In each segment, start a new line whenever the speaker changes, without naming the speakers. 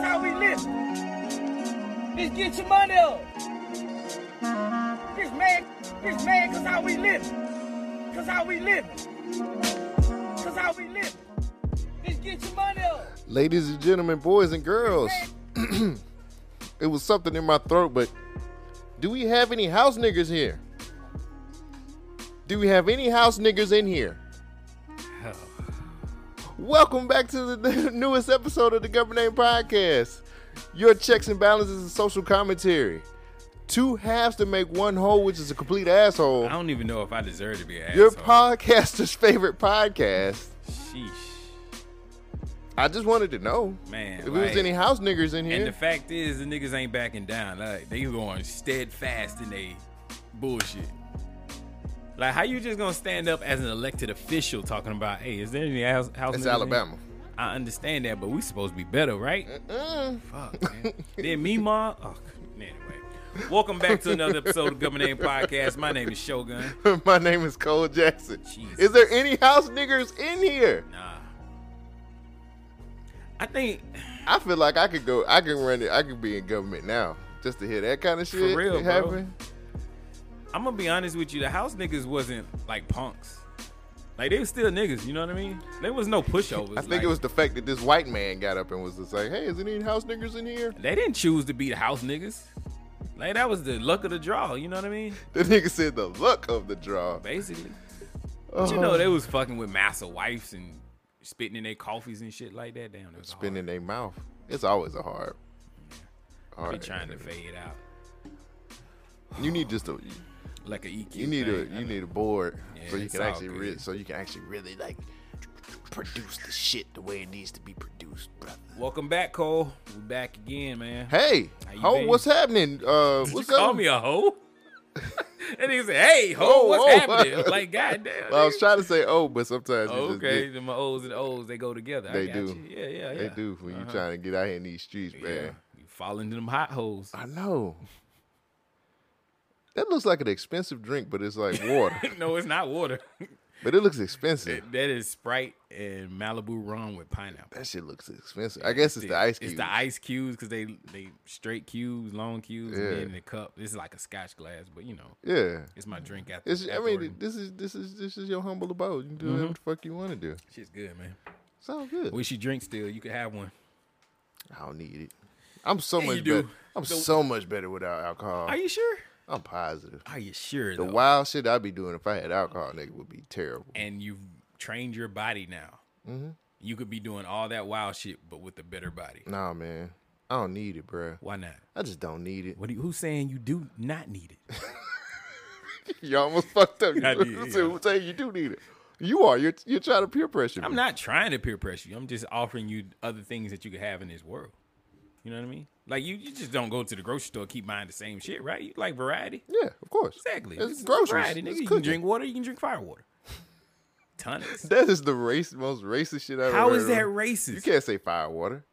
listen. Bitch, get your money up. Bitch mad, bitch mad cause how we living. Cause how we living. Cause how we living. Bitch, get your money up.
Ladies and gentlemen, boys and girls, it was something in my throat, but do we have any house niggas here? Do we have any house niggas in here? Welcome back to the newest episode of the Government Name Podcast. Your checks and balances and social commentary. Two halves to make one whole, which is a complete asshole.
I don't even know if I deserve to be an
Your
asshole.
podcaster's favorite podcast.
Sheesh.
I just wanted to know
Man,
if there was
like-
any house niggers in
And the
here.
fact is, the niggas ain't backing down. Like they going steadfast in they bullshit. Like how you just gonna stand up as an elected official talking about, hey, is there any house? house niggas
it's
in here?"
Alabama.
I understand that, but we supposed to be better, right?
Mm.
Fuck, man. then me, ma. Oh, anyway, welcome back to another episode of Government Name Podcast. My name is Shogun.
My name is Cole Jackson.
Jesus.
Is there any house niggers in here?
Nah. I think
I feel like I could go. I can run it. I could be in government now just to hear that kind of shit
real, bro.
happen.
I'm gonna be honest with you. The house niggas wasn't like punks. Like they was still niggas. You know what I mean? There was no pushovers.
I think
like,
it was the fact that this white man got up and was just like, "Hey, is there any house niggers in here?"
They didn't choose to be the house niggas. Like that was the luck of the draw. You know what I mean?
The nigga said the luck of the draw. Oh.
Basically. But you know they was fucking with massa wives and spitting in their coffees and shit like that. Damn, that was
spin in their mouth. It's always a hard.
hard.
hard
They trying to fade out
You need just a.
like a EQ.
You need a.
thing. I
You
know.
need a board so
Yeah,
you
it's
can
all
actually.
good.
Re- so you can actually really like produce the shit the way it needs to be produced, brother.
Welcome back, Cole. We back again, man.
Hey,
you
ho,
been?
what's happening? Uh, what's
you call
up?
me a hoe? and he said, "Hey, hoe,
Oh,
what's
oh.
happening?" I'm like, goddamn.
Well, I was trying to say oh, but sometimes you
Oh,
just
okay,
get-
then my O's and O's they go together. I
They
got
do.
you. Yeah, yeah, yeah. Uh-huh.
they do when you trying to get out here in these streets,
Yeah,
man.
you fall into them hot holes.
I know. That looks like an expensive drink, but it's like water.
no, it's not water.
but it looks expensive.
that is Sprite and Malibu rum with pineapple.
That shit looks expensive. I guess it's the ice cube.
It's the ice cubes because they they straight cubes, long cubes, and
Yeah.
then in the cup. This is like a Scotch glass, but you know,
Yeah.
it's my drink after.
It's, I mean,
afterward.
this is this is this is your humble abode. You can do
Mm-hmm.
whatever the fuck you want to do.
shit's good, man.
Sounds good.
Wish you drink still. You could have one.
I don't need it. I'm so
Yeah, you
much
do.
better. I'm
The-
so much better without alcohol.
Are you sure?
I'm positive.
Are you sure?
The
though?
wild shit I'd be doing if I had alcohol, nigga, would be terrible.
and you've trained your body now.
Mm-hmm.
You could be doing all that wild shit, but with a better body.
Nah, man. I don't need it, bruh.
Why not?
I just don't need it.
What do you, who's saying you do not need it?
You almost fucked up.
I did,
You
yeah.
so say you do need it. You are. You're you're trying to peer pressure.
I'm
me.
not trying to peer pressure you. I'm just offering you other things that you could have in this world. You know what I mean? Like you, you just don't go to the grocery store keep buying the same shit, right? You like variety.
Yeah, of course.
Exactly.
It's
This is
groceries.
Variety, nigga.
It's
you can
cooking.
drink water. You can drink fire water. Tonics.
That is the race most racist shit I've ever
How is
heard
that
of. You
racist?
can't say firewater.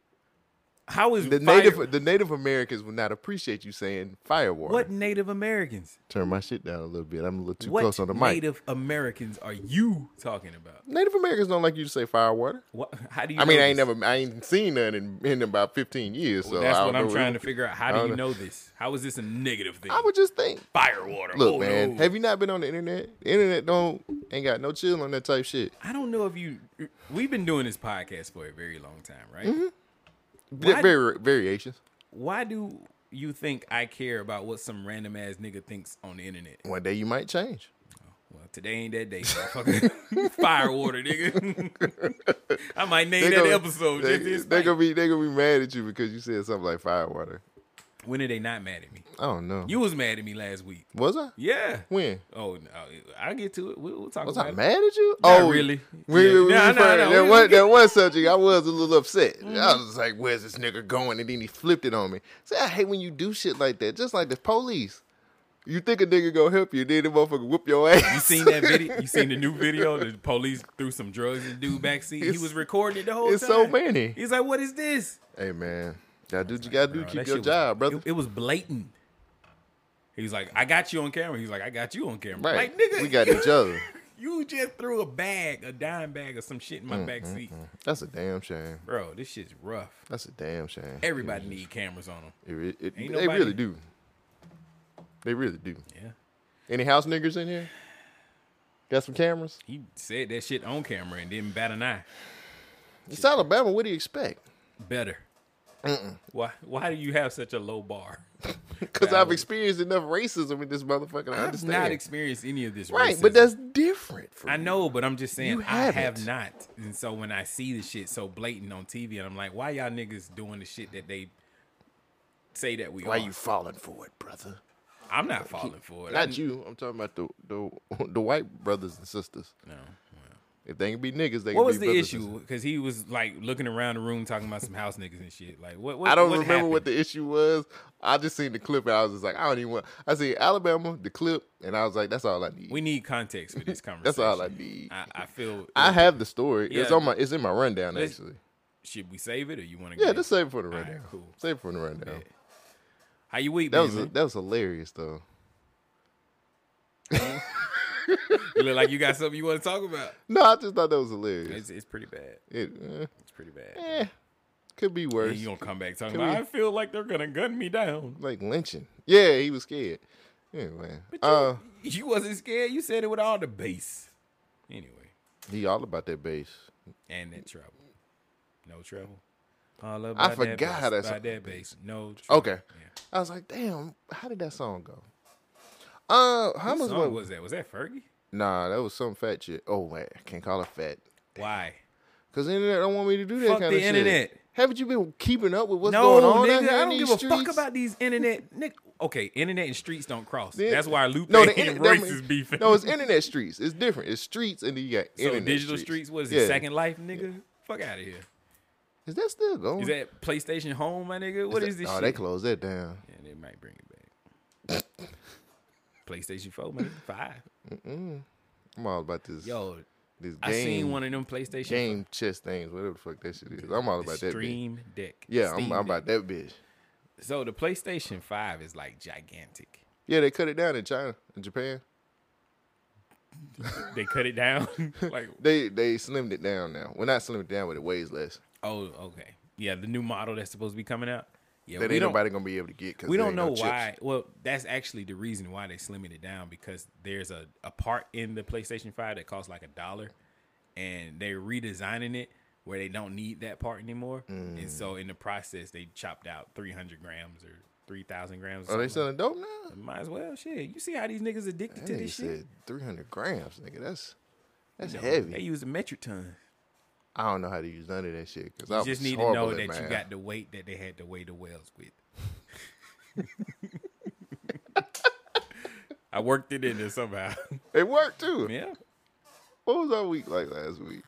How is
The
fire-
native the Native Americans would not appreciate you saying firewater.
What Native Americans?
Turn my shit down a little bit. I'm a little too
what
close on the mic.
Native Americans are you talking about?
Native Americans don't like you to say firewater.
What? How do you?
I mean,
know
I ain't
this?
never, I ain't seen none in, in about 15 years. so
That's
I
what
don't
I'm
know.
trying to figure out. How
I
do
don't
you
know.
know this? How is this a negative thing?
I would just think.
Fire water.
Look,
Oh,
man,
no.
have you not been on the internet? The internet don't ain't got no chill on that type shit.
I don't know if you. We've been doing this podcast for a very long time, right?
Mm-hmm. There
Why-
Vari- variations.
Why do you think I care about what some random ass nigga thinks on the internet?
One day you might change.
Well, today ain't that day. motherfucker. Fire water, nigga. I might name that
gonna-
episode.
They,
just this
they
night.
gonna be they gonna be mad at you because you said something like firewater.
when are they not mad at me?
I don't know.
You was mad at me last week.
was I?
Yeah.
When
Oh, no, I'll get to it. We'll, we'll talk
was
about
I
it.
mad at you? Oh,
Not really.
We,
Yeah.
we- we
No, no,
referred- That
no, we- Mm-hmm.
one
we-
that one subject, I was a little upset. I was like, "Where's this nigga going?" And then he flipped it on me. See, I hate when you do shit like that. Just like the police. You think a nigga gonna help you, then the motherfucker whoop your ass.
You seen that video? You seen the new video? The police threw some drugs in dude backseat. He
It's-
was recording it the whole
it's
time.
so many.
He's like, "What is this?"
Hey man, gotta do what you gotta do.
Bro,
Keep
that
your
shit
job,
was,
brother.
It, it was blatant. He was like, "I got you on camera." He's like, "I got you on camera."
right?
Like, nigga,
we got each other.
You just threw a bag, a dime bag, or some shit in
Mm-hmm.
my back seat,
That's a damn shame.
bro. This shit's rough.
That's a damn shame.
Everybody need cameras on them.
It, it- it-
Ain't
they
nobody-
really do. They really do.
Yeah,
Any house niggers in here? Got some cameras?
he said that shit on camera and didn't bat an eye.
It's Alabama. What do you expect?
Better. Why? Why do you have such a low bar?
Because
Yeah, I
I've
would-
experienced enough racism with this motherfucker. I
I've not
understand.
experienced any of this.
right,
racism.
but that's different. For
I know, but I'm just saying
You
I have
haven't.
not. And so when I see the shit so blatant on TV, and I'm like, why y'all niggas doing the shit that they say that we
Why
are?
you falling for it, brother?
I'm not falling for it.
Not you. I'm talking about the the, the white brothers and sisters.
No.
If they can be niggas, they
What
can
was
be
the
brothers and
issue? Because he was like looking around the room talking about some house niggas and shit. Like what? what
I don't
what
remember what
happened?
the issue was. I just seen the clip and I was just like, I don't even want. I see Alabama, the clip, and I was like, that's all I need.
We need context for this conversation.
that's all I need. I,
I, I feel.
have the story. It's
Yeah.
on my. It's in my rundown
Let's-
actually.
should we save it or you want to?
Yeah, just save it for the
right,
rundown.
cool.
Save it for the rundown.
How you weak,
That was
man?
that was hilarious though.
You look like you got something you want to talk about.
No, I just thought that was hilarious.
It's, it's pretty bad.
It eh,
It's pretty bad.
eh, could be
And
worse.
you gonna come back talking
Can
about?
we-
I feel like they're gonna gun me down.
Like lynching. Yeah, he was scared. Anyway, uh,
You wasn't scared. You said it with all the bass. Anyway,
he all about that bass.
and that treble. No treble. All about
I forgot
that
how
bass,
that
about
song-
that bass. No. Treble.
Okay,
Yeah.
I was like, damn, how did that song go? Uh, how
What
much
song
was
was that? Was that Fergie?
Nah, that was some fat shit. Oh wait, I can't call it fat.
Why?
Cause the internet don't want me to do that
Fuck
kind
the
of shit.
internet.
Haven't you been keeping up with what's
no,
going on? out
nigga.
here
I
in
don't
these
give a fuck
streets?
about these internet. Nick. Okay, internet and streets don't cross.
The-
That's why Lupe
No, the
and
internet.
Royce is beefing.
No, it's internet streets. It's different. It's streets, and then you got
so
internet
digital
streets.
streets. What is
Yeah.
it? Second Life, nigga. Fuck out of here.
Is that still going?
Is that PlayStation Home, my nigga? What is,
that-
this?
Oh,
shit?
they closed that down.
And they might bring it back. PlayStation 4, man. 5.
I'm all about this.
Yo,
this game,
I seen one of them PlayStation
game chess things, whatever the fuck that shit is. I'm all about that. Bitch.
Stream Deck.
Yeah, I'm,
Steam
I'm about
Deck.
that bitch.
So the PlayStation 5 is like gigantic.
Yeah, they cut it down in China, in Japan.
They cut it down. like,
They they slimmed it down now. Well, not slimmed it down, but it weighs less.
oh, okay. Yeah, the new model that's supposed to be coming out. Yeah,
That
we
ain't
don't,
nobody gonna be able to get. Cause
we
there
don't
ain't
know
no chips.
why. Well, that's actually the reason why they slimming it down because there's a, a part in the PlayStation 5 that costs like a dollar and they're redesigning it where they don't need that part anymore. And so in the process, they chopped out 300 grams or 3,000 grams. or
Are Oh, they selling
something
dope now?
like- Might as well. Shit. You see how these niggas addicted to
That nigga
this shit?
said 300 grams, nigga. That's that's
They
heavy.
use a metric ton.
I don't know how to use none of that shit because I
You
was
just need to
horrible
know
at
that you
math.
got the weight that they had to weigh the whales with. I worked it in there somehow.
It worked too.
yeah.
What was our week like last week?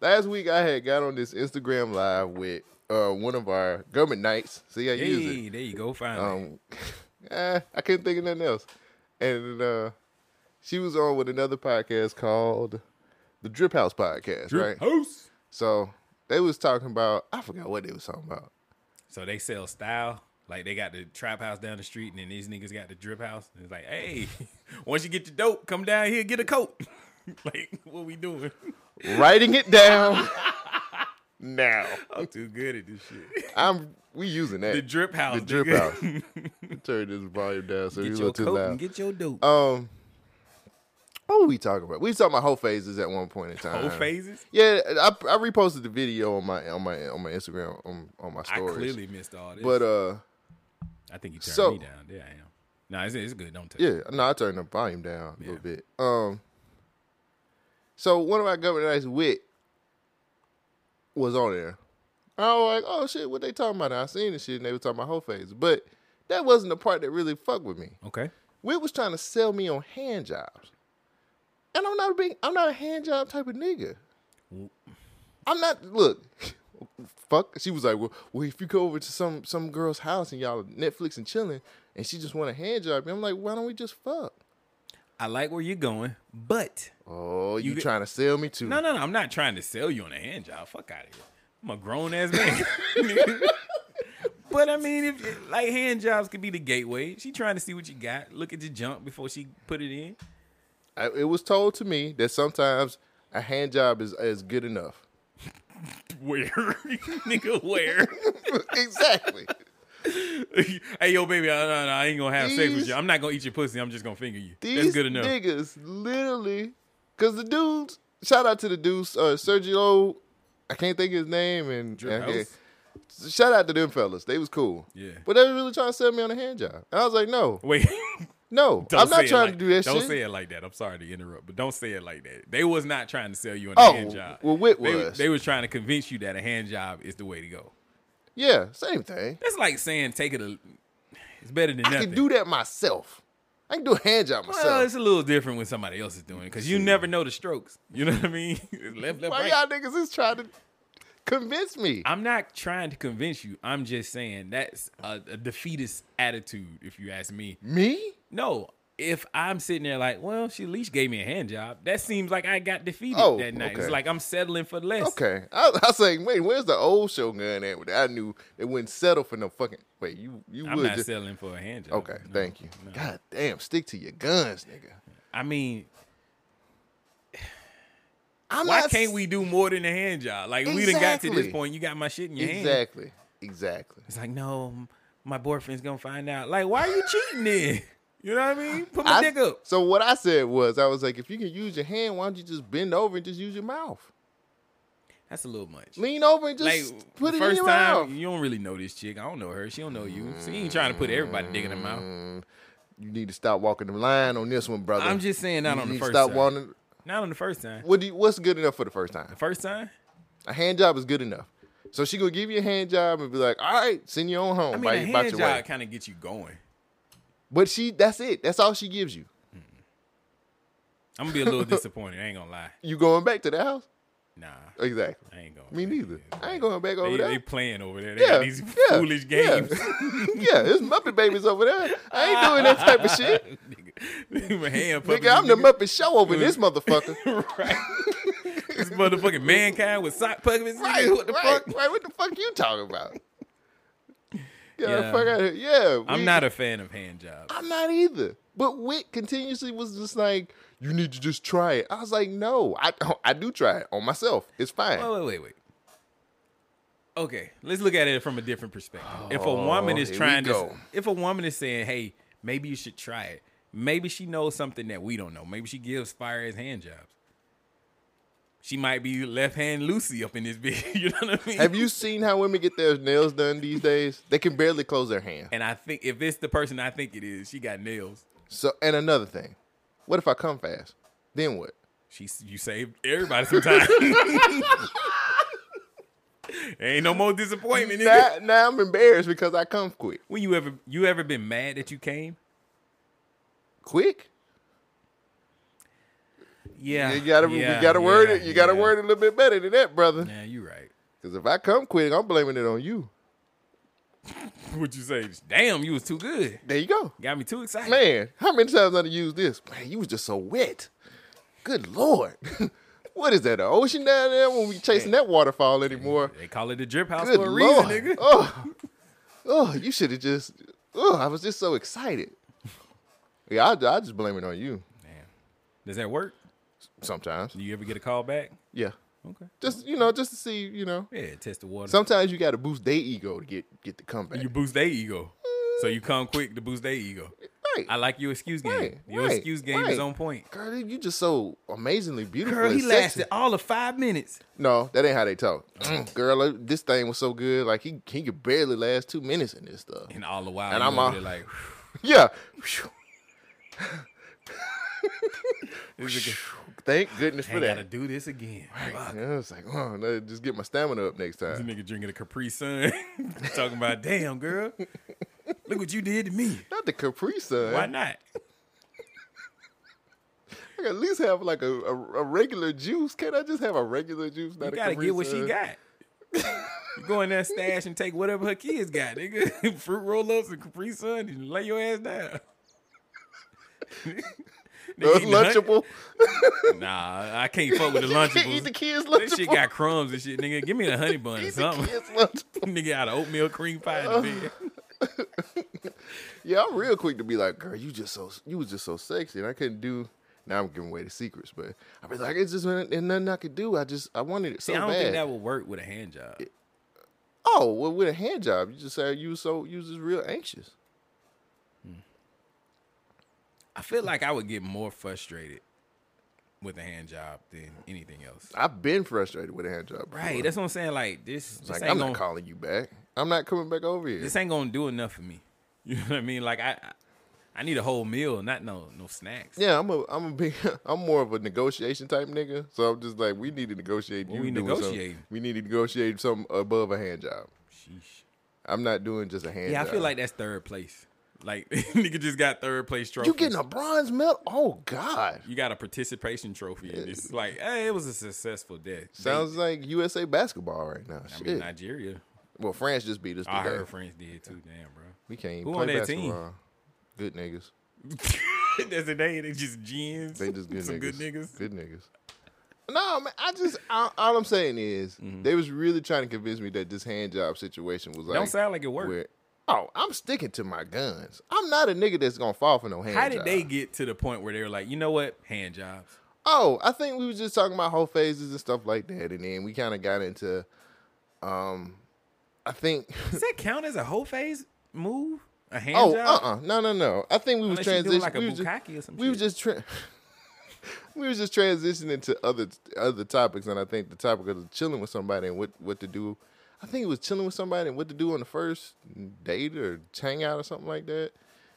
Last week I had got on this Instagram live with uh, one of our government knights. See, I use
Hey, there you go.
it.
Finally.
Um, eh, I couldn't think of nothing else, and uh, she was on with another podcast called the Drip House Podcast, right?
House.
So they was talking about I forgot what they was talking about.
So they sell style. Like they got the trap house down the street, and then these niggas got the drip house. And it's like, hey, once you get your dope, come down here, get a coat. like, what we doing?
writing it down now.
I'm too good at this shit.
I'm we using that.
The drip house.
The drip
nigga.
house. Turn this volume down so you
Get your
look too
coat and
loud.
get your dope.
um, what were we talking about? We was talking about whole phases at one point in time.
Whole phases.
Yeah, I, I reposted the video on my on my on my Instagram on on my
I
stories.
clearly missed all this.
but uh,
I think you turned
so-
me down. There I am. No, it's, it's good. Don't touch.
yeah, no, I turned the volume down a little bit. Um, so one of our government nights wit was on there. I was like, oh shit, what they talking about? And I seen this shit and they were talking about whole phase, but that wasn't the part that really fucked with me.
Okay.
Wit was trying to sell me on hand jobs, and I'm not a big, I'm not a hand job type of nigga. I'm not. Look, fuck. She was like, well, well, if you go over to some some girl's house and y'all Netflix and chilling, and she just want a hand job, and I'm like, why don't we just fuck?
I like where you're going, but
Oh, you,
get-
trying to sell me to?
no, no, no. I'm not trying to sell you on a hand job. Fuck out of here. I'm a grown ass man. but I mean, if like hand jobs could be the gateway. She trying to see what you got. Look at your jump before she put it in.
I, it was told to me that sometimes a hand job is, is good enough.
Where, nigga, where?
exactly.
hey, yo, baby, I, I, I ain't gonna have sex with
These-
you. I'm not gonna eat your pussy. I'm just gonna finger you.
These
That's good enough.
niggas literally, because the dudes, shout out to the dudes, uh, Sergio, I can't think of his name, and
Your
okay.
house?
shout out to them fellas. They was cool.
Yeah.
But they were really trying to sell me on a hand job. And I was like, no,
Wait,
no,
don't
I'm
say
not
it
trying to
like-
do that
Don't
shit.
say it like that. I'm sorry to interrupt, but don't say it like that. They was not trying to sell you on a
Oh,
hand job.
well, Whit
They-
was.
They, was trying to convince you that a hand job is the way to go.
Yeah, same thing.
That's like saying take it a. It's better than
I
nothing.
can do that myself. I can do a hand job myself.
well, it's a little different when somebody else is doing it because you never know the strokes. You know what I mean? left, left,
Why
right.
y'all niggas is trying to convince me?
I'm not trying to convince you. I'm just saying that's a, a defeatist attitude, if you ask me.
me?
No, if I'm sitting there like, well, she at least gave me a hand job, that seems like I got defeated
Oh,
that night.
okay.
It's like I'm settling for less.
Okay. I, I was like, wait, where's the old Shogun at? That I knew it wouldn't settle for no fucking. Wait, you you
I'm
would
not
just
settling for a hand job.
okay.
No,
thank you.
no.
God damn, stick to your guns, nigga.
I mean,
I'm
why
not
can't we do more than a hand job? Like we done got to this
Exactly.
point, you got my shit in your hand.
exactly exactly.
It's like, no, m- my boyfriend's gonna find out. Like, why are you cheating then? You know what I mean? Put my
I-
dick up.
So what I said was, I was like, if you can use your hand, why don't you just bend over and just use your mouth?
That's a little much.
Lean over and
Like
just put
the
it in
first
your
time,
mouth.
you don't really know this chick. I don't know her. She don't know you. She ain't trying to put everybody dick in her mouth.
You need to stop walking the line on this one, Mm, brother.
I'm just saying, not
you
on
need
the
to
first
stop
time.
Walking,
Not on the first time.
what do you, what's good enough for the first time?
First time?
A hand job is good enough. So she gonna give you a hand job and be like, "All right, send Oh, you on home."
I mean,
by-
a
about
hand
your
job
way.
kind of gets you going.
But she, that's it. That's all she gives you.
Hmm. I'm gonna be a little disappointed. I ain't gonna lie.
You going back to the house?
Nah,
Exactly.
I ain't gonna.
Me neither. I ain't going back
Oh, They,
over
they
there.
playing over there. They
yeah,
got these
yeah,
foolish games.
Yeah. yeah, it's Muppet Babies over there. I ain't doing that type of shit.
Nigga, My hand puppet,
Nigga, I'm the
nigga.
Muppet Show over this motherfucker.
This motherfucking mankind with sock puppets.
right,
Right, what the
right,
fuck?
right. What the fuck you talking about? Yeah,
Yeah.
fuck out here. Yeah,
I'm
we-
not a fan of hand jobs.
I'm not either. But Wick continuously was just like, "You need to just try it." I was like, "No, I I do try it on myself. It's fine."
Wait, wait, wait, wait. Okay, let's look at it from a different perspective. if a woman is
Oh, here we
trying to,
go.
if a woman is saying, "Hey, maybe you should try it," maybe she knows something that we don't know. Maybe she gives fire as hand jobs. She might be left hand Lucy up in this bitch. You know what I mean?
Have you seen how women get their nails done these days? They can barely close their hand.
and I think if it's the person I think it is, she got nails.
So, and another thing, what if I come fast? Then what?
She, you saved everybody some time. Ain't no more disappointment. nigga.
Now, now I'm embarrassed because I come quick.
When you ever you ever been mad that you came?
Quick?
Yeah,
You gotta,
yeah,
you gotta word
yeah,
it. You gotta
yeah.
word it a little bit better than that, brother.
Yeah, you right.
Because if I come quick, I'm blaming it on you.
What you say? Damn, you was too good.
There you go,
Got me too excited.
man. How many times I done used this? Man, you was just so wet. Good lord, what is that? The ocean down there? When we chasing that waterfall anymore?
They call it the drip house
Good
for a
lord.
reason, nigga.
Oh, oh, you should have just. Oh, I was just so excited. Yeah, I, I just blame it on you
Does that work?
sometimes.
Do you ever get a call back?
Yeah,
Okay.
just you know, just to see, you know.
Yeah, test the water.
Sometimes you got to boost their ego to get get the comeback.
you boost their ego. So you come quick to boost their ego.
right,
I like your excuse game.
Right,
your
right,
excuse game
right.
is on point.
girl, you just so amazingly beautiful.
Girl,
and
he
sexy.
lasted all of five minutes.
No, that ain't how they talk.
Mm.
Girl, uh, this thing was so good. Like he he could barely last two minutes in this stuff.
And all the while,
And
you
I'm
over
all-
there like,
Yeah.
this is
Thank goodness
I
for
ain't gotta
that.
do this again. Fuck.
Yeah, I was like, oh, let- just get my stamina up next
This
time.
nigga drinking a Capri Sun, talking about, damn girl, look what you did to me.
Not the Capri Sun.
Why not?
I could at least have like a, a, a regular juice. Can't I just have a regular juice? Not
You
a
gotta
Capri
get what she
Sun?
got. you go in that stash and take whatever her kids got, nigga. Fruit roll ups and Capri Sun and lay your ass down. Nigga
Uh,
eating hun-
lunchable.
Nah, I can't fuck with the
Can't eat the
lunchables.
kids
That shit
lunchable.
got crumbs and shit, nigga. Give me the honey bun or
Eat the
something.
kids Oh, lunchable.
nigga out of oatmeal cream pie in the bed.
Yeah, I'm real quick to be like, girl, you just so you was just so sexy, and I couldn't do. Now I'm giving away the secrets, but I was like, it's just there's nothing I could do. I just I wanted it so
See, I don't
bad.
think that would work with a hand job.
Oh, well, with a hand job, you just said you was so you was just real anxious.
I feel like I would get more frustrated with a hand job than anything else.
I've been frustrated with a hand job. before.
Right. That's what I'm saying. Like this,
It's
this
like
ain't
I'm
gonna,
not calling you back. I'm not coming back over here.
this ain't gonna do enough for me. You know what I mean? Like I, I- I need a whole meal, not no no snacks.
Yeah, I'm a I'm a big I'm more of a negotiation type nigga. So I'm just like we need to negotiate.
What
you
we
doing something.
negotiating?
We need to negotiate something above a hand job.
Sheesh.
I'm not doing just a hand.
Yeah, I
job.
feel like that's third place. Like nigga just got third place trophy.
you getting a bronze medal. Oh God,
You got a participation trophy. And it's like, hey, it was a successful day.
sounds like USA basketball right now.
They- I
Shit.
mean, Nigeria.
well, France just beat us.
I
today.
heard friends did too. Damn, bro.
We can't even
Who
play
on that team?
basketball. Good niggas.
That's a day. They just gins.
They just good
Some
niggas.
good niggas.
Good niggas. No, man. I just I, all I'm saying is they was really trying to convince me that this hand job situation was like
Don't sound like Mm-hmm. it worked.
where- oh, I'm sticking to my guns. I'm not a nigga that's gonna fall for no hand.
How did
job.
they get to the point where they were like, you know what, hand jobs?
Oh, I think we was just talking about whole phases and stuff like that, and then we kind of got into, um, I think.
Does that count as a whole phase move? A hand
oh, uh,
job?
uh no, no, no. I think we was
Unless you do
transitioning.
it like a
we was just,
bukkake or some
we was
shit.
just tra- we was just transitioning to other other topics, and I think the topic of chilling with somebody and what what to do. I think it was chilling with somebody and what to do on the first date or hangout or something like that.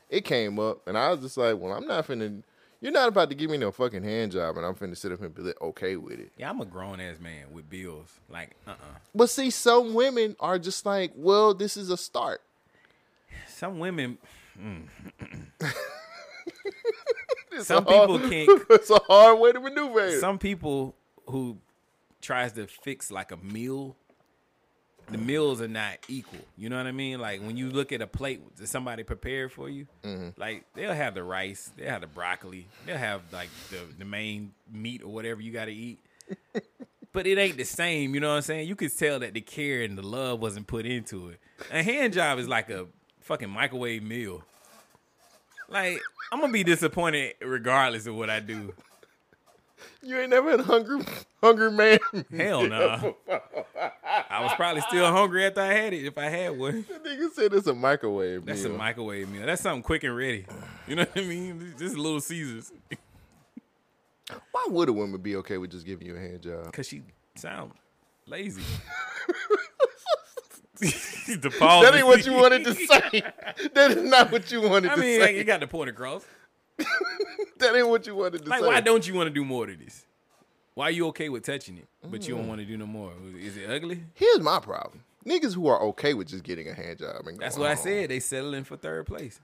It came up, and I was just like, "Well, I'm not finna. You're not about to give me no fucking hand job, and I'm finna sit up and be like, okay with it."
Yeah, I'm a grown ass man with bills. Like, uh uh
But see, some women are just like, "Well, this is a start."
Some women,
It's a
Mm. some
hard-
people can't.
it's a hard way to maneuver. it.
Some people who tries to fix like a meal, the meals are not equal. You know what I mean? Like when you look at a plate that somebody prepared for you,
Mm-hmm.
like they'll have the rice, they'll have the broccoli, they'll have like the the main meat or whatever you got to eat. But it ain't the same, you know what I'm saying? You could tell that the care and the love wasn't put into it. A hand job is like a fucking microwave meal. Like, I'm gonna be disappointed regardless of what I do.
You ain't never had a hungry, hungry man.
Hell no. I was probably still hungry after I had it if I had one.
Nigga said it's a microwave.
That's a
meal.
microwave meal. That's something quick and ready. You know what I mean? This is Little Caesars.
Why would a woman be okay with just giving you a hand job?
Cause she sound lazy. the pause
That ain't what you wanted to say. that is not what you wanted
I
to
mean, like,
say.
you got the point across.
that ain't what you wanted to
Like,
say.
why don't you want to do more to this? Why you okay with touching it, but you don't want to do no more? Is it ugly?
Mm. Here's my problem. Niggas who are okay with just getting a hand job and
That's
going
what I
home.
said. They settling for third place.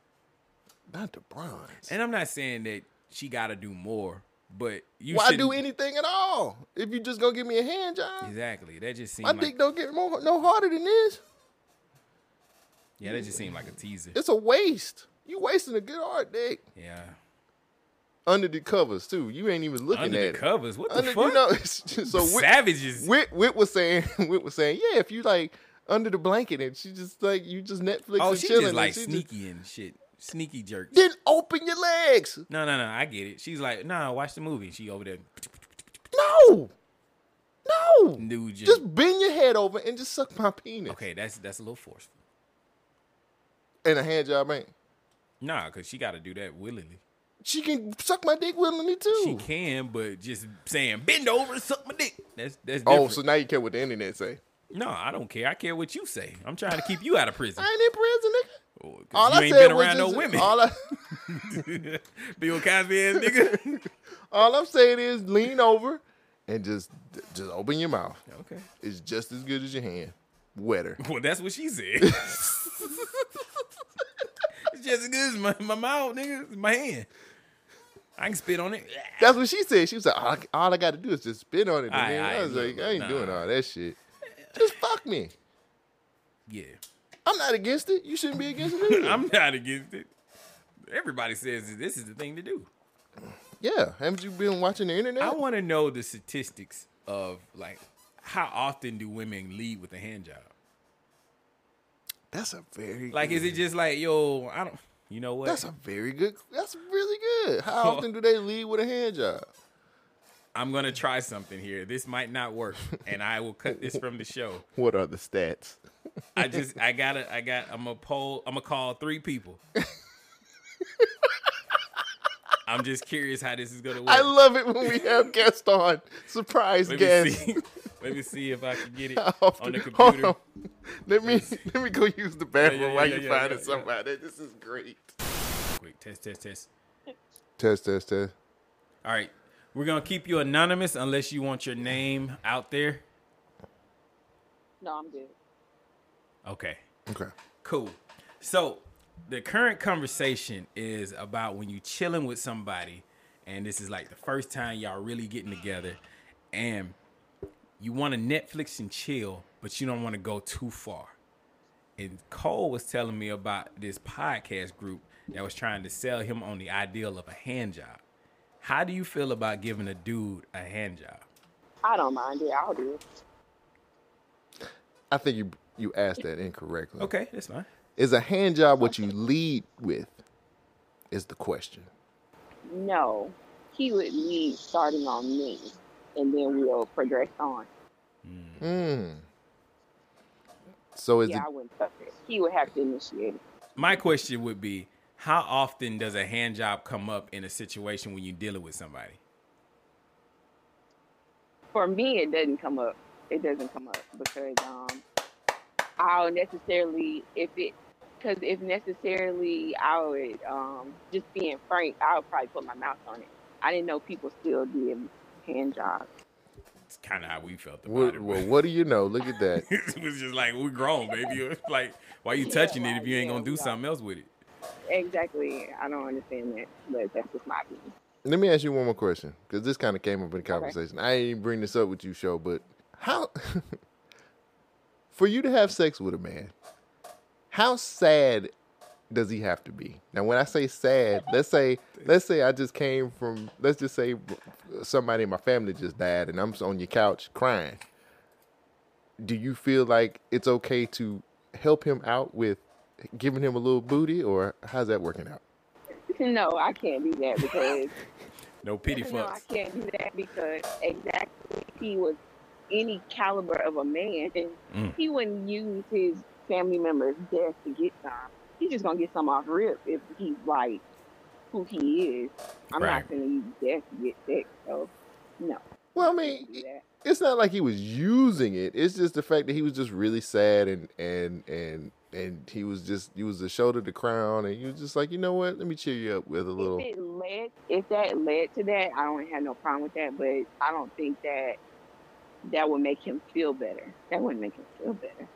Oh. Not the bronze.
And I'm not saying that she got to do more, but you
Why do
shouldn't-
anything at all? If you just gonna give me a hand job,
Exactly. That just seemed
my
like
dick don't get more, no harder than this.
yeah, that just seemed like a teaser.
It's a waste. You wasting a good hard dick
Yeah.
under the covers too. You ain't even looking
Under
at it.
the covers. What the
Under,
fuck?
you know, it's just, so we-
Savages.
Whit, Whit was saying, Whit was saying, yeah, if you like under the blanket and she just like you just Netflix
oh,
and
she
chilling,
just
and
like
she just
sneaky and shit. Sneaky jerk.
then open your legs.
No, no, no. I get it. She's like, nah, watch the movie. She over there.
No, no,
Nude you.
just bend your head over and just suck my penis.
Okay, that's that's a little forceful.
And a hand job ain't.
Nah, cause she got to do that willingly.
She can suck my dick willingly too.
She can, but just saying bend over and suck my dick. That's that's different.
oh, so now you care what the internet say?
no, I don't care. I care what you say. I'm trying to keep you out of prison.
I ain't in prison, nigga.
Oh, 'cause
All
you
I
ain't
said
been
was
around
just,
no women.
All, I,
Bill Cosby ass nigga.
all I'm saying is lean over and just just open your mouth.
okay.
It's just as good as your hand, wetter.
Well, that's what she said. it's just as good as my, my mouth, nigga. It's My hand. I can spit on it.
That's what she said. She was like, all I, all I got to do is just spit on it. And
Aight,
then I
aight,
was
look,
like,
look,
I ain't
nah.
doing all that shit. Just fuck me.
Yeah.
I'm not against it. You shouldn't be against it. Either.
I'm not against it. Everybody says that this is the thing to do.
yeah. Haven't you been watching the internet?
I want to know the statistics of like how often do women lead with a hand job?
That's a very
Like, is it just like, yo, I don't You know what?
That's a very good. That's really good. How often do they lead with a hand job?
I'm gonna try something here. This might not work, and I will cut this from the show.
What are the stats?
I just I gotta I got I'm a poll I'm gonna call three people. I'm just curious how this is gonna work.
I love it when we have guests on. Surprise
let me
guests.
see. Let me see if I can get it
How
on
often-
the
hold
computer.
on. Let me let me go use the bathroom
yeah,
while
yeah,
you
yeah,
find
yeah,
it
yeah.
somehow. That- This is great.
Quick test, test, test.
Test test test.
All right, we're gonna keep you anonymous unless you want your name out there.
No, I'm good.
Okay,
Okay.
cool. So the current conversation is about when you chilling with somebody, and this is like the first time y'all really getting together, and you want to Netflix and chill, but you don't want to go too far. And Cole was telling me about this podcast group that was trying to sell him on the ideal of a hand job. How do you feel about giving a dude a hand job?
I don't mind it. I'll do it.
I think you you asked that incorrectly.
Okay, that's fine.
Is a hand job what you lead with? Is the question.
No, he would lead starting on me, and then we'll progress on.
Mm. So is
yeah, I wouldn't touch it. He would have to initiate it.
my question would be how often does a hand job come up in a situation when you're dealing with somebody
For me, it doesn't come up. It doesn't come up because um, I'll necessarily if it because if necessarily I would um just being frank, I'll probably put my mouth on it. I didn't know people still did hand jobs.
it's kind of how we felt
it
about
well,
it
well, what do you know? Look at that.
it was just like we're grown baby It's like why you
Yeah,
touching it
why-
if you ain't
yeah,
gonna do
we are.
something else with it
Exactly. I don't understand that, but that's just my opinion.
Let me ask you one more question because this kind of came up in the conversation. I didn't bring this up with you, show, but how for you to have sex with a man, how sad does he have to be? Now, when I say sad, let's say let's say I just came from let's just say somebody in my family just died, and I'm on your couch crying. Do you feel like it's okay to help him out with giving him a little booty, or how's that working out?
No, I can't do that because
no pity
no,
fucks
I can't do that because exactly if he was any caliber of a man,
Mm.
he wouldn't use his family member's death to get some. He's just gonna get some off rip if he's like who he is. I'm
Right.
not gonna use death to get sex, so no,
Well, I
I
mean,
can't do that.
it's not like he was using it. It's just the fact that he was just really sad and and and and he was just he was the shoulder to crown and he was just like, you know what? Let me cheer you up with a little.
If it led, if that led to that, I don't have no problem with that. But I don't think that that would make him feel better. That wouldn't make him feel better.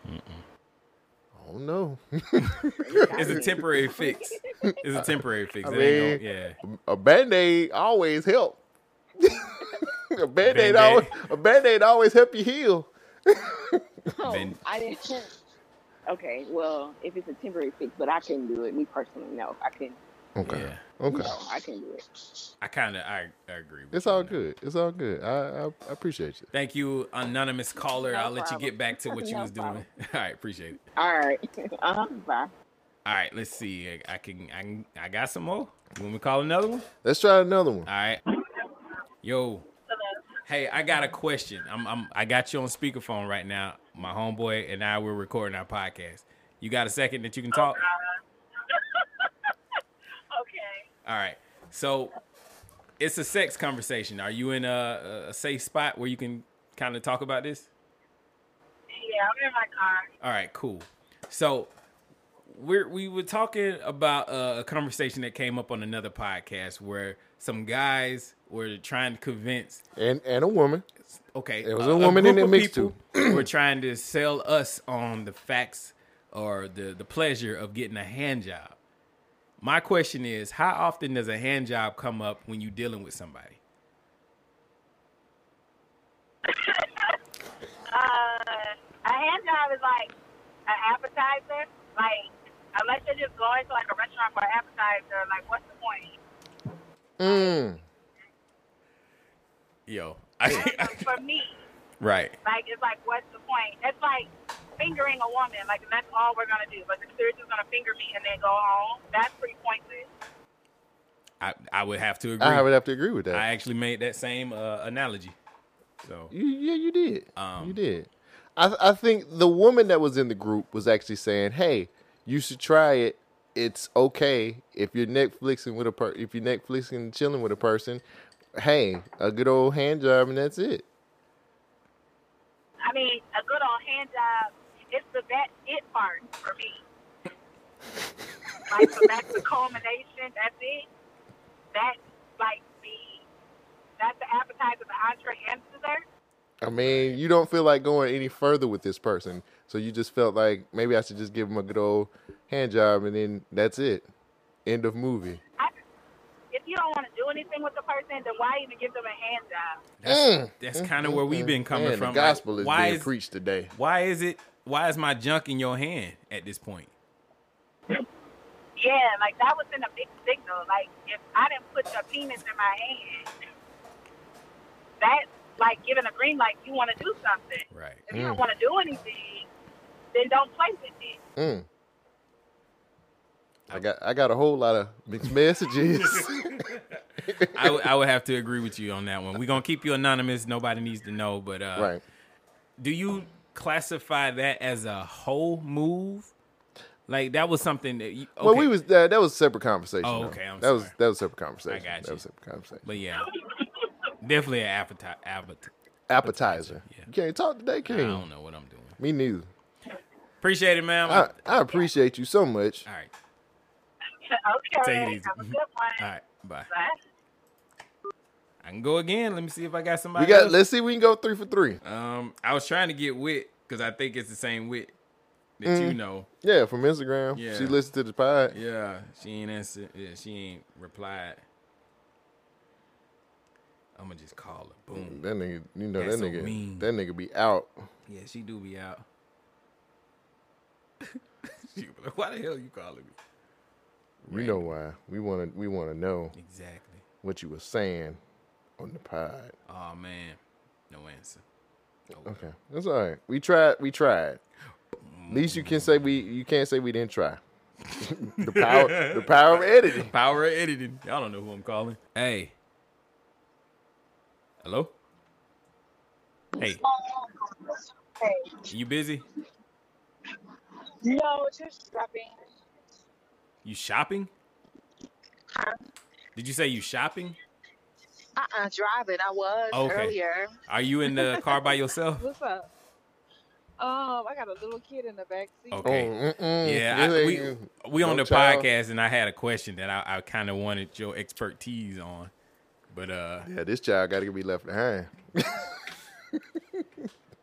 Oh no,
it's a temporary fix it's a temporary fix
I
it ain't
mean,
gonna, yeah
a band aid always help. a band aid
Band-Aid.
always a band aid always help you heal.
Oh,
Then-
I didn't. Okay, well, if it's a temporary fix, but I couldn't do it. Me personally, no, I couldn't.
Okay,
yeah
okay,
No, I couldn't do it.
i kind of I, I agree with
it's
you
all
on that.
good. It's all good. I I, I appreciate you.
thank you anonymous caller
No
i'll let you
problem.
get back to what you
No
was doing
problem.
all right appreciate it
All right, uh, bye.
all right let's see I- i can i, can, I got some more you want me to call another one
Let's try another one.
All right. Yo. Hey, I got a question. I'm, I'm I got you on speakerphone right now. My homeboy and I we're recording our podcast. You got a second that you can talk?
Okay.
All right. So it's a sex conversation. Are you in a, a safe spot where you can kind of talk about this?
Yeah, I'm in my car.
All right, cool. So we're we were talking about uh, a conversation that came up on another podcast where some guys were trying to convince
And and a woman.
okay.
There was a woman in
group
there
of
mixed
people We're trying to sell us on the facts or the the pleasure of getting a hand job. My question is, how often does a hand job come up when you're dealing with somebody?
Uh, a hand job is like an appetizer. Like, unless you're just going to like a restaurant for an appetizer, like, what's the point?
Mm.
Yo,
So for me,
right.
like, it's like, what's the point? It's like fingering a woman, like that's all we're gonna do. Like the spirit is gonna finger me and then go home. That's pretty pointless.
I, I would have to agree.
I
I,
would have to agree with that.
actually made that same uh, analogy. So
You, yeah, you did.
Um,
you did. I, I think the woman that was in the group was actually saying, "Hey, you should try it. It's okay if you're Netflixing with a per- if you're Netflixing and chilling with a person. Hey, a good old hand job and that's it.
I mean, a good old hand job. It's the that it part for me. like so that's the culmination. That's it. That's like the that's the appetizer, the entree, and dessert.
I mean, you don't feel like going any further with this person, so you just felt like maybe I should just give him a good old hand job and then that's it. End of movie.
I, if you don't want to do anything with the person, then why even give them a hand job?
that's,
Mm.
that's kind of where we've been coming
Man,
from.
The
Like,
gospel is
why
being
is
preached today.
why is it why is my junk in your hand at this point?
Yeah, like that was in a big signal. Like if I didn't put your penis in my hand, that's like giving a green light. You want to do something.
Right. Mm.
If you don't want to do anything, then don't play with it.
Mm. I got I got a whole lot of mixed messages.
I would- I would have to agree with you on that one. We're gonna keep you anonymous. Nobody needs to know. But uh,
right.
do you classify that as a whole move? Like that was something that. You, okay.
Well, we was that, that was a separate conversation.
Oh,
though.
okay, I'm
that was
sorry.
that was a separate conversation.
got
That
you.
was a separate conversation.
But yeah, definitely an appetite. Appetite.
Appetizer.
Yeah.
You can't talk today,
I
can you?
don't know what I'm doing.
Me neither.
Appreciate it, ma'am.
I, I appreciate you so much.
All right.
okay.
Take it easy.
Have a good one.
All right. Bye.
Bye.
I can go again. Let me see if I got somebody.
We got.
else.
Let's see. if We can go three for three.
Um, I was trying to get wit because I think it's the same wit that you know.
Mm. Yeah, from Instagram.
Yeah.
She listens to the pod.
Yeah, she ain't answer. Yeah, she ain't replied. I'm gonna just call her. Boom.
That nigga, you know
That's
that
so
nigga,
mean.
that nigga be out.
Yeah, she do be out. she be like, why the hell you calling me?
You know why? We wanna, we wanna know
Exactly.
what you were saying on the pod.
Oh man, no answer.
Okay, that's all right. We tried. We tried. At least you can say we. You can't say we didn't try. the power. The power of editing.
Power of editing. Y'all don't know who I'm calling. Hey. Hello. Hey,
Hey,
you busy?
no, just shopping.
You shopping? Did you say you shopping?
Uh-uh, driving. I was
Okay. Oh.
earlier.
Are you in the car by yourself?
What's up? Um, I got a little kid in the back seat.
Oh,
Okay.
mm-mm.
Yeah,
This
I, we,
ain't-
we on
no
the
child.
podcast, and I had a question that I, I kind of wanted your expertise on, but uh,
Yeah, this child got to be left behind.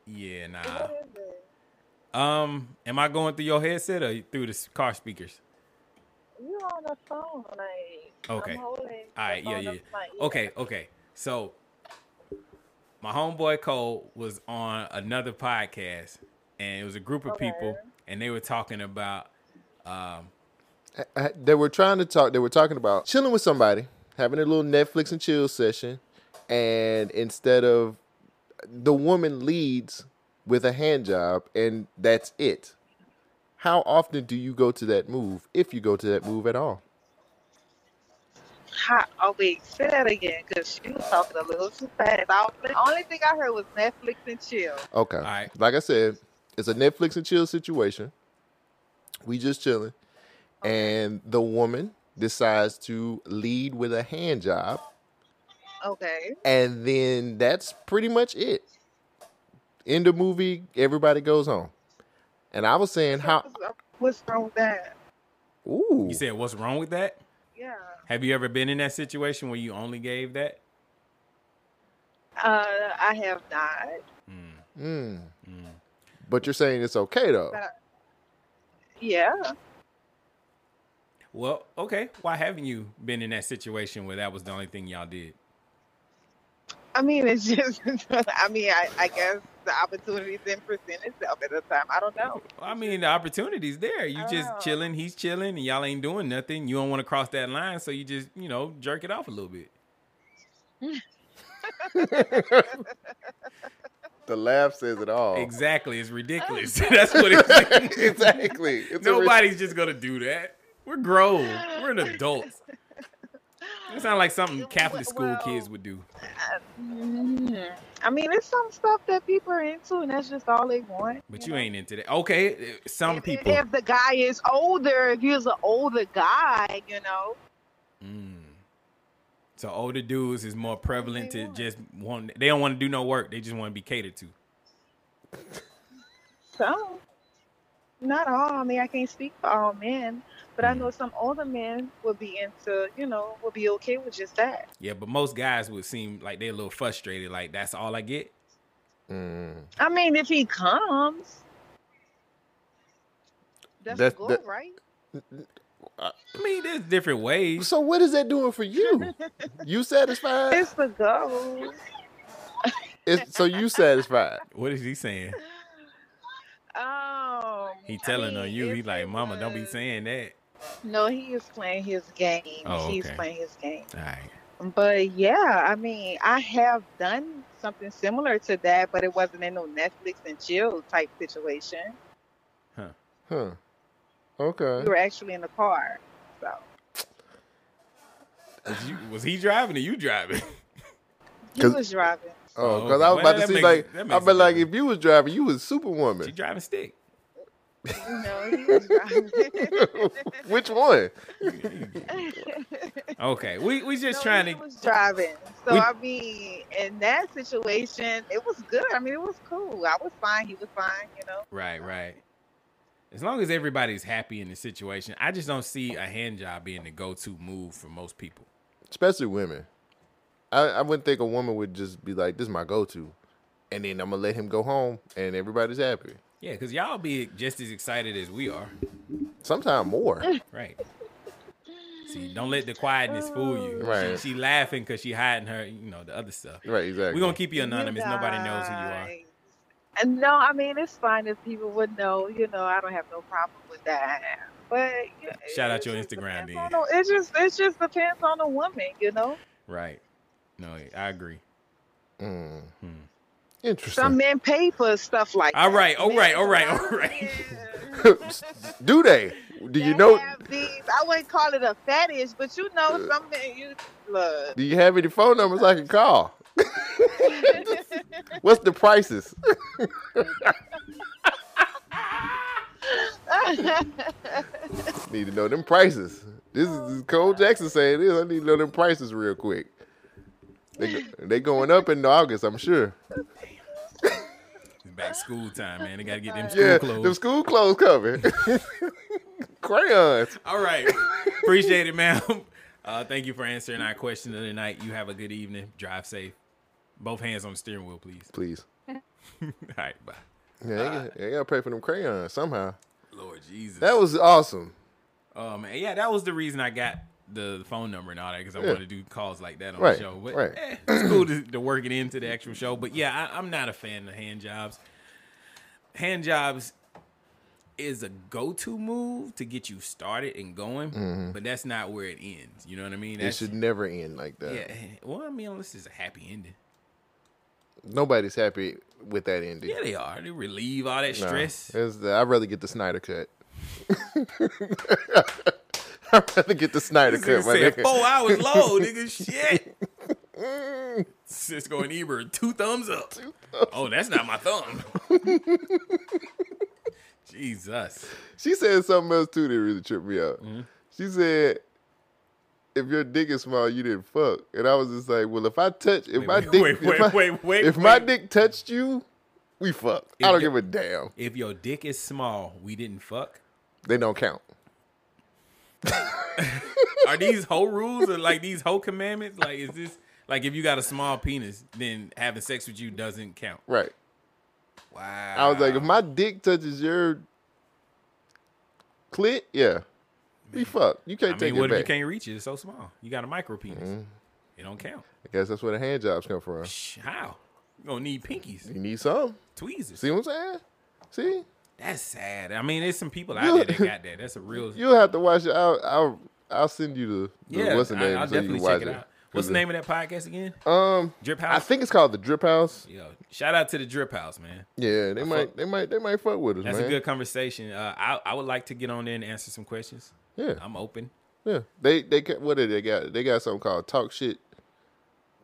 yeah,
What
nah.
is it?
Um, am I going through your headset or through the s- car speakers?
You on the phone? Like,
Okay.
I'm holding.
All right,
the
yeah,
phone
yeah.
up to my ear.
Okay, okay. So, my homeboy Cole was on another podcast, and it was a group of people,
Okay.
and they were talking about um
I- I- Uh, they were trying to talk. They were talking about chilling with somebody, having a little Netflix and chill session, and instead of the woman leads with a hand job, and that's it. How often do you go to that move, if you go to that move at all?
Hi, oh wait, say that again, cause she was talking a little too fast. I was, the only thing I heard was Netflix and chill.
Okay.
right.
Like I said, it's a Netflix and chill situation. We just chilling, and the woman decides to lead with a hand job,
Okay.
and then that's pretty much it. End of movie. Everybody goes home. And I was saying how.
What's wrong with that?
Ooh.
You said, "What's wrong with that?"
Yeah.
Have you ever been in that situation where you only gave that?
Uh, I have not.
Mm,
Mm.
mm.
But you're saying it's okay though.
But I- yeah.
Well, okay. Why haven't you been in that situation where that was the only thing y'all did?
I mean, it's just, I mean, I, I guess the opportunity didn't present itself at the time. I don't know.
I mean, the opportunity's there. You just
Oh.
chilling, he's chilling, and y'all ain't doing nothing. You don't want to cross that line, so you just, you know, jerk it off a little bit.
The laugh says it all.
Exactly, it's ridiculous. That's what it is.
exactly. It's a re-
Nobody's just gonna do that. We're grown. We're an adult. It sounds like something Catholic school
Well-
kids would do.
Mm-hmm.
Mhm. I mean, it's some stuff that people are into, and that's just all they want.
But you ain't into that. Okay, uh, some
If-
people.
If the guy is older, if he's an older guy, you know,
Mm. So older dudes is more prevalent
they
to
want.
just want. They don't want to do no work. They just want to be catered to.
some. Not all. I mean, I can't speak for all men, but
Mm.
I know some older men would be into, you know, would be okay with just that.
Yeah, but most guys would seem like they're a little frustrated. Like that's all I get.
Mm.
I mean, if he comes, that's,
That's-
good,
that-
right?
I mean, there's different ways.
uh, So what is that doing for you? You satisfied?
It's the goal.
It's, so you satisfied?
What is he saying?
Um,
He
I
telling on
mean,
you.
if
He like,
it
Mama, don't be
was-
saying that.
No, he is playing his game.
Oh,
He's
okay.
playing his game.
All right.
But yeah, I mean, I have done something similar to that, but it wasn't in no Netflix and chill type situation.
Huh?
We
Okay.
were actually in the car. So
Was, you, was he driving or you driving?
he
'Cause-
was driving.
Oh,
Oh,
because I was
well,
about to
that
see
makes-
like
that
I
makes
bet
it
like
better.
if you was driving, you was
she
Superwoman.
driving stick.
You know, he was driving.
Which one?
Okay, we we just
No,
trying
he
to.
was driving. So
We-
I mean, in that situation, it was good. I mean, it was cool. I was fine. He was fine. You know.
Right, right. As long as everybody's happy in the situation, I just don't see a hand job being the go-to move for most people.
Especially women. I, I wouldn't think a woman would just be like, "This is my go-to," and then I'm gonna let him go home, and everybody's happy.
Yeah, because y'all be just as excited as we are,
Sometimes more.
right? See, don't let the quietness fool you.
Right.
She, she laughing because she hiding her, you know, the other stuff.
right? Exactly.
We're gonna keep you anonymous. Nobody knows who you are.
guys. And no, I mean it's fine if people would know. You know, I don't have no problem with that. But you know, it
Shout out your
just
Instagram,
depends
then.
on the- It just it just depends on the woman, you know.
Right. No, I agree.
Mm.
Hmm.
Interesting.
Some men pay for stuff like.
All
that.
right, all right, all right,
Men-
all right.
Yeah.
Do they? Do you
They
know?
have These, I wouldn't call it a fetish, but you
Uh.
know, some men you look.
Do you have any phone numbers I can call? What's the prices? Need to know them prices. This is this Cole Jackson saying this. I need to know them prices real quick. They go- they going up in August, I'm sure.
It's back school time, man. They gotta get them school
Yeah,
clothes.
them school clothes coming. Crayons.
All right. Appreciate it, ma'am. Uh, thank you for answering our question of the night. You have a good evening. Drive safe. Both hands on the steering wheel, please.
Please.
All right, bye.
Yeah, they, they gotta pay for them crayons somehow.
Lord Jesus.
That was awesome.
um, and yeah, that was the reason I got the phone number and all that because I
Yeah.
wanted to do calls like that on
Right,
the show. But
right.
eh, it's cool to, to work it into the actual show. But yeah, I, I'm not a fan of hand jobs. Hand jobs is a go-to move to get you started and going,
Mm-hmm.
but that's not where it ends. You know what I mean?
It
That's,
should never end like that.
yeah. eh, Well, I mean, unless it's a happy ending.
Nobody's happy with that ending.
Yeah, they are. They relieve all that
No,
stress.
it's the- I'd rather get the Snyder cut. I'd rather get the Snyder
This
cut,
nigga
my
said
nigga.
four hours low, nigga. Shit. Cisco and Ebert, two thumbs up. Oh, that's not my thumb. Jesus.
She said something else too that really tripped me out.
Mm-hmm.
She said, "If your dick is small, you didn't fuck." And I was just like, "Well, if I touch, if
Wait,
my
wait,
dick,
wait,
if
wait,
my,
wait, wait,
if my
wait.
dick touched you, we fuck.
If
I don't
your-
give a damn.
If your dick is small, we didn't fuck.
They don't count.
Are these whole rules or like these whole commandments? Like, is this like if you got a small penis, then having sex with you doesn't count?
Right?
Wow.
I was like,
Ah.
if my dick touches your clit, yeah, we fuck. You
I
can't take
mean, what
it back. Mm-hmm.
if you can't reach it? It's so small. You got a micro penis. It don't count.
I guess that's where the hand jobs come from.
Shh, How? You gonna need pinkies,
You need some.
tweezers.
See what I'm saying? See,
That's sad. I mean, there's some people
You-
out there that got that. That's a real.
you'll have to watch it. I'll, I'll, I'll send you the, the
yeah,
what's the
I-
name
I'll
so you can
definitely
watch
check
it.
it out. What's the name of that podcast again?
Um,
Drip House.
I think it's called the Drip House.
Yo, shout out to the Drip House, man.
Yeah, they might, they might, they might fuck with us,
That's
man.
a good conversation. Uh, I I would like to get on there and answer some questions.
yeah,
I'm open.
yeah. They, they, ca- what did they got? They got something called Talk Shit.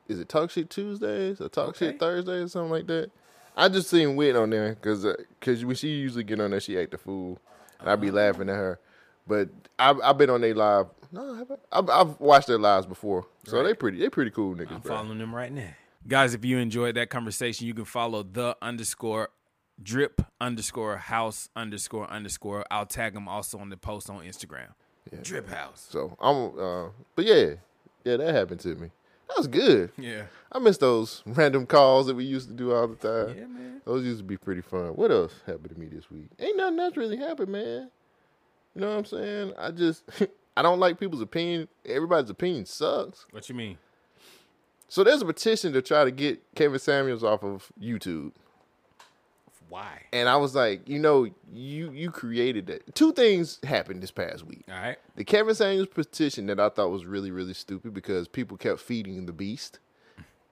Is it Talk Shit Tuesdays or Talk
Okay.
Shit Thursdays or something like that? I just seen Wit on there because because when she usually get on there, she act the fool, and I be
Uh-huh.
laughing at her. But I've I've been on their live. No, have I? I've, I've watched their lives before, so they pretty they pretty cool niggas.
I'm
bro.
following them right now. Guys, if you enjoyed that conversation, you can follow the underscore drip underscore house underscore underscore. I'll tag them also on the post on Instagram. Drip house.
So I'm, uh, but yeah, yeah, that happened to me. That was good.
Yeah.
I miss those random calls that we used to do all the time.
Yeah, man.
Those used to be pretty fun. What else happened to me this week? Ain't nothing else really happened, man. You know what I'm saying? I just I don't like people's opinion. Everybody's opinion sucks.
What you mean?
So there's a petition to try to get Kevin Samuels off of YouTube.
Why?
And I was like, you know, you you created that. Two things happened this past week.
All right.
The Kevin Samuels petition that I thought was really, really stupid because people kept feeding the beast.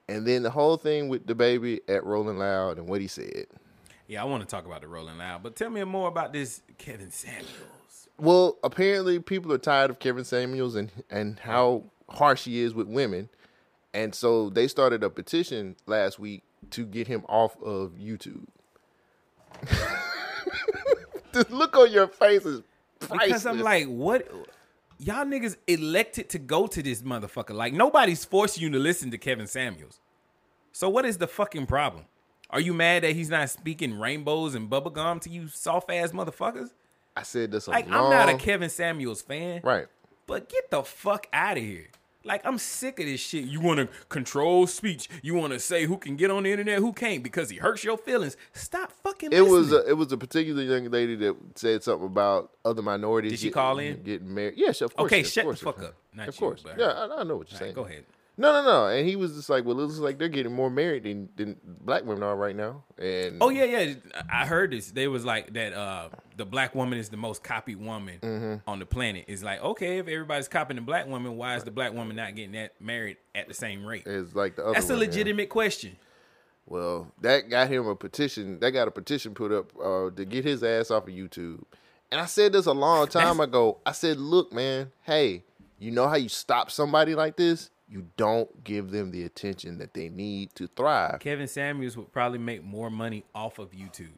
And then the whole thing with the baby at Rolling Loud and what he said.
Yeah, I want to talk about the Rolling Loud, but tell me more about this Kevin Samuels.
Well, apparently people are tired of Kevin Samuels and, and how harsh he is with women. And so they started a petition last week to get him off of YouTube. the look on your face is priceless.
Because I'm like, what? Y'all niggas elected to go to this motherfucker. Like, nobody's forcing you to listen to Kevin Samuels. So, what is the fucking problem? Are you mad that he's not speaking rainbows and bubblegum to you soft ass motherfuckers?
I said this a
Like,
long
I'm not a Kevin Samuels fan.
Right.
But get the fuck out of here. Like, I'm sick of this shit. You want to control speech. You want to say who can get on the internet, who can't, because he hurts your feelings. Stop fucking
It was
listening.
a, it was a particular young lady that said something about other minorities.
Did she
getting-
call in?
Getting married? Yes, of course.
Okay,
of
shut the
course,
fuck
of
up. Not
of
you,
course.
but
Yeah,
her.
I, I know what you're
All
saying.
right, go ahead.
No, no, no. And he was just like, "Well, it looks like they're getting more married than, than black women are right now." And
Oh yeah, yeah. I I heard this. They was like that. Uh, the black woman is the most copied woman
Mm-hmm.
on the planet. It's like okay, if everybody's copying the black woman, why is the black woman not getting that married at the same rate?
it's like the other.
That's a
one, yeah.
legitimate question.
Well, that got him a petition. That got a petition put up uh, to get his ass off of YouTube. And I said this a long time ago. I said, look, man, hey, you know how you stop somebody like this? You don't give them the attention that they need to thrive.
Kevin Samuels would probably make more money off of YouTube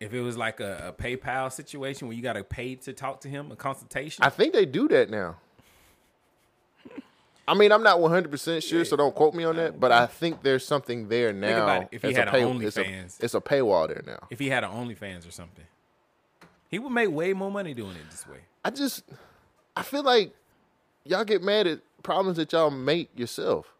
if it was like a, a PayPal situation where you got to pay to talk to him, a consultation.
I think they do that now. I mean, I'm not 100 percent sure, so don't quote me on that. But I think there's something there now.
about it. If he
It's
had a
it's,
OnlyFans.
a, it's a paywall there now.
if he had an OnlyFans or something, he would make way more money doing it this way.
I just, I feel like y'all get mad at problems that y'all make yourself.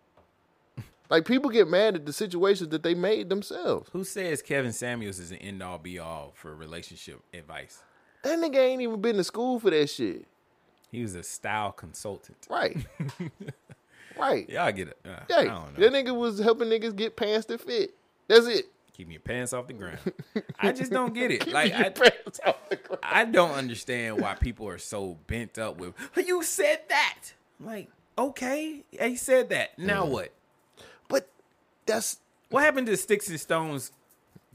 Like people get mad at the situations that they made themselves.
Who says Kevin Samuels is an end all be all for relationship advice?
That nigga ain't even been to school for that shit.
He was a style consultant.
Right. right.
Y'all get it. Uh, I
Yeah.
don't know.
That nigga was helping niggas get pants that fit. That's it.
Keep your pants off the ground. I just don't get it.
Keep
Like
your
I,
pants off the ground.
I don't understand why people are so bent up with you said that. I'm Like, okay, he said that. Now what?
But that's
What happened to sticks and stones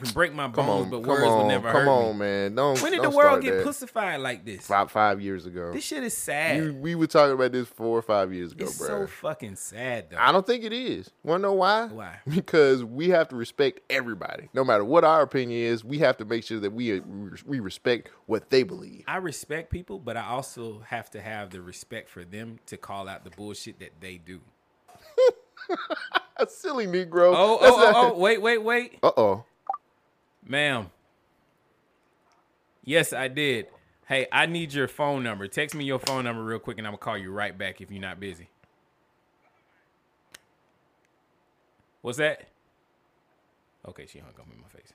can break my
come
bones,
on,
but
come
words will
on,
never
come
hurt
on,
me.
man. Don't.
When did
don't
the
start
world get
that.
pussified like this?
About five years ago.
This shit is sad.
You- we were talking about this four or five years ago,
it's
bro.
so fucking sad though.
I don't think it is. Want to know why?
Why?
Because we have to respect everybody, no matter what our opinion is. We have to make sure that we we respect what they believe.
I respect people, but I also have to have the respect for them to call out the bullshit that they do.
A silly Negro.
Oh, oh, oh, oh, wait, wait, wait.
Uh oh.
Ma'am. Yes, I did. Hey, I need your phone number. Text me your phone number real quick and I'm going to call you right back if you're not busy. What's that? Okay, she hung up in my face.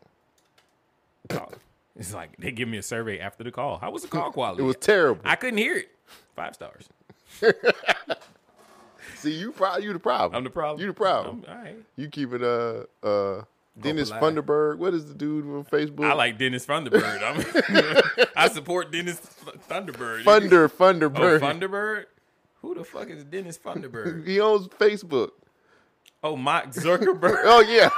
Oh, it's like they give me a survey after the call. How was the call quality?
It was terrible.
I couldn't hear it. Five stars.
See, you pro- you the problem.
I'm the problem.
You the problem.
I'm- all right.
you keep it uh uh Dennis
alive.
Funderburg. What is the dude on Facebook?
I like Dennis Thunderbird. I'm, I support Dennis Thunderbird.
Thunder Funderburg.
Oh, Thunderbird? Who the fuck is Dennis Funderburg?
He owns Facebook.
Oh, Mark Zuckerberg.
Oh yeah,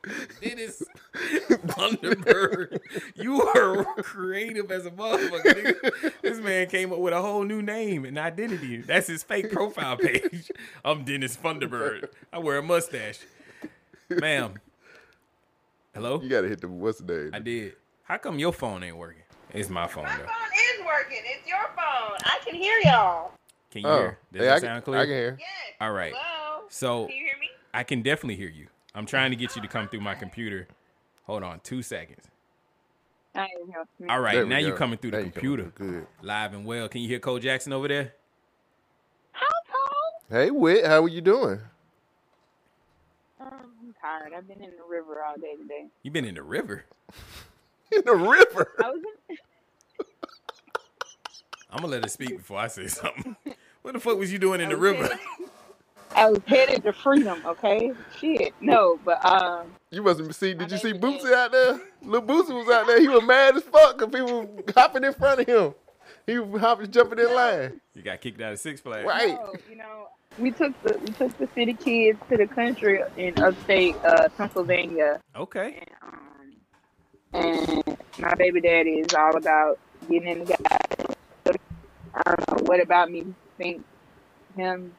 Nigga, Dennis Thunderbird. You were creative as a motherfucker. nigga. This man came up with a whole new name and identity. That's his fake profile page. I'm Dennis Thunderbird. I wear a mustache. Ma'am. Hello?
you gotta hit the what's the name?
I did. How come your phone ain't working? It's my phone
My
though.
phone is working. It's your phone. I can hear y'all.
Can you
Oh,
hear? Does
hey,
that
I can,
sound clear?
I can hear.
Yes.
All right.
Hello.
So
Can you hear me?
I can definitely hear you. I'm trying to get you to come through my computer. Hold on, two seconds.
I ain't know.
There
All right,
we
now you're
go.
coming through the
There you go.
computer.
Good.
Live and well. Can you hear Cole Jackson over there?
How tall?
Hey, Whit, how are you doing?
Um, I'm tired. I've been in the river all day today.
You've been in the river.
In the river.
I was in,
I'm gonna let her speak before I say something. What the fuck was you doing in the
Okay.
river?
I was headed to freedom. Okay, shit. No, but um,
You must have seen. Did
I
you see
think we
Bootsy
did.
out there? Little Bootsy was out there. He was mad as fuck because people were hopping in front of him. He was hopping, jumping in line.
You got kicked out of Six Flags.
Right.
no, you know, we took the we took the city kids to the country in upstate uh, Pennsylvania,
Okay.
and um, and my baby daddy is all about getting in the guy. I don't know what about me think him.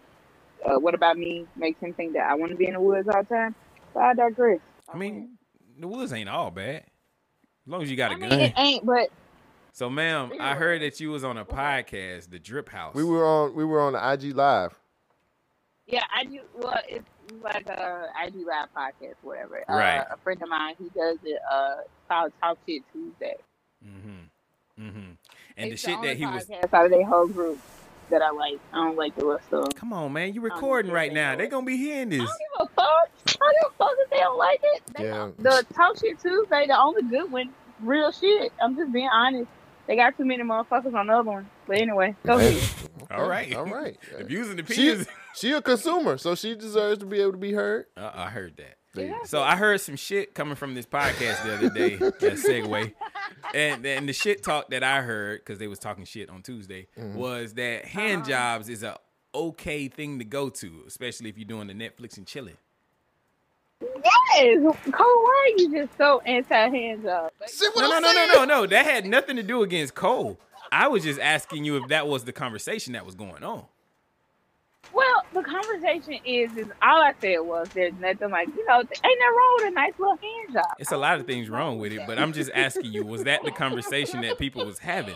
Uh, what about me makes him think that I want to be in the woods all the time? So I digress.
I mean, the woods ain't all bad. As long as you got
I
a
mean,
gun.
it ain't, but
So, ma'am, I heard that you was on a podcast, The Drip House.
We were on. We were on the IG live.
Yeah, I do. Well, it's like uh, a IG Live podcast, whatever.
Right.
Uh, a friend of mine, he does it uh, called Talk Shit Tuesday.
Mm-hmm. Mm-hmm. And
It's
the shit
only
that he was.
podcast out of their whole group that I like. I don't like the rest of them.
Come on, man. You
don't
recording
think
right
Um, they
now.
know
They
it.
gonna be hearing
I
this.
don't give a fuck. I don't give a fuck if they don't like it. They
Yeah.
don't- The Talk Shit Tuesday, the only good one, real shit. I'm just being honest. They got too many motherfuckers on the other one. But anyway, go ahead.
Okay,
All right.
All right.
The views and
She,
opinions.
she a consumer, so she deserves to be able to be heard.
Uh, I heard that.
Yeah.
So I heard some shit coming from this podcast the other day. that segue, and and the shit talk that I heard because they was talking shit on Tuesday
Mm-hmm.
was that hand jobs is a okay thing to go to, especially if you're doing the Netflix and chilling.
Yes. Cole, why are you just so anti hand job? Like,
See what
No, no,
I'm
no, no,
saying?
no, no. That had nothing to do against Cole. I was just asking you if that was the conversation that was going on.
Well, the conversation is is all I said was there's nothing like you know ain't nothing wrong with a nice little hand job.
It's a lot of things wrong with it, but I'm just asking you: was that the conversation that people was having?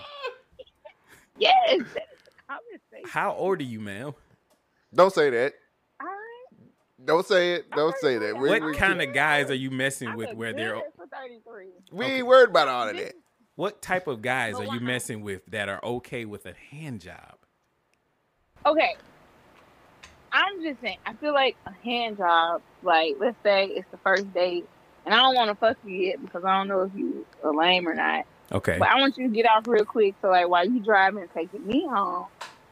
Yes, that is the conversation.
How old are you, ma'am?
Don't say that.
All right,
Don't say it. Don't say that. We,
What
we,
kind of guys are you
I
messing with?
look
Where they're
good for 33.
we ain't worried about all of that.
What type of guys
But
are
why
you
not?
messing with that are okay with a hand job?
Okay, I'm just saying. I feel like a hand job. Like let's say it's the first date, and I don't want to fuck you yet because I don't know if you are lame or not.
Okay.
But I want you to get off real quick. So like while you driving and taking me home,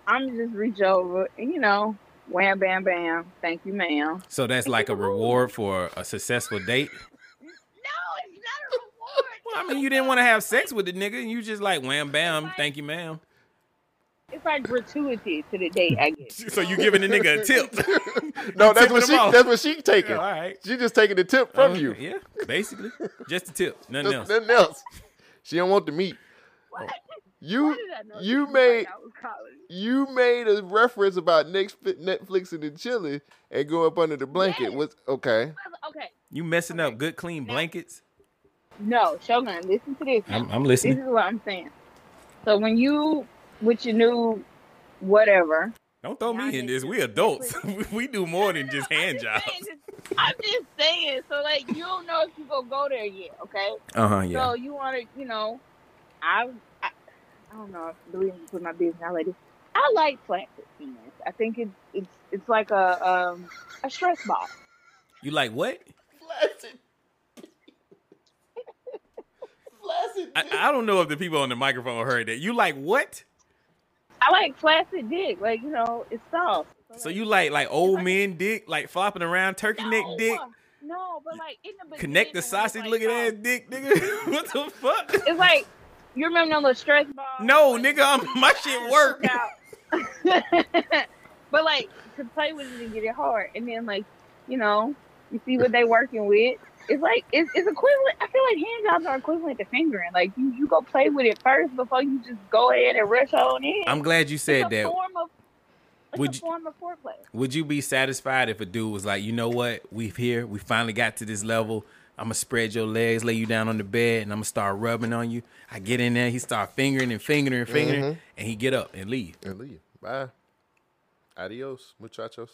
I'm just reach over and you know, wham bam bam. Thank you, ma'am.
So that's like a reward for a successful date?
No, it's not a reward.
Well, I mean, you didn't want to have sex with the nigga and you just like wham bam, thank you, ma'am.
It's like gratuity to the date, I guess.
So you giving the nigga a tip.
No, that's
tipping
what
them
she.
off.
That's what she
Yeah,
taking.
all right.
She just taking the tip from
Okay,
you.
Yeah, basically. Just a tip. Nothing
Just
else.
Nothing else. She don't want the meat.
What? Why
You
did I know
you
this was
made
like I was college?
you made a reference about Netf- Netflix and the chili and go up under the blanket.
Yes.
What's okay?
Okay,
You messing up good clean blankets?
no, Shogun, listen to this.
I'm, I'm
This
listening.
is what I'm saying. So when you with your new whatever,
Don't throw me in this. We adults. we do more than just hand jobs.
I'm just, I'm just saying. So like you don't know if you gonna go there yet, okay?
Uh huh.
So you want to, you know, I, I, I don't know. Believe me, with my business, I like it. I like flat foot penis. I think it's it's it's like a um a stress ball.
You like what? I, I don't know if the people on the microphone heard that. You like what?
I like flaccid dick. Like you know, it's soft.
So
like,
you like like old men dick, like flopping around turkey neck
no,
dick,
No, but like in the
connect the
beginning, when it's
sausage
like,
looking
no.
ass dick, nigga. what the fuck?
It's like you remember that little stress ball
No, nigga, I'm, my shit work.
but like to play with it and get it hard, and then like you know, you see what they working with. It's like it's, it's equivalent. I feel like hand jobs are equivalent to fingering. Like you, you go play with it first before you just go ahead and rush on in.
I'm glad you
It's
said
a
that.
Form of, it's
Would
a
you-
form of foreplay.
Would you be satisfied if a dude was like, you know what, we've here, we finally got to this level. I'm gonna spread your legs, lay you down on the bed, and I'm gonna start rubbing on you. I get in there, he start fingering and fingering and fingering, and he get up and leave.
And leave. Bye. Adios, muchachos.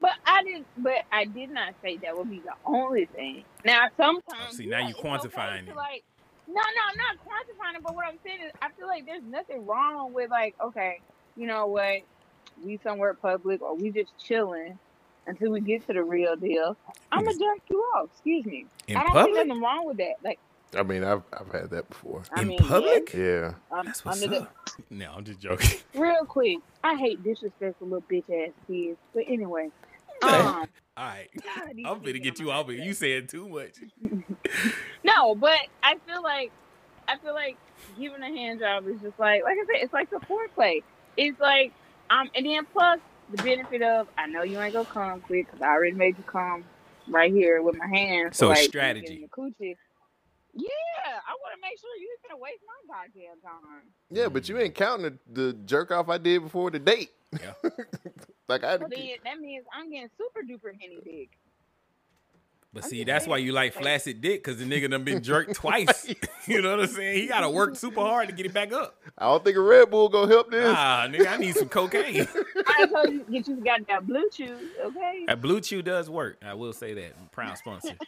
But I didn't. But I did not say that would be the only thing. Now sometimes.
Oh, see, now
yeah,
you
it's
quantifying
okay to,
it.
Like, no, no, I'm not quantifying it. But what I'm saying is, I feel like there's nothing wrong with like, okay, you know what, we somewhere public or we just chilling until we get to the real deal. I'm gonna jerk you off. Excuse me.
In
I don't
public?
think nothing wrong with that. Like,
I mean, I've I've had that before.
I
in
mean,
public?
Yeah.
yeah, um,
That's what's
under the-
up. No, I'm just joking.
real quick, I hate disrespectful little bitch ass kids. But anyway, um,
All right,
God, these
I'm
kids
gonna get
on
you
my
off it.
nerves.
You said too much.
No, but I feel like I feel like giving a hand job is just like like I said, it's like the foreplay. It's like um, and then plus the benefit of I know you ain't gonna come quick because I already made you come right here with my hands.
So
like,
it's
you
strategy.
getting the coochie. Yeah, I want to make sure you ain't gonna waste my goddamn time.
Yeah, but you ain't counting the, the jerk off I did before the date.
Yeah.
like I had to
So
keep-
then that means I'm getting super duper henny dick.
But
I'm
see,
just
that's
saying,
why you like
like-
flaccid dick, cause the nigga done been jerked twice. you know what I'm saying? He gotta work super hard to get it back up.
I don't think a Red Bull gonna help this.
Ah, nigga, I need some cocaine.
I told you get you got that blue chew, okay?
That Blue Chew does work. I will say that. I'm a proud sponsor.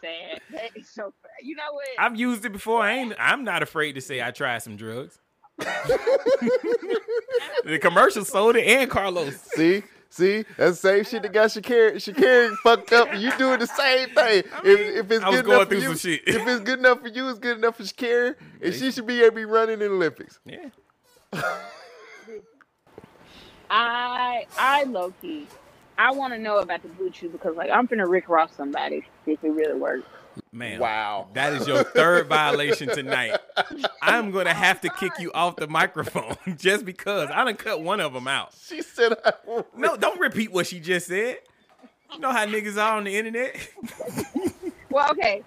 Sad. So you know what?
I've used it before. I ain't. I'm not afraid to say I tried some drugs. the commercial sold it and Carlos.
See, see, that's the same shit that got Shakira, Shakira fucked up. and You doing the same thing. if, if it's
I was
good
going
enough for
through
you,
some shit.
if it's good enough for you, it's good enough for Shakira, and she should be able to be running in the Olympics.
Yeah.
I I low key. I want to know about the blue chew because like I'm finna Rick Ross somebody if it really works.
Man.
Wow.
That is your third violation tonight. I'm going to have to kick you off the microphone just because I done cut one of them out.
She said, I won't
No, don't repeat what she just said. You know how niggas are on the internet?
Well, okay.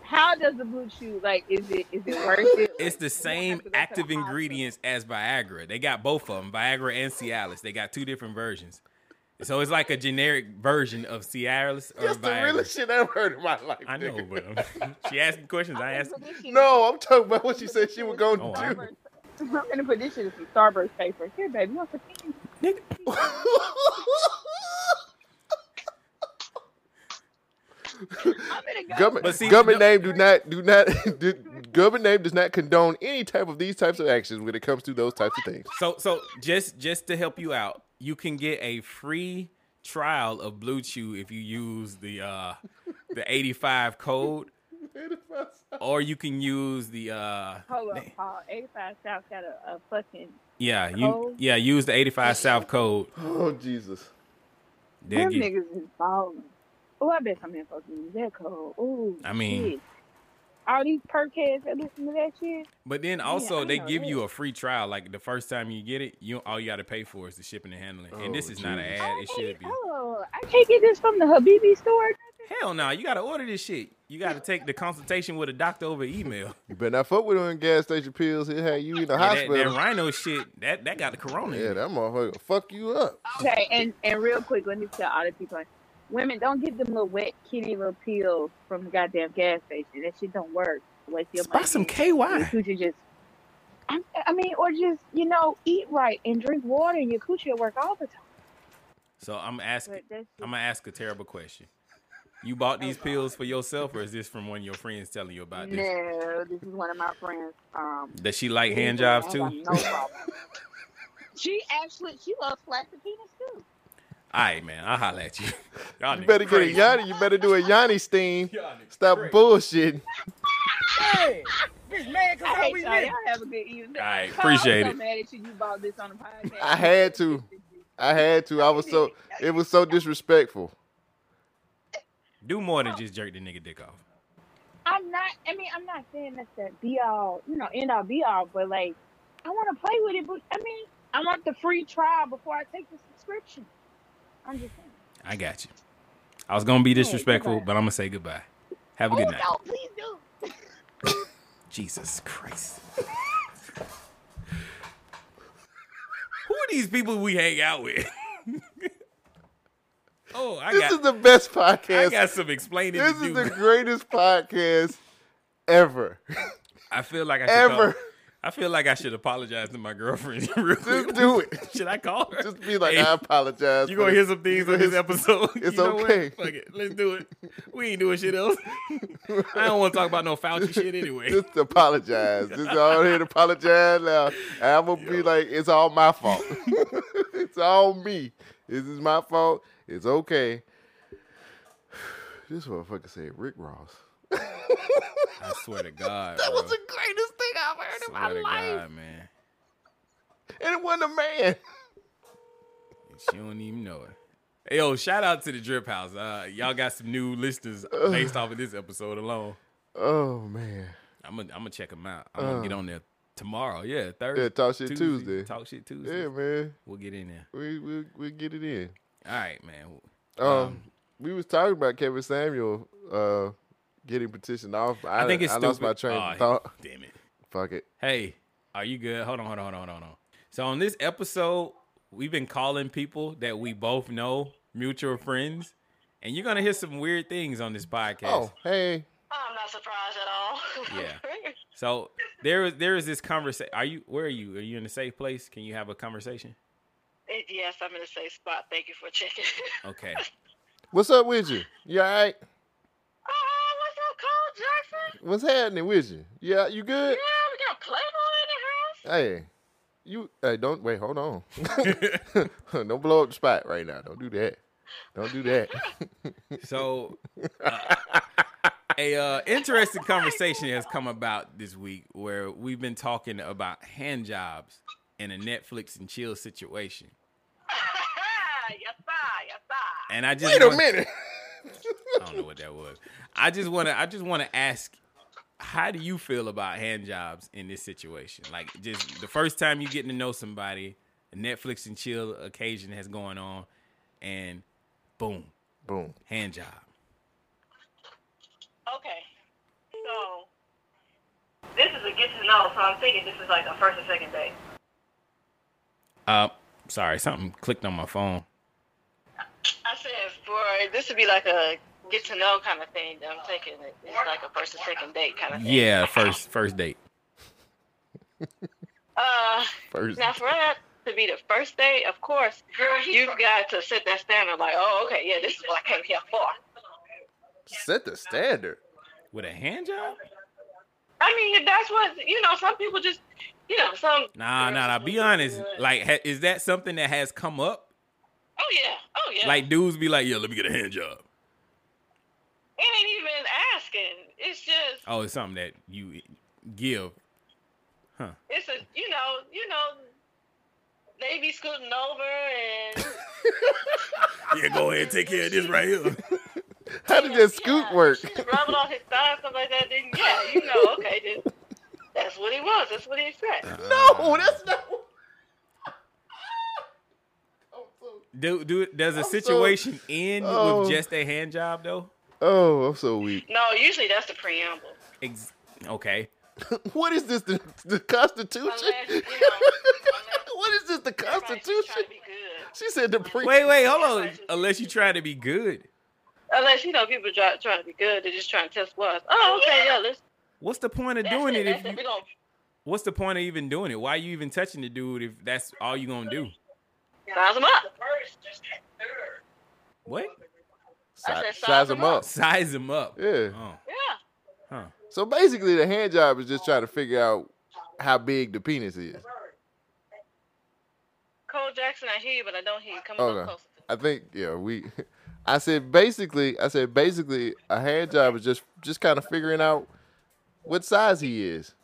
How does the blue chew like? Is it is it worth it?
It's
Like,
the same
you don't have to go to the
active
hospital.
ingredients as Viagra. They got both of them, Viagra and Cialis. They got two different versions. So it's like a generic version of Cialis or
That's the
Viagra.
realest shit I've heard in my life.
I know,
nigga.
but I'm- she asked me questions. I asked.
I'm gonna put this shit
No, I'm talking about what she
in-
said she was going
Oh,
to
I-
do.
Starburst- I'm gonna put this shit in some Starburst paper. Here, baby, you want some candy? I'm gonna go.
Government,
But see,
government
no-
name do not do not do, government name does not condone any type of these types of actions when it comes to those types of things.
So, so just just to help you out, you can get a free trial of Blue Chew if you use the uh the 85 code, or you can use the uh
Hold up, Paul. 85 South got a, a fucking.
yeah you
Code?
yeah use the 85 South code.
Oh Jesus!
They'll
them
get-
niggas is balling. Oh, I bet some info can use that code. Ooh,
I mean-
shit. all these perk heads that listen to that shit.
But then also
Oh, I
they
know
give
that.
you a free trial. Like the first time you get it, you all you got to pay for is the shipping and handling. and this
Oh,
is not an
Jesus.
ad. It should be.
Oh, I can't get this from the Habibi store.
Hell no, you got to order this shit. You got to take the consultation with a doctor over email.
You better not fuck with them gas station pills. It had you in the
Yeah, that,
hospital.
that rhino shit that that got the corona. in
yeah,
it.
that motherfucker fuck you up.
Okay, and and real quick, let me tell all the people, women don't get them little wet kitty little pills from the goddamn gas station. That shit don't work. Waste your
Buy
money.
some
Your
KY.
coochie just. I, I mean, or just you know, eat right and drink water, and your coochie will work all the time.
So I'm asking,
But that's
I'm gonna ask a terrible question. You bought these pills for yourself, or is this from one of your friends telling you about this?
no. This is one of my friends. Um,
Does she like hand
I
jobs
got
too?
No problem. she actually, she loves flaccid penis too.
All right, man, I'll holler at you. Y'all
You
niggas
better get a
crazy.
Yanni. You better do a Yanni steam.
Y'all niggas
Stop
crazy.
bullshitting.
Hey, bitch, mad cause
I
how
hate
we
y'all.
live.
Y'all have a good evening.
All right,
Carl, I'm
appreciate
so
it.
mad at you. You bought this on the podcast.
I had to. I had to. I was so. It was so disrespectful.
Oh.
Do more than just jerk the nigga dick off.
I
I'm not. I mean, I'm not saying that's the be all, you know, end all be all, but like, I want to play with it. But I mean, I want the free trial before I take the subscription. I'm just saying.
I got you. I was gonna be
Yeah,
disrespectful,
goodbye.
but I'm gonna say goodbye. Have a
oh
good night.
no, please do.
Jesus Christ. Who are these people we hang out with? oh, I
This
got
is the best
I
podcast.
got some explaining
This
to
is
do.
the greatest podcast ever.
I feel like I should
Ever.
call- I feel like I should apologize to my girlfriend real quick.
Just do it.
Should I call her?
Just be like,
Hey,
I apologize.
You
for
gonna
this.
hear some things on this episode?
it's
You know what?
okay.
Fuck it. Let's do it. We ain't doing shit else. I don't want to talk about no Fauci shit anyway.
Just apologize. Just out here to apologize now. And I'm gonna be like, it's all my fault. it's all me. This is my fault. It's okay. This motherfucker said Rick Ross.
I swear to God,
That
bro.
was the greatest thing I've heard in my
swear to
life.
God, man.
And it wasn't a man.
And She don't even know it. Yo, shout out to the Drip House. Uh, y'all got some new listeners based off of this episode alone.
Oh man.
I'm gonna I'm gonna check them out. I'm gonna get on there tomorrow. Yeah, Thursday.
Uh. Yeah, Talk Shit Tuesday.
Talk shit Tuesday.
Yeah, man.
We'll get in there.
We we we get it in.
All right, man.
Um, we was talking about Kevin Samuel uh getting petitioned off. but I,
I think it's
I
stupid.
lost my train
Aw,
of thought.
Damn it.
Fuck it.
Hey, are you good? Hold on, hold on, hold on, hold on. So on this episode, we've been calling people that we both know, mutual friends, and you're gonna hear some weird things on this podcast.
Oh, hey.
I'm not surprised at all.
Yeah. So there is there is this conversation. Are you where are you? Are you in a safe place? Can you have a conversation?
It- yes, I'm in a safe spot. Thank you for checking.
Okay.
What's up with you? You all right?
oh, what's up, Cole Jackson?
What's happening with you? Yeah, you good?
Yeah, we got Playboy in the house.
Hey, you. Hey, don't wait. Hold on. don't blow up the spot right now. Don't do that. Don't do that.
So uh, a uh, interesting conversation has come about this week where we've been talking about hand jobs in a Netflix and chill situation.
yes, sir. Yes, sir.
And I just
wait a
want-
minute.
I don't know what that was. I just want to. I just want to ask. How do you feel about hand jobs in this situation? Like, just the first time you getting to know somebody, a Netflix and chill occasion has going on, and boom,
Boom.
hand job.
Okay. So, this is a get to know, so I'm thinking this is like a first and second date.
Uh, sorry, something clicked on my phone.
I said for this would be like a get to know kind of thing. that I'm thinking it- it's like a first and second date kind of thing.
Yeah, first first date.
Uh,
First.
Now, for that to be the first date, of course, you've got to set that standard like, oh, okay, yeah, this is what I came here for.
Set the standard.
With a hand job?
I mean, that's what, you know, some people just, you know, some.
Nah, nah, nah. Be honest. Like, ha- is that something that has come up?
Oh, yeah. Oh, yeah.
Like, dudes be like, "Yo, let me get a hand job."
it ain't even asking. It's just,
Oh, it's something that you give.
it's a, you know, you know, they be scooting over and.
Yeah, go ahead, take care of this right here.
How did that scoot
yeah,
work?
She's rubbing on his thigh, stuff like that. Then, yeah, you know, okay, then that's what he was. That's what he expects.
No, that's not.
Do do does a
I'm so-
situation end
Oh.
with just a hand job though?
Oh, I'm so weak.
No, usually that's the preamble.
Ex- okay.
What is this? The, the Constitution?
Unless, you know, unless
what is this? The
Everybody's just
Constitution?
trying to be good.
She said the pre.
Wait, wait, hold on. Unless you try to be good.
Unless you know people try, trying to be good, they're just trying to test us. Oh, okay, yeah, let's
What's the point of
that's
doing it if
that's We
you,
gonna,
what's the point of even doing it? Why are you even touching the dude if that's all you gonna do?
size them up.
What?
Si-
I said
size them up.
Size him up.
Yeah.
Oh,
Yeah,
huh.
So basically, the hand job is just trying to figure out how big the penis is.
Cole Jackson, I hear you, but I don't hear you. Come
Oh
on,
no,
closer.
I think yeah we. I said basically, I said basically, a hand job is just just kind of figuring out what size he is.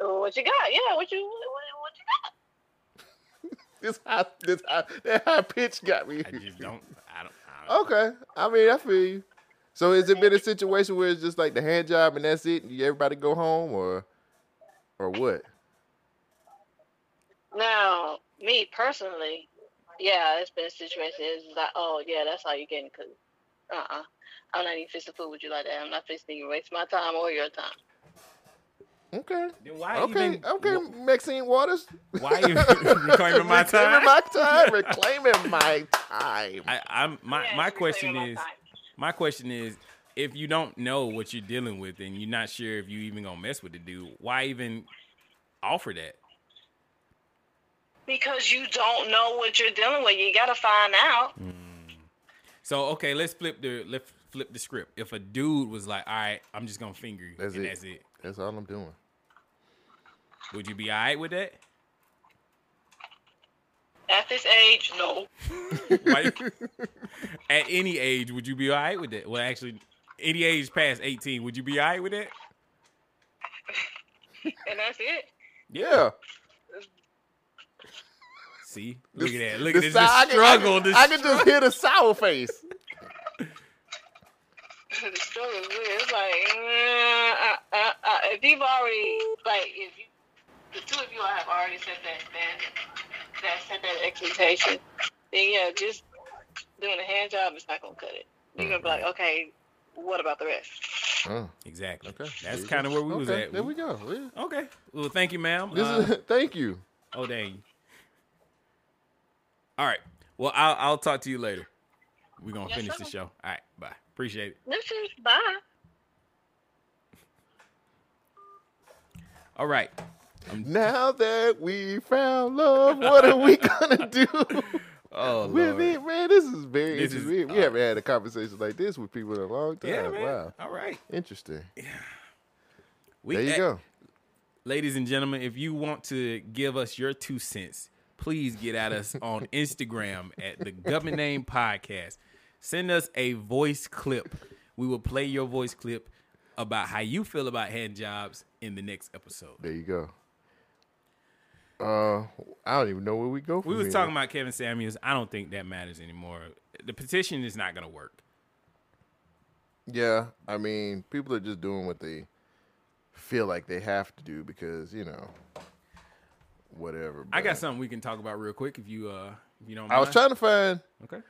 Oh, What you got? Yeah, what you what, what- what you got?
This high, this high, that high pitch got me.
I just don't. I don't. I don't
Okay, I mean I feel you. So has it been a situation where it's just like the hand job and that's it, and you- everybody go home, or or what?
Now, me personally, yeah, it's been a situation. It's like, oh yeah, that's all you're getting. Cause, uh-uh, I'm not even fixing food with you like that. I'm not fixing to waste my time or your time.
Okay,
Then why
okay,
even?
okay, Maxine Waters.
Why even reclaiming my
Reclaiming
time?
my time. Reclaiming my time.
I, I'm my
Yeah,
my
it's reclaiming
question
my
is
time.
my question is if you don't know what you're dealing with and you're not sure if you even gonna mess with the dude, why even offer that?
because you don't know what you're dealing with. You gotta find out.
So okay, let's flip the let's flip the script. If a dude was like, "All right, I'm just gonna finger you,"
That's
and
it.
that's it,
That's all I'm doing.
would you be all right with that?
At this age, no.
Why- at any age, would you be all right with that? Well, actually, any age past 18, would you be all right with that?
And that's it.
Yeah.
See, look at that. Look
The
at this
si- I
the
can-
struggle.
I can,
this
I can just hear the sour face.
the struggle is weird. It's like uh, uh, uh, if you've already like if you, the two of you all have already set that that that set that expectation, then yeah, just doing a hand job is not gonna cut it. You're gonna be like, okay, what about the rest?
Oh,
exactly.
okay. There
That's
you
kind of
go.
where we was
Okay,
at.
There we go. We-
Okay. Well, thank you, ma'am.
This
Uh,
is, thank you.
oh dang. All right. Well, I'll I'll talk to you later. We're gonna
Yes,
finish the
sir.
show. All right. Bye. Appreciate it.
This is bye.
All right.
Now that we found love, what are we gonna do
Oh
with it, man? This is very
This is-
interesting. we haven't had a conversation like this with people in a long time.
Yeah, man.
Wow,
All right.
interesting.
We,
there you
eh,
go.
ladies and gentlemen, if you want to give us your two cents, please get at us on Instagram at the Government Name Podcast. Send us a voice clip. We will play your voice clip about how you feel about hand jobs in the next episode.
There you go. Uh, I don't even know where we go. From
We was
here.
talking about Kevin Samuels. I don't think that matters anymore. The petition is not going to work.
Yeah, I mean, people are just doing what they feel like they have to do because you know, whatever.
I
but-
got something we can talk about real quick if you uh if you don't. Mind.
I was trying to find.
Okay.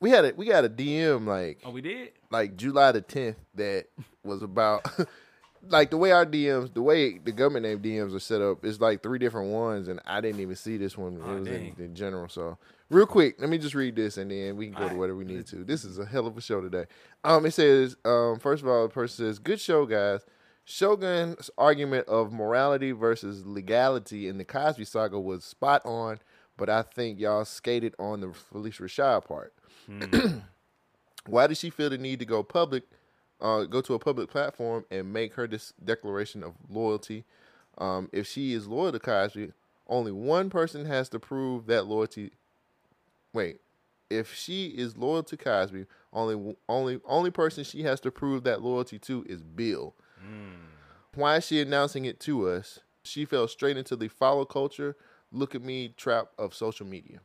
We had it. We got a DM like
Oh, we did.
like July the tenth that was about like the way our DMs, the way the government name DMs are set up, it's like three different ones, and I didn't even see this one.
Aw,
it was in,
dang.
in general. So real quick, let me just read this, and then we can go to
Alright.
whatever we need to. This is a hell of a show today. Um, it says um, first of all, the person says, "Good show, guys." Shogun's argument of morality versus legality in the Cosby Saga was spot on, but I think y'all skated on the Felicia Rashad part
Hmm.
why did she feel the need to go public uh, go to a public platform and make her dis- declaration of loyalty um, if she is loyal to cosby only one person has to prove that loyalty wait if she is loyal to cosby only only only person she has to prove that loyalty to is bill why is she announcing it to us she fell straight into the follow culture look at me trap of social media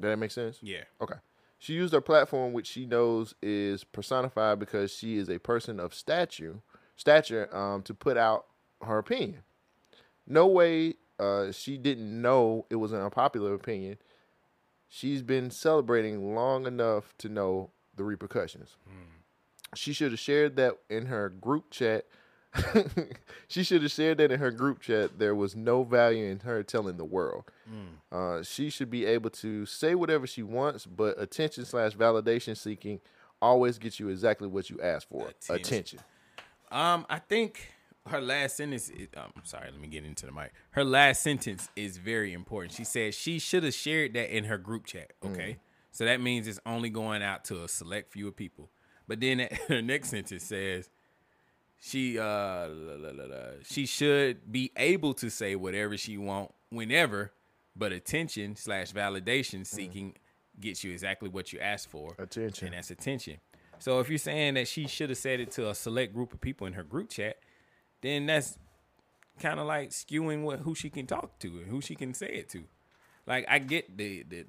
did that make sense
Yeah.
Okay. She used her platform, which she knows is personified because she is a person of statue, stature, um, to put out her opinion. No way uh, she didn't know it was an unpopular opinion. She's been celebrating long enough to know the repercussions. She should have shared that in her group chat. she should have shared that in her group chat. There was no value in her telling the world. Uh, she should be able to say whatever she wants, but attention slash validation seeking always gets you exactly what you ask for.
Attention.
Attention.
Um, I think her last sentence. Is, um, sorry, let me get into the mic. Her last sentence is very important. She said she should have shared that in her group chat. Okay, so that means it's only going out to a select few of people. But then that, her next sentence says she uh la, la, la, la, she should be able to say whatever she want whenever, but attention slash validation seeking gets you exactly what you asked for
Attention.
and that's attention. So if you're saying that she should have said it to a select group of people in her group chat, then that's kind of like skewing what who she can talk to and who she can say it to. Like I get the the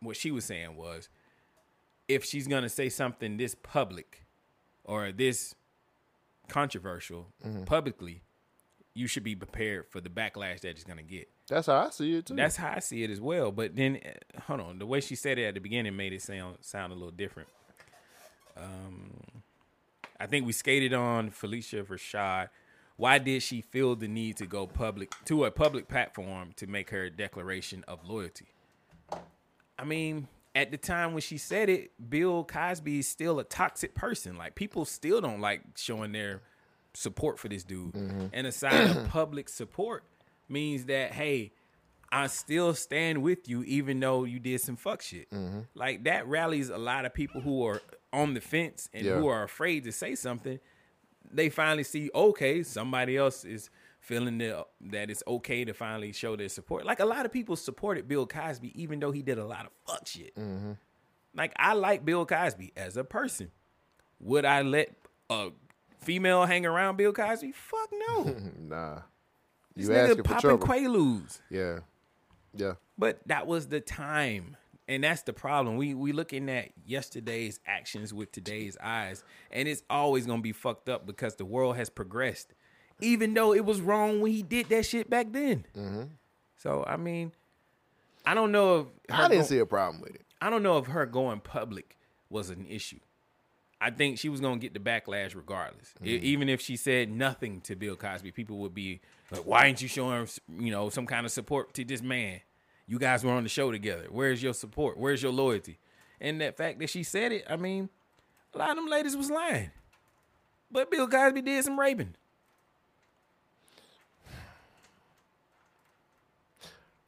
what she was saying was if she's gonna say something this public or this controversial publicly, you should be prepared for the backlash that it's gonna get.
That's how I see it too.
That's how I see it as well. But then, uh, hold on, the way she said it at the beginning made it sound sound a little different. Um, I think we skated on Felicia Rashad. Why did she feel the need to go public to a public platform to make her declaration of loyalty? I mean, at the time when she said it, Bill Cosby is still a toxic person. Like people still don't like showing their support for this dude. And a sign of public support means that hey, I still stand with you even though you did some fuck shit.
Mm-hmm.
Like that rallies a lot of people who are on the fence and
Yeah.
who are afraid to say something. They finally see okay, somebody else is feeling that that it's okay to finally show their support. Like a lot of people supported Bill Cosby even though he did a lot of fuck shit.
Mm-hmm.
Like I like Bill Cosby as a person. Would I let a female hang around Bill Cosby? Fuck no.
nah.
This
You
nigga
asking for
popping
trouble.
quaaludes.
yeah. Yeah.
But that was the time. And that's the problem. We we looking at yesterday's actions with today's eyes, and it's always gonna be fucked up because the world has progressed, even though it was wrong when he did that shit back then.
Mm-hmm.
So I mean, I don't know if her
I didn't
go-
see a problem with it.
I don't know if her going public was an issue. I think she was gonna get the backlash regardless. E-
Mm-hmm.
even if she said nothing to Bill Cosby, people would be like, "Why ain't you showing you know some kind of support to this man? You guys were on the show together. Where's your support? Where's your loyalty?" And that fact that she said it, I mean, a lot of them ladies was lying. But Bill Cosby did some raping.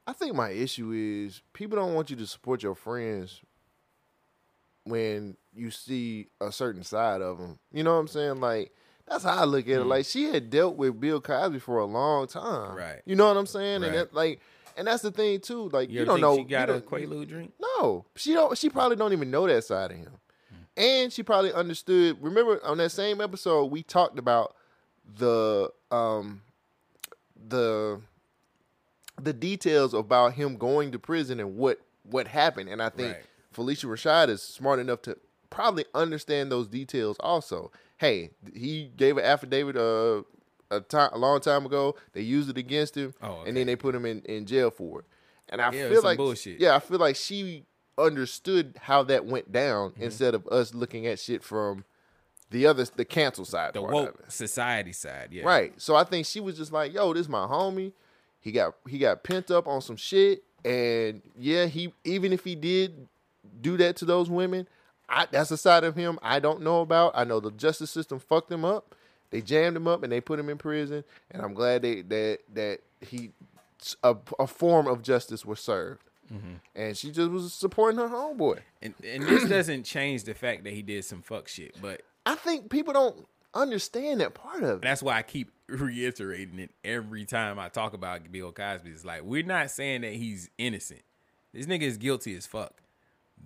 I think my issue is people don't want you to support your friends when you see a certain side of them. You know what I'm saying? Like that's how I look
Mm.
at it. Like she had dealt with Bill Cosby for a long time.
Right.
You know what I'm saying? And
Right.
that, like and that's the thing too. Like
You,
you,
ever
don't
think
know
she got
you
a
don't-
Quaalude drink.
No, she don't. She probably don't even know that side of him, and she probably understood. Remember on that same episode we talked about the um the the details about him going to prison and what what happened, and I think
Right.
Felicia Rashad is smart enough to probably understand those details. Also, hey, he gave an affidavit uh, a time a long time ago. They used it against him,
Oh, okay.
and then they put him in in jail for it. And I
Yeah,
feel
some
like
bullshit.
yeah, I feel like she understood how that went down
Mm-hmm.
instead of us looking at shit from the other the cancel side
The
part of
woke
it.
society side, yeah,
Right. So I think she was just like, "Yo, this my homie. He got he got pent up on some shit, and yeah, he even if he did do that to those women, I that's a side of him I don't know about. I know the justice system fucked him up. They jammed him up and they put him in prison, and I'm glad they that that he a, a form of justice was served. And she just was supporting her homeboy.
And and this doesn't change the fact that he did some fuck shit, but
I think people don't understand that part of it.
That's why I keep reiterating it every time I talk about Bill Cosby. It's like we're not saying that he's innocent. This nigga is guilty as fuck.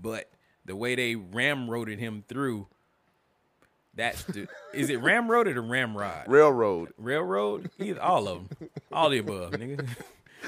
But the way they ramroded him through, that's the is it ramroded or ramrod?
Railroad.
Railroad? Either all of them, all the above, nigga.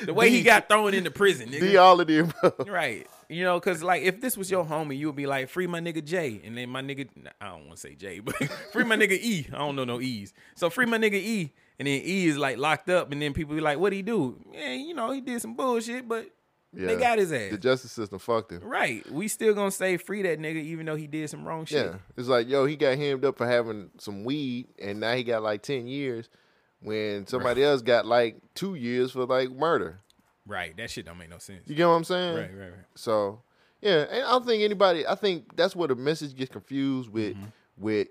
The way he got thrown into prison, nigga.
The all of the above.
Right. You know, because like if this was your homie, you would be like, free my nigga Jay. And then my nigga, I don't want to say Jay, but free my nigga E. I don't know no E's. So free my nigga E. And then E is like locked up. And then people be like, what he do? Yeah, you know, he did some bullshit, but they
Yeah.
got his ass.
The justice system fucked him.
right. We still going to say free that nigga, even though he did some wrong shit.
Yeah, it's like yo, he got hemmed up for having some weed, and now he got like ten years. When somebody else got like two years for like murder,
Right. That shit don't make no sense.
you get what I'm saying?
Right, right, right.
So yeah, and I don't think anybody. I think that's where the message gets confused with
Mm-hmm.
with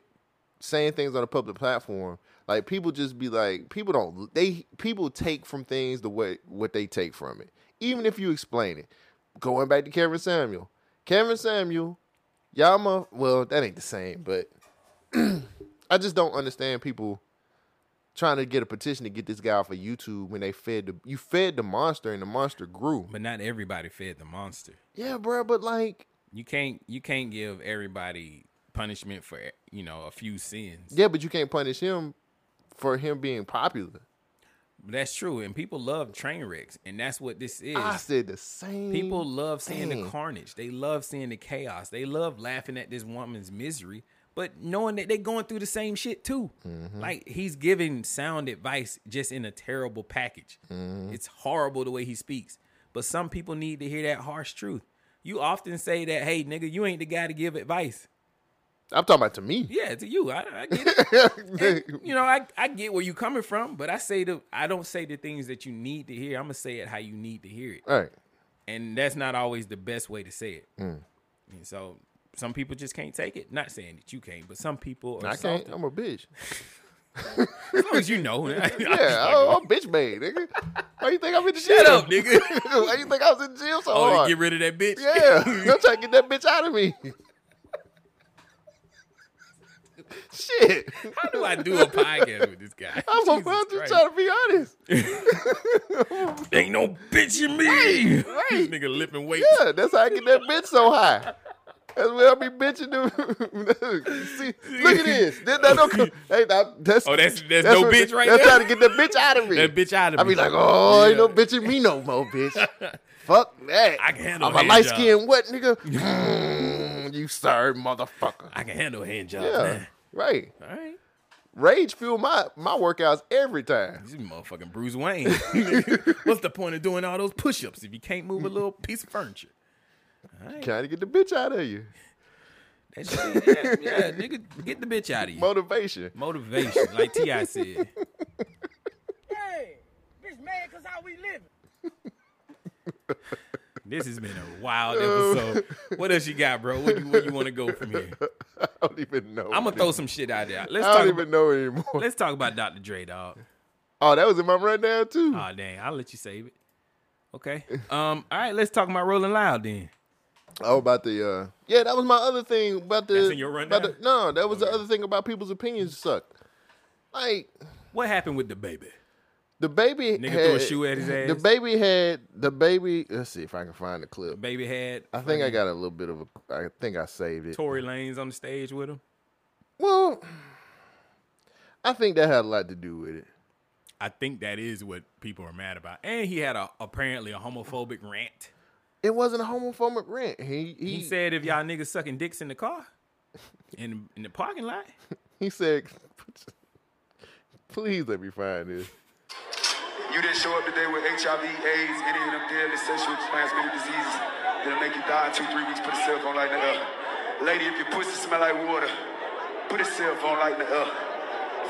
saying things on a public platform. Like people just be like, people don't they people take from things the way what they take from it, even if you explain it. Going back to Kevin Samuel, Kevin Samuel, y'all mu- well that ain't the same, but I just don't understand people trying to get a petition to get this guy off of YouTube when they fed the you fed the monster and the monster grew.
But not everybody fed the monster.
Yeah, bro, but like
You can't you can't give everybody punishment for you know a few sins.
Yeah, but you can't punish him for him being popular.
That's true, and people love train wrecks, and that's what this is.
I said the same.
People love seeing the
thing.
carnage. They love seeing the chaos. They love laughing at this woman's misery, but knowing that they're going through the same shit too.
Mm-hmm.
Like he's giving sound advice just in a terrible package.
Mm-hmm.
It's horrible the way he speaks. But some people need to hear that harsh truth. You often say that, hey, nigga, you ain't the guy to give advice.
I'm talking about to me.
Yeah, to you. I, I get it. you know, I, I get where you coming from, but I say the I don't say the things that you need to hear. I'm gonna say it how you need to hear it
All right. Mm.
and that's not always the best way to say it. And so some people just can't take it. Not saying that you can't, but some people are
I can't.
softer.
I'm a bitch.
As long as you know.
Yeah, I'm, I'm bitch made, nigga. Why you think I'm in the
Shut
jail?
up, nigga.
Why you think I was in jail so
Oh,
hard?
to get rid of that bitch.
yeah, I'm trying to get that bitch out of me. Shit,
How do I do a podcast with this guy?
I'm, a, I'm
Jesus
just
Christ.
trying to be honest.
Ain't no bitch in me. This
right.
nigga lifting weights.
Yeah, that's how I get that bitch so high. That's where I be bitching them. See, look at this. That, that don't come, hey, that- that's,
Oh, that's- that's no
what-
bitch right
That's
there?
trying to get that bitch out of me.
That bitch out of
I
me.
be like, oh, ain't no
Yeah.
bitch in me no more, bitch. Fuck that.
I can handle
I'm a
hand
light skinned what, nigga? Mm, you sir, motherfucker.
I can handle hand jobs,
Yeah,
man.
right.
All right.
Rage fuel my my workouts every time.
This is motherfucking Bruce Wayne. What's the point of doing all those push-ups if you can't move a little piece of furniture?
Trying to get the bitch out of you.
That shit, yeah, yeah, nigga, get the bitch out of you.
Motivation.
Motivation, like Ti said.
Hey, bitch mad cause how we living.
This has been a wild episode. What else you got, bro? What you, where you want to go from here?
I don't even know.
I'm gonna throw some shit out there. Let's
I
talk.
don't
About,
even know anymore.
let's talk about Dr. Dre, dog.
Oh, that was in my rundown too.
Oh dang, I'll let you save it. Okay. Um. All right. Let's talk about Rolling Loud then.
Oh, about the uh, yeah, that was my other thing about the.
That's in your
about
rundown?
the- no, that was the other thing about people's opinions suck. Like
What happened with the baby?
the baby
Nigga
had,
threw a shoe at his
The
ass.
baby had the baby. Let's see if I can find the clip.
Baby had
I think I got a little bit of a. I think I saved it.
Tory Lanez on the stage with him.
Well, I think that had a lot to do with it.
I think that is what people are mad about. And he had a apparently a homophobic rant.
It wasn't a homophobic rant. He he,
He said if y'all niggas sucking dicks in the car, in in the parking lot,
he said, please let me find this.
You didn't show up today with HIV, AIDS, any of them deadly sexually transmitted diseases that'll make you die in two, three weeks. Put a cell phone light in the air. Lady, if your pussy smell like water, put a cell phone light in the air.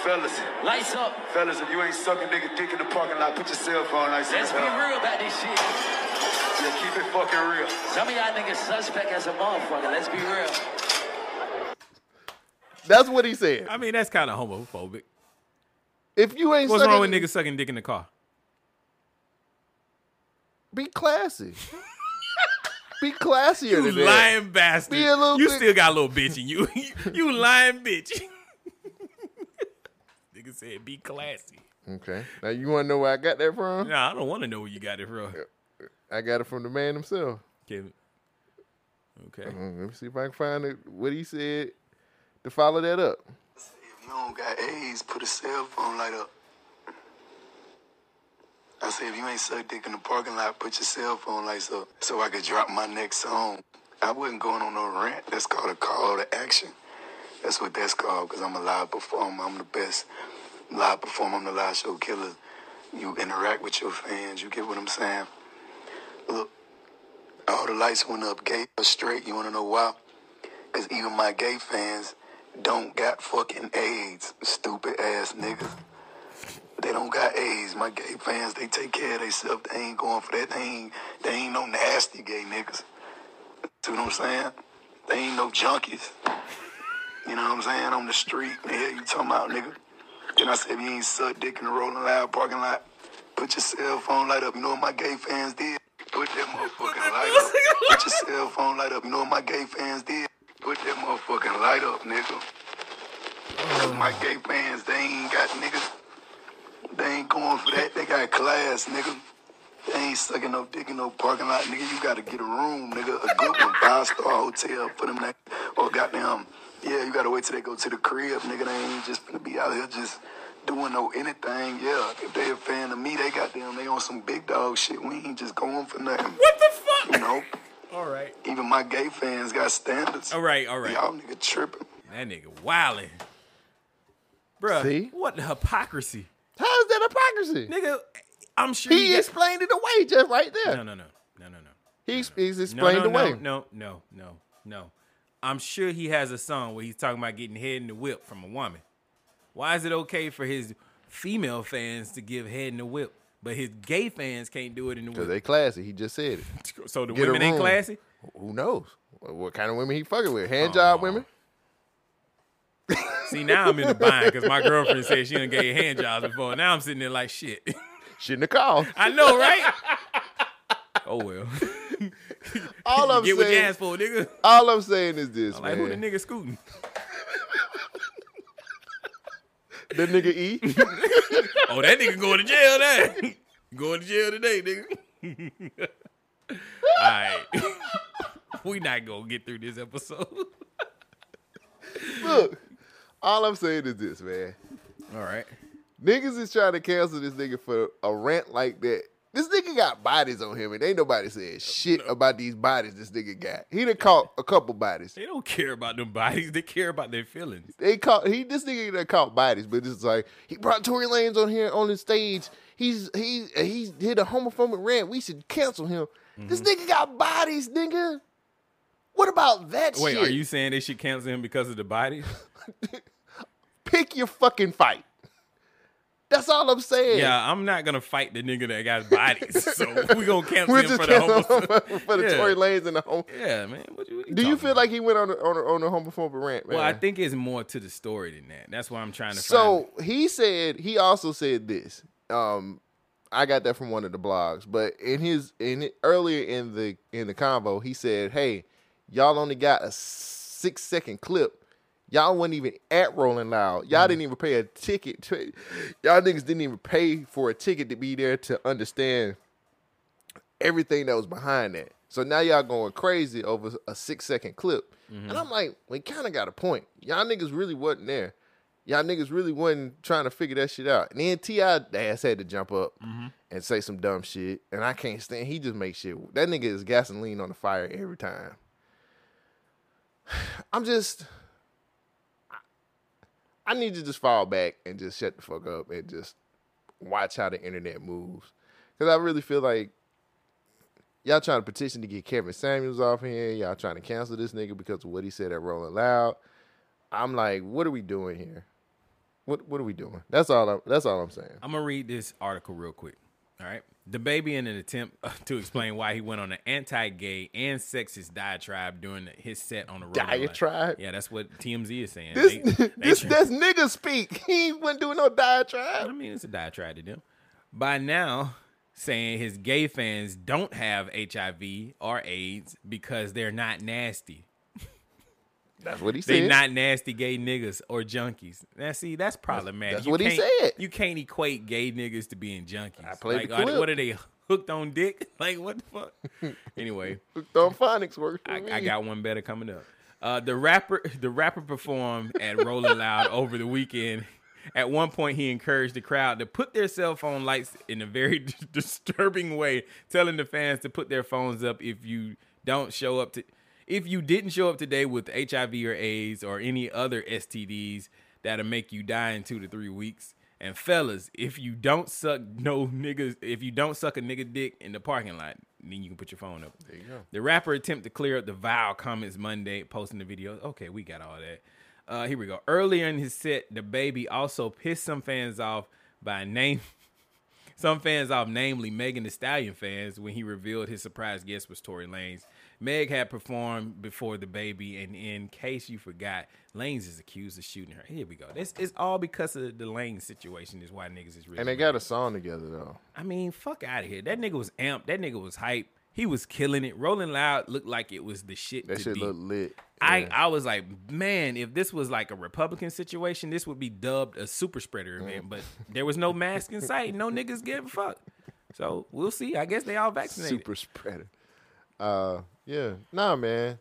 Fellas,
Lights up.
fellas, if you ain't sucking nigga dick in the parking lot, put your cell phone lights in
Let's be
the air.
real about this shit.
Yeah, keep it fucking real.
Some of y'all niggas suspect as a motherfucker. Let's be real.
That's what he said.
I mean that's kind of homophobic.
If you ain't
What's wrong with
sucking-
niggas sucking dick in the car?
Be classy. Be classier
You
than that.
lying bastard.
Be a little
you
bit-
still got a little bitch in you. you lying bitch. Nigga said be classy.
Okay. Now you want to know where I got that from?
Nah, I don't want to know where you got it from.
I got it from the man himself.
Kevin. Okay.
Mm, Let me see if I can find it, what he said to follow that up.
If you don't got AIDS, put a cell phone light up. I said, if you ain't sucked dick in the parking lot, put your cell phone lights up so I could drop my next song. I wasn't going on no rant. That's called a call to action. That's what that's called because I'm a live performer. I'm the best live performer. I'm the live show killer. You interact with your fans. You get what I'm saying? Look, all the lights went up gay or straight. You want to know why? Because even my gay fans don't got fucking AIDS, stupid ass niggas. They don't got AIDS. My gay fans, they take care of themselves. They ain't going for that. They ain't, they ain't no nasty gay niggas. See what I'm saying? They ain't no junkies. You know what I'm saying? On the street, the hell you talking about, nigga? Then I said, if you ain't suck dick in the Rolling Loud parking lot, put your cell phone light up. You know what my gay fans did? Put that motherfucking light up. Put your cell phone light up. You know what my gay fans did? Put that motherfucking light up, nigga. 'Cause my gay fans, they ain't got niggas. They ain't going for that. They got class, nigga. They ain't sucking no dick in no parking lot, nigga. You gotta get a room, nigga. A good one, five star hotel for them that oh, or goddamn. Yeah, you gotta wait till they go to the crib, nigga. They ain't just gonna be out here just doing no anything. Yeah, if they a fan of me, they got them. They on some big dog shit. We ain't just going for nothing. What the fuck? You know,
All right.
even my gay fans got standards.
All right, all right.
Y'all nigga tripping.
That nigga wildin'. Bruh,
See?
what the hypocrisy.
How is that hypocrisy?
Nigga, I'm sure
He
you got-
explained it away just right there.
No, no, no. No, no, no.
He ex- he's
No,
explained
no,
away.
no, no, no, no, no. I'm sure he has a song where he's talking about getting head in the whip from a woman. Why is it okay for his female fans to give head in the whip, but his gay fans can't do it in the
Cause
whip?
they classy. He just said it.
so the
get a
women ain't
room.
classy?
Who knows what, what kind of women he fucking with? Hand job
Aw.
women.
See, now I'm in the bind because my girlfriend said she done gave hand jobs before. Now I'm sitting there like, shit.
Shouldn't have called.
I know, right? oh, well.
All I'm
Get what you
saying.
asked for, nigga.
All I'm saying is this,
Like, who the
man.
nigga scooting?
the nigga E.
Oh, that nigga going to jail now. going to jail today, nigga. All right. we not going to get through this episode.
Look, all I'm saying is this, man.
All right.
Niggas is trying to cancel this nigga for a rant like that. This nigga got bodies on him, and ain't nobody said shit about these bodies this nigga got. He done caught a couple bodies.
They don't care about them bodies. They care about their feelings.
They caught he this nigga done caught bodies, but it's like he brought Tory Lanez on here on the stage. He's he he did a homophobic rant. We should cancel him. This
Mm-hmm.
nigga got bodies, nigga. What about that
Wait,
shit?
are you saying they should cancel him because of the bodies?
pick your fucking fight? That's all I'm saying.
Yeah, I'm not gonna fight the nigga that got bodies. So we gonna cancel
We're
him
just
for the
canceling
homo.
him for the
Yeah.
Tory Lanez and the home.
Yeah, man. What, you- what
Do you
talking
feel
about?
like he went on a, on a, on a homophobic rant, man?
Well, I think it's more to the story than that. That's why I'm trying to.
so. He said he also said this. Um, I got that from one of the blogs, but in his in it, earlier in the in the convo, he said, "Hey, y'all only got a six second clip. Y'all wasn't even at Rolling Loud.
Mm-hmm.
Y'all didn't even pay a ticket. To, y'all niggas didn't even pay for a ticket to be there to understand everything that was behind that. So now y'all going crazy over a six second clip.
Mm-hmm.
And I'm like, we kind of got a point. Y'all niggas really wasn't there. Y'all niggas really wasn't trying to figure that shit out. And then T.I. ass had to jump up and say some dumb shit. And I can't stand, he just makes shit. That nigga is gasoline on the fire every time. I'm just, I, I need to just fall back and just shut the fuck up and just watch how the internet moves. Because I really feel like y'all trying to petition to get Kevin Samuels off here. Y'all trying to cancel this nigga because of what he said at Rolling Loud. I'm like, what are we doing here? What what are we doing? That's all. I'm, that's all I'm saying.
I'm gonna read this article real quick. All right. The baby in an attempt to explain why he went on an anti-gay and sexist diatribe during the- his set on the road.
Diatribe?
Yeah, that's what TMZ is saying.
This
They- they
this
try-
that's nigga speak. He wasn't doing no
I
diatribe.
mean, it's a diatribe to them. By now, saying his gay fans don't have HIV or AIDS because they're not nasty.
That's what he
They
said.
not nasty gay niggas or junkies. Now see, that's problematic.
that's what he
can't-
said.
You can't equate gay niggas to being junkies.
I played
like,
the
are they-
clip.
what are they hooked on dick? Like what the fuck? anyway,
Don't phonics work. for
I, I
me.
got one better coming up. Uh, the rapper, the rapper performed at Rolling Loud over the weekend. At one point, he encouraged the crowd to put their cell phone lights in a very disturbing way, telling the fans to put their phones up if you don't show up to, if you didn't show up today with HIV or AIDS or any other STDs that'll make you die in two to three weeks. And fellas, if you don't suck no niggas, if you don't suck a nigga dick in the parking lot, then you can put your phone up. There you go. The rapper attempt to clear up the vile comments Monday, posting the video. Okay, we got all that. Uh, here we go. Earlier in his set, the baby also pissed some fans off by name some fans off, namely Megan the Stallion fans, when he revealed his surprise guest was Tory Lanez. Meg had performed before the baby, and in case you forgot, Lanez is accused of shooting her. Here we go. This is all because of the Lanez situation, is why niggas is really.
and they got a song together though.
I mean, fuck out of here. That nigga was amped. That nigga was hype. He was killing it. Rolling Loud looked like it was the shit.
That
to
shit
be.
look lit.
I,
Yeah.
I was like, man, if this was like a Republican situation, this would be dubbed a super
Mm.
spreader event. But there was no mask in sight. No niggas gave a fuck. So we'll see. I guess they all vaccinated.
super spreader. Uh, yeah, nah, man.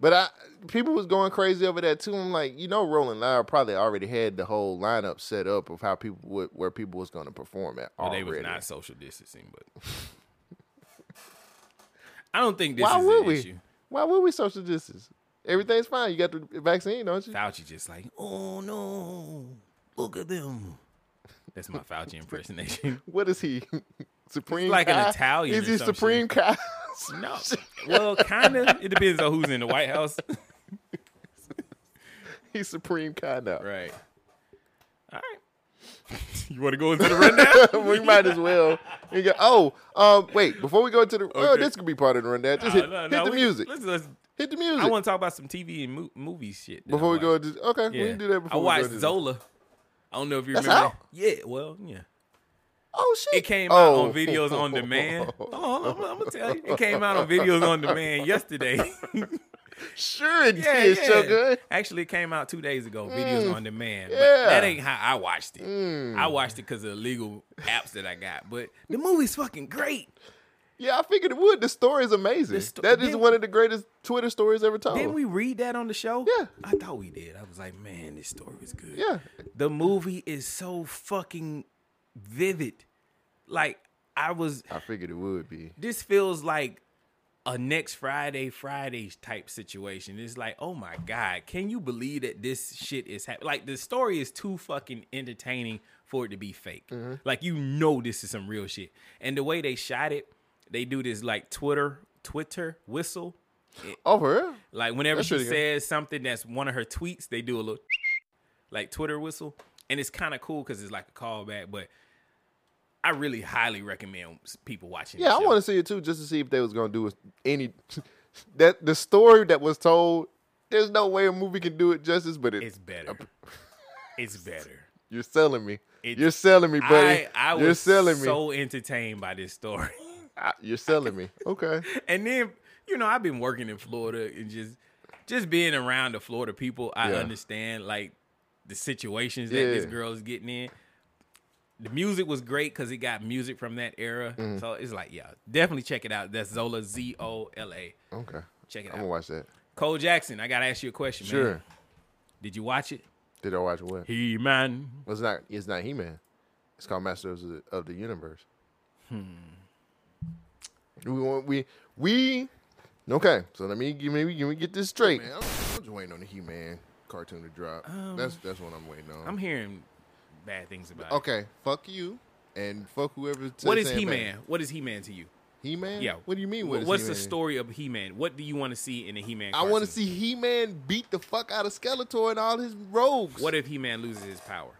But I people was going crazy over that too. I'm like, you know, Rolling Loud probably already had the whole lineup set up of how people would where people was going to perform at.
Well,
already.
they was not social distancing, but I don't think this
Why
is
would
an
we?
issue.
Why would we social distance? Everything's fine. You got the vaccine, don't you?
Fauci just like, oh no, look at them. That's my Fauci impersonation.
What is he? Supreme
like an
Kai?
Italian
Is
or
he
some shit.
Supreme Kai?
No, well, kind of. It depends on who's in the White House,
He's Supreme Kai now.
right? All right. You want to go into the rundown?
we might as well. You go, oh, um, wait. Before we go to the, oh,
Okay.
this could be part of the rundown. Just hit,
No, no,
hit
no,
the
we-
music.
Let's, let's,
Hit the music.
I want to talk about some TV and mo- movie shit. that I
before we go
watched.
into okay, we can do that before
I watched
we go into-
Zola. I don't know if you
That's
remember.
out?
that. Yeah, well, yeah.
Oh shit!
It came out on videos on demand. Oh, I'm, I'm gonna tell you, it came out on videos on demand yesterday.
Sure, it
yeah,
did. So
yeah.
good.
Actually, it came out two days ago. Videos on demand. But
yeah. Mm.
that ain't how I watched it. I watched it because of illegal apps that I got. But the movie's fucking great.
Yeah, I figured it would. The story is amazing.
The sto-
that is
didn't-
one of the greatest Twitter stories ever told.
Didn't we read that on the show?
Oh. Yeah.
I thought we did. I was like, man, this story is good.
Yeah.
The movie is so fucking vivid. Like, I was
I figured it would be.
this feels like a next Friday, Friday type situation. It's like, oh my God, can you believe that this shit is happening? Like, the story is too fucking entertaining for it to be fake.
Mm-hmm.
Like, you know, this is some real shit. And the way they shot it, they do this like Twitter, Twitter whistle.
Oh, for real?
Like, whenever
That's
she
pretty good.
says something that's one of her tweets, they do a little like Twitter whistle. And it's kind of cool because it's like a callback, but I really highly recommend people watching
Yeah,
the
I
show.
want to see it too, just to see if they was gonna do any that the story that was told. There's no way a movie can do it justice, but it,
It's better. It's better.
you're selling me.
It's-
you're selling me, buddy.
I, I
you're
was
selling me.
so entertained by this story.
I- you're selling me. Okay.
and then, you know, I've been working in Florida and just just being around the Florida people, I
Yeah.
understand like the situations that
Yeah.
this girl's getting in. The music was great because it got music from that era.
Mm.
So it's like, yeah, definitely check it out. That's Zola Z O L A.
Okay.
Check it
I'm gonna
out.
watch that.
Cole Jackson, I gotta ask you a question, man.
Sure.
Did you watch it?
Did I watch what?
He man.
Well, it's not. It's not He Man. It's called Masters of the, of the Universe. Hmm. We want we we. Okay, so let me give me give me get this straight. I'm, just waiting on the He Man cartoon to drop. that's that's what I'm waiting on.
Um, I'm hearing bad things about it.
okay, fuck you and fuck whoever. says
What is
saying
He
bad.
Man? What is He Man to you?
He Man.
Yeah.
What do you mean? What
Wh-
is
What's the
He-Man?
story of He Man? What do you want to see in a He Man?
I want to see He Man beat the fuck out of Skeletor and all his rogues.
What if He Man loses his power?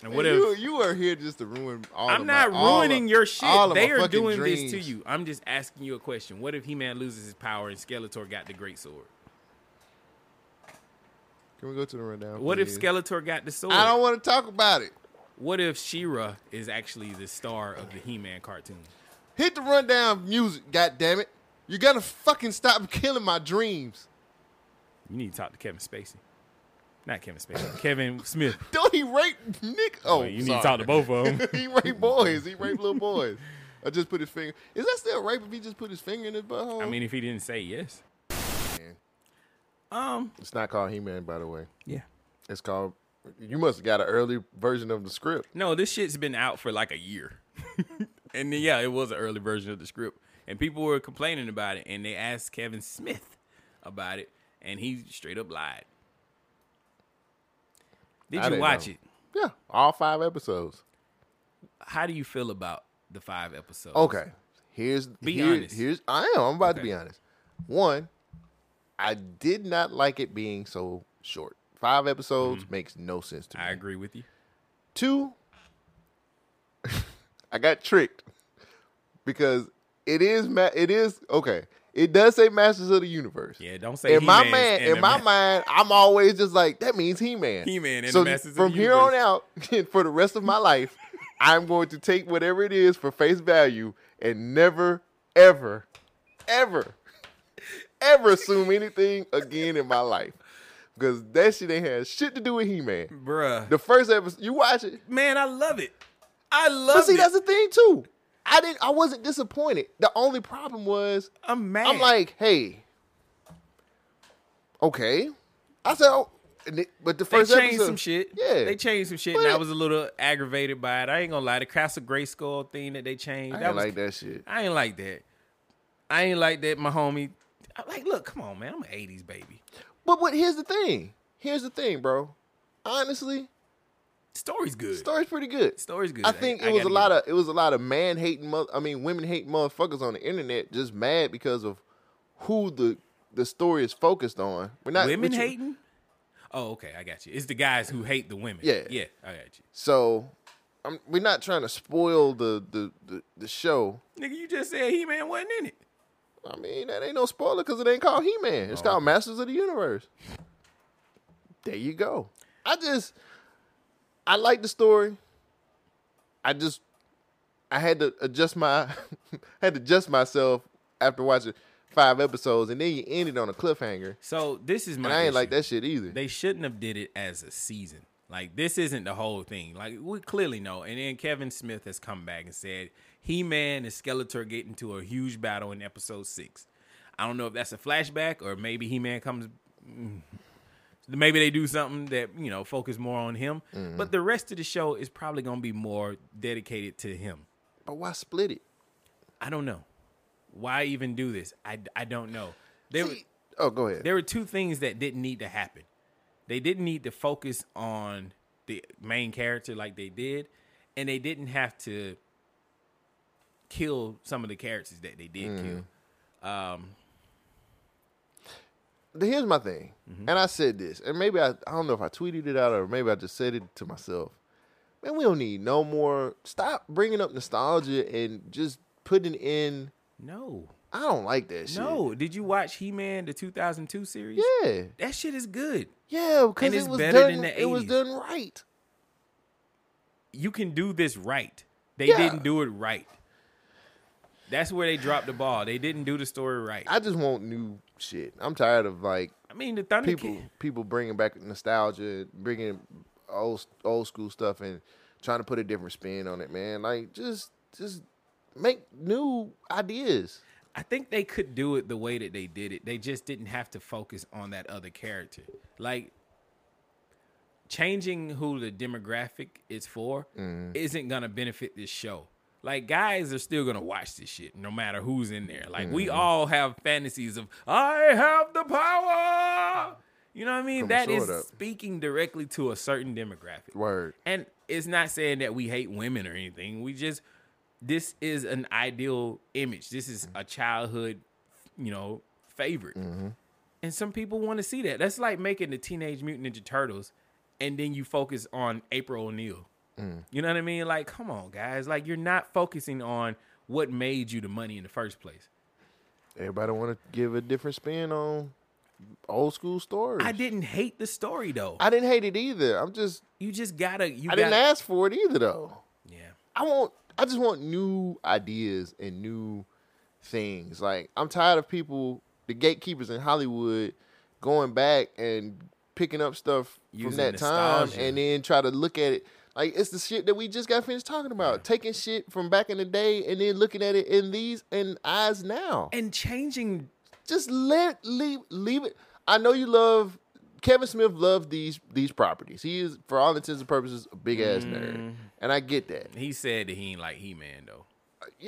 And
Man,
what
you,
if?
you are here just to ruin all?
I'm
of
not
my, all of-
ruining your shit.
all of my
They are
fucking
doing this to
dreams.
you. I'm just asking you a question. What if He Man loses his power and Skeletor got the great sword?
Can we go to the rundown?
What if
please?
Skeletor got the sword?
I don't want to talk about it.
What if She-Ra is actually the star of the He-Man cartoon?
Hit the rundown music, God damn it! You gotta fucking stop killing my dreams.
You need to talk to Kevin Spacey. Not Kevin Spacey. Kevin Smith.
Don't he rape Nick? Oh,
you need
sorry.
to talk to both of them.
he rape boys. He rape little boys. I just put his finger. Oh. Is that still rape if he just put his finger in his butthole?
I mean, if he didn't say yes.
Man.
Um.
it's not called He Man, by the way.
Yeah.
It's called. You must have got an early version of the script.
No, this shit's been out for like a year. and then, yeah, it was an early version of the script. And people were complaining about it. And they asked Kevin Smith about it. And he straight up lied. Did
I
you
didn't
watch
know.
it?
Yeah, all five episodes.
How do you feel about the five episodes?
Okay. Here's
Be
here-
honest.
Here's I am. I'm about to
Okay.
be honest. One, I did not like it being so short. Five episodes makes no sense to me.
Mm-hmm. I agree with you.
Two, I got tricked because it is ma- it is okay. It does say Masters of the Universe.
Yeah, don't say
In my
He-Man's
man,
and
in
the
my
Ma-
mind, I'm always just like that means He Man.
He-Man and
So
the Masters of the
from here
Universe.
on out, for the rest of my life, I'm going to take whatever it is for face value and never, ever, ever, ever assume anything again in my life because that shit ain't had shit to do with He Man.
Bruh.
The first episode, you watch it,
Man, I love it. I love
but see
it.
that's the thing too. I didn't. I wasn't disappointed. The only problem was
I'm mad.
I'm like, hey, okay. I said, oh, and it- but the
they
first
changed
episode,
some shit.
Yeah,
they changed some shit, and I
But-
was a little aggravated by it. I ain't gonna lie, the Castle Grayskull thing that they changed.
I
that
didn't
was
like that shit.
I ain't like that. I ain't like that, my homie. I- Like, look, come on, man. I'm an '80s baby.
But what? Here's the thing. Here's the thing, bro. Honestly,
Story's good.
story's pretty good.
Story's good.
I think it was a lot of it was a lot of man hating. Mo- I mean, women hating motherfuckers on the internet just mad because of who the the story is focused on. We're not
women
we tr-
hating. Oh, okay, I got you. It's the guys who hate the women.
Yeah.
yeah, I got you.
So, I'm, we're not trying to spoil the the the, the show.
Nigga, you just said He Man wasn't in it.
I mean, that ain't no spoiler because it ain't called He Man.
Oh,
It's called Masters of the Universe. There you go. I just, I like the story. I just, I had to adjust my, had to adjust myself after watching five episodes, and then you ended on a cliffhanger,
So this is my.
and I ain't like
issue.
that shit either.
They shouldn't have did it as a season. Like this isn't the whole thing. Like we clearly know. And then Kevin Smith has come back and said He Man and Skeletor get into a huge battle in episode six. I don't know if that's a flashback or maybe He Man comes. mm. Maybe they do something that you know focus more on him.
Mm-hmm.
But the rest of the show is probably gonna be more dedicated to him.
But why split it?
I don't know. Why even do this? I, I don't know. They were-
See- oh, go ahead.
there were two things that didn't need to happen. They didn't need to focus on the main character like they did, and they didn't have to kill some of the characters that they did
Mm.
kill. Um,
the- here's my thing,
Mm-hmm.
and I said this, and maybe I, I don't know if I tweeted it out or maybe I just said it to myself. Man, we don't need no more. Stop bringing up nostalgia and just putting in.
no,
I don't like that shit.
no. Did you watch He Man the 2002 series?
Yeah,
that shit is good.
yeah, because
And it's
it was
better
done.
than the
it was
80s.
done right.
You can do this right. They
Yeah.
didn't do it right. That's where they dropped the ball. They didn't do the story right. I,
I just want new shit. I'm tired of like
mean, the Thunder
people
Kid.
people bringing back nostalgia, bringing old old school stuff, and trying to put a different spin on it. Man, like just just make new ideas.
I think they could do it the way that they did it. They just didn't have to focus on that other character. Like changing who the demographic is for isn't gonna benefit this show. Like guys are still gonna watch this shit no matter who's in there. Like we all have fantasies of I have the power. You know what I mean?
Come
that
on,
is
sword up.
speaking directly to a certain demographic.
Word.
And it's not saying that we hate women or anything. We just this is an ideal image. This is a childhood, you know, favorite.
Mm-hmm.
And some people want to see that. That's like making the Teenage Mutant Ninja Turtles and then you focus on April O'Neil.
Mm.
You know what I mean? Like, come on, guys. Like you're not focusing on what made you the money in the first place.
Everybody want to give a different spin on old school stories.
I didn't hate the story though.
I didn't hate it either. I'm just.
you just gotta you
I
gotta
didn't ask for it either, though.
Yeah.
I want. I just want new ideas and new things. Like I'm tired of people, the gatekeepers in Hollywood, going back and picking up stuff
Using
from that
nostalgia.
time and then try to look at it. Like it's the shit that we just got finished talking about, taking shit from back in the day and then looking at it in these and eyes now.
And changing
just let leave leave it. I know you love Kevin Smith loved these these properties. He is for all intents and purposes a big ass
Mm.
nerd. And I get that.
he said that he ain't like He Man though.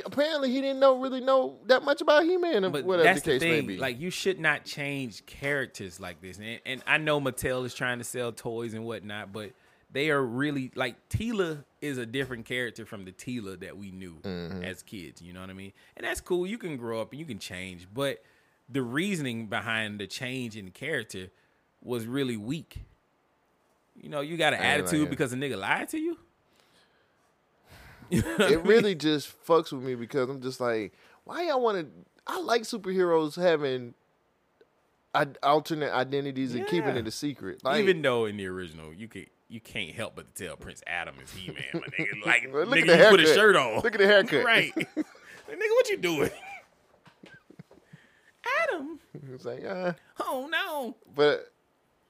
Apparently he didn't know really know that much about He Man or
But
whatever
that's
the
the
case may
thing.
be.
Like you should not change characters like this. And, and I know Mattel is trying to sell toys and whatnot, but they are really like Tila is a different character from the Tila that we knew
Mm-hmm.
as kids. You know what I mean? And that's cool. You can grow up and you can change, but the reasoning behind the change in character was really weak. You know, you got an
ain't like
attitude
it.
because a nigga lied to you.
it really just fucks with me because I'm just like, why y'all want to? I like superheroes having ad- alternate identities and keeping
Yeah.
it a secret. Like,
Even though in the original, you could you can't help but to tell Prince Adam is he man, my nigga. Like
Look at
nigga, you
the
put a
haircut.
shirt on.
Look at the haircut.
right? Like, nigga, what you doing? Adam,
it's like, uh,
oh no,
but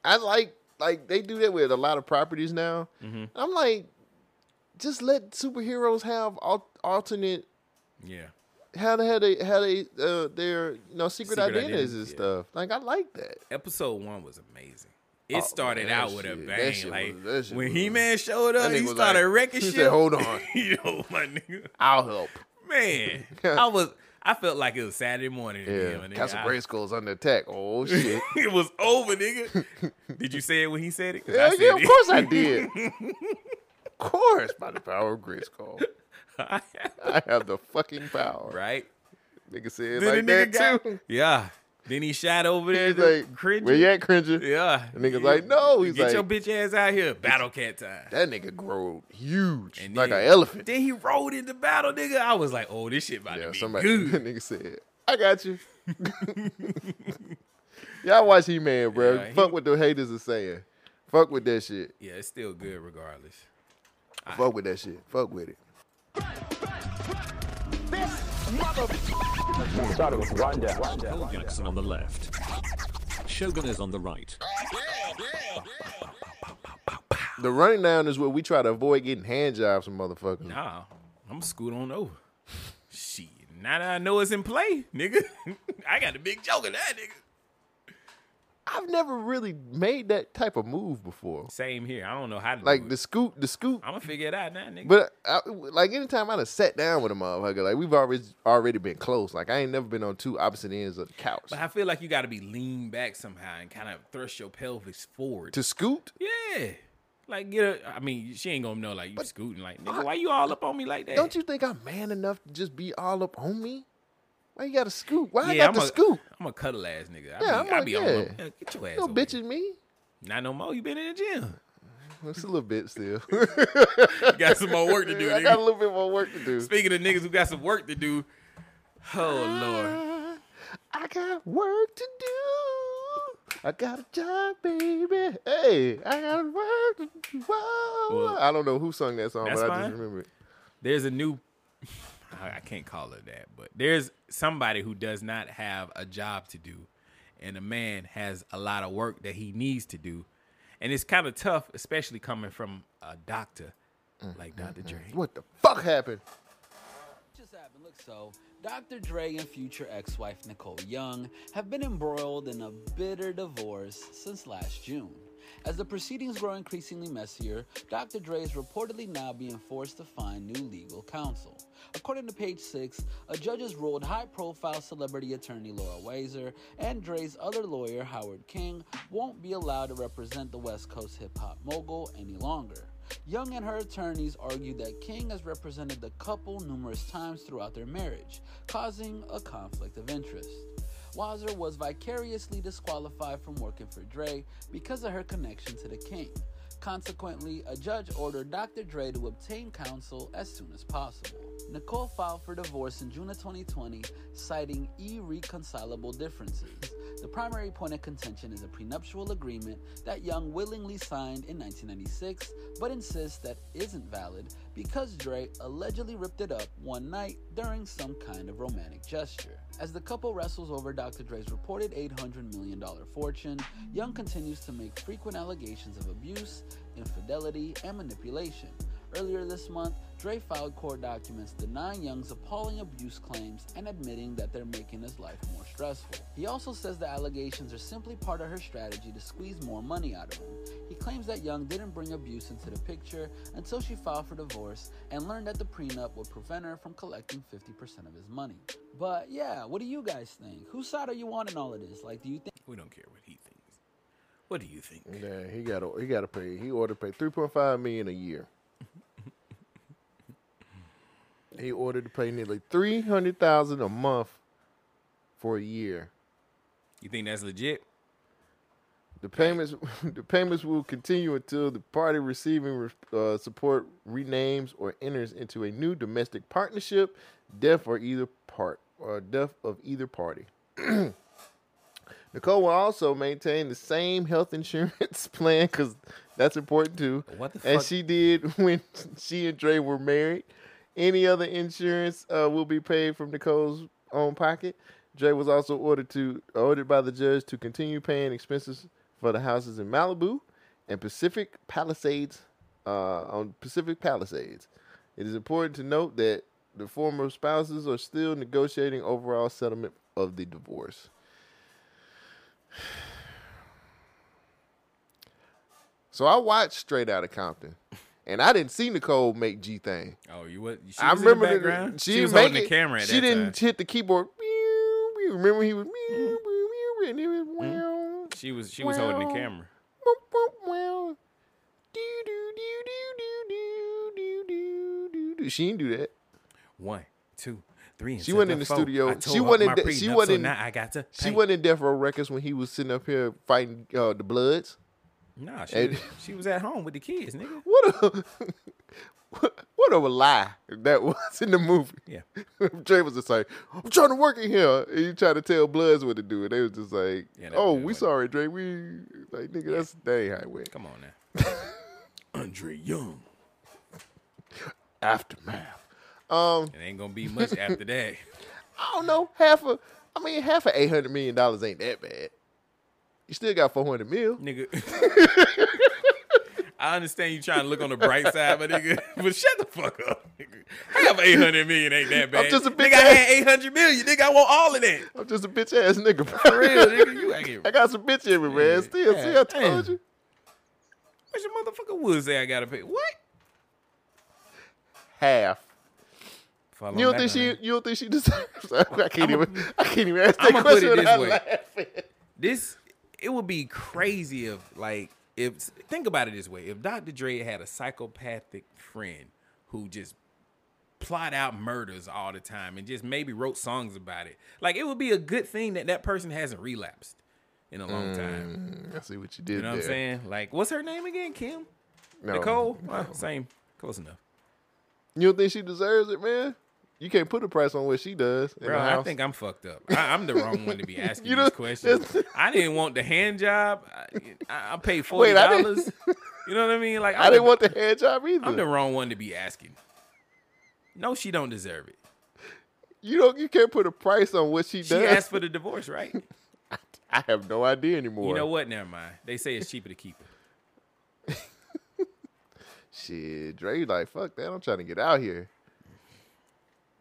I like like they do that with a lot of properties
Mm-hmm.
now. I'm like, just let superheroes have al- alternate
Yeah.
how the hell they how they uh their you know secret,
Secret
identities
identity,
and
yeah.
stuff. Like I like that.
Episode one was amazing. It
Oh,
started
man,
out
that
with a
shit- that
bang.
shit
like
was- that shit
when
was-
He Man showed
that
up, he
nigga was
started
like-
wrecking
he
shit.
said, "Hold on."
yo, my nigga,
I'll help.
man, I was, I felt like it was Saturday morning. to me,
Yeah,
my nigga.
Castle
I-
Grayskull's under attack. Oh shit.
it was over, nigga. Did you say it when he said it? 'Cause I
yeah,
said
yeah, of
it.
course I did. of course, by the power of Grayskull, I have the fucking power.
right?
Nigga said
Then
like
the
that
nigga got,
too.
yeah. Then he shot over there.
He's
to
like,
cringe.
where you at, Cringer?
Yeah.
The nigga's like, no. He's like,
Get your bitch ass out here. Battle cat time.
that nigga growed huge,
And
like
then-
an elephant.
Then he rode into battle, nigga. I was like, oh, this shit about to
Yeah,
be
somebody.
good.
nigga said, "I got you." Y'all watch He Man, bro.
Yeah, he-
Fuck what the haters are saying. Fuck with that shit.
Yeah, it's still good regardless.
Fuck with that shit. Fuck with it.
Jackson on the left. Shogun is on the right.
The running down is where we try to avoid getting hand jobs from motherfuckers.
Nah, I'm scoot on over. Shit. Now that I know it's in play, nigga, I got a big joke in that, nigga.
I've never really made that type of move before.
Same here. I don't know how to
Like the scoop, the scoop.
I'm gonna figure it out now, nigga.
But uh, I, like anytime I done sat down with a motherfucker, like we've already already been close. Like I ain't never been on two opposite ends of the couch.
But I feel like you got to be lean back somehow and kind of thrust your pelvis forward.
to scoot,
yeah. Like get a, I mean, she ain't gonna know like you scooting like nigga. Why you all up on me like that?
don't you think I'm man enough to just be all up on me? Why you got to scoot? Why
Yeah,
I got to
a,
scoot?
I'm a cuddle ass
Yeah,
nigga. I be,
I'm
I
like,
be on my,
yeah.
yeah, get your ass.
No
over here.
bitching me.
Not no more. Oh, You been in the gym.
It's a little bit still.
You got some more work to do.
I
Nigga.
got a little bit more work to do.
Speaking of niggas who got some work to do, oh
I got work to do. I got a job, baby. Hey, I got work to do. Whoa.
Well,
I don't know who sung that song, but
that's
I
fine.
just remember it.
there's a new. I I can't call it that, but there's somebody who does not have a job to do, and a man has a lot of work that he needs to do, and it's kind of tough, especially coming from a doctor like Dr. Dre.
Mm, What the fuck happened?
just happened. Look, so Dr. Dre and future ex-wife Nicole Young have been embroiled in a bitter divorce since last June. As the proceedings grow increasingly messier, Dr. Dre is reportedly now being forced to find new legal counsel. According to Page Six, a judge has ruled high-profile celebrity attorney Laura Weiser and Dre's other lawyer Howard King won't be allowed to represent the West Coast hip-hop mogul any longer. Young and her attorneys argue that King has represented the couple numerous times throughout their marriage, causing a conflict of interest. Wazir was vicariously disqualified from working for Dre because of her connection to the King. Consequently, a judge ordered Dr. Dre to obtain counsel as soon as possible. Nicole filed for divorce in June of 2020, citing irreconcilable differences. The primary point of contention is a prenuptial agreement that Young willingly signed in 1996, but insists that isn't valid because Dre allegedly ripped it up one night during some kind of romantic gesture. As the couple wrestles over Dr. Dre's reported $800 million fortune, Young continues to make frequent allegations of abuse, infidelity, and manipulation. Earlier this month, Dre filed court documents denying Young's appalling abuse claims and admitting that they're making his life more stressful. He also says the allegations are simply part of her strategy to squeeze more money out of him. He claims that Young didn't bring abuse into the picture until she filed for divorce and learned that the prenup would prevent her from collecting 50% of his money. But yeah, what do you guys think? Whose side are you on in all of this? Like, do you think?
We don't care what he thinks. What do you think?
Yeah, he got he got to pay. He ordered to pay three point five million a year. he ordered to pay nearly three hundred thousand a month for a year.
You think that's legit?
The payments the payments will continue until the party receiving uh, support renames or enters into a new domestic partnership, death or either part or death of either party. Nicole will also maintain the same health insurance plan because that's important too.
What the
As
fuck?
she did when she and Dre were married. Any other insurance uh, will be paid from Nicole's own pocket. Dre was also ordered to ordered by the judge to continue paying expenses for the houses in Malibu and Pacific Palisades uh, on Pacific Palisades. It is important to note that The former spouses are still negotiating overall settlement of the divorce. So I watched Straight Outta Compton, and I didn't see Nicole make G thing.
Oh, you what? She
I
was
remember
in the
that-
background.
she,
was
didn't make
holding the
it.
camera at
she
that
didn't
time.
hit the keyboard. Meow, meow. Remember he was. meow, meow, meow, and he was meow.
She was she was holding the
Well.
camera. Dude,
She didn't do that.
One, two, three. And
She wasn't in the
seven, four. I
studio.
tore
She
up
wasn't.
my
In de- she
prenup,
wasn't.
So
in-
now I got to.
She
pay.
wasn't in Death Row Records when he was sitting up here fighting uh, the Bloods.
Nah, she,
And-
was- she was at home with the kids, nigga.
What a what a lie that was in the movie.
Yeah.
Dre was just like, I'm trying to work in here. And you try to tell Bloods what to do. And they was just like,
Yeah, that
Oh,
dude
we
wasn't-
sorry, Dre. We like nigga, that's that ain't how it went.
Come on now. Andre Young.
Aftermath. Um
It ain't gonna be much after that.
I don't know, half a I mean half of eight hundred million dollars ain't that bad. You still got four hundred mil.
Nigga. I understand you trying to look on the bright side, but nigga, but shut the fuck up. Nigga. Half eight hundred million ain't that bad.
just a
nigga,
big
I
ass-
had eight hundred million. Nigga, I want all of that.
I'm just a bitch ass nigga.
For real, nigga. You acting.
I got some bitch everywhere.
Yeah,
Still, see, I
God damn.
told you.
What your motherfucker would say I gotta pay? What?
Half.
Follow
You don't
that
think she?
line.
You don't think she deserves? I can't
I'ma-
even. I can't even ask that
I'ma put
question
it this
without
way.
laughing.
This it would be crazy if like if think about it this way. If Dr. Dre had a psychopathic friend who just plot out murders all the time and just maybe wrote songs about it, like it would be a good thing that that person hasn't relapsed in a long time.
Mm, I see what you did
You know what I'm
there.
saying? Like, what's her name again? Kim?
No.
Nicole? Well, same. Close enough.
You don't think she deserves it, man? You can't put a price on what she does. in
Bro,
the
I
house.
think I'm fucked up. I, I'm the wrong one to be asking
You
these
don't-
questions. I didn't want the hand job. I, I I paid forty
Wait, I didn't-
dollars. You know what I mean? Like
I
I'm
didn't
the-
want the hand job either.
I'm the wrong one to be asking. No, she don't deserve it.
you don't. You can't put a price on what she,
She
does.
asked for the divorce, right?
I have no idea anymore.
You know what? Never mind. They say it's cheaper to keep her.
Shit, Dre like fuck that. I'm trying to get out here,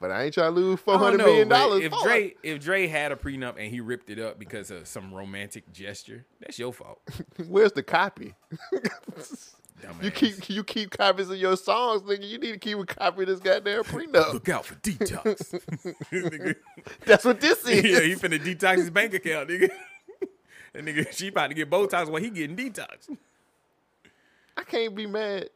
but I ain't trying to lose four
I don't
hundred
know,
million
but
dollars.
If
for it.
Dre if Dre had a prenup and he ripped it up because of some romantic gesture, that's your fault.
Where's the copy? You
dumbass.
keep you keep copies of your songs, nigga. You need to keep a copy of this goddamn prenup.
Look out for detox. Nigga.
That's what this is.
yeah, he finna detox his bank account, nigga. And nigga, she about to get Botox while he getting detox.
I can't be mad.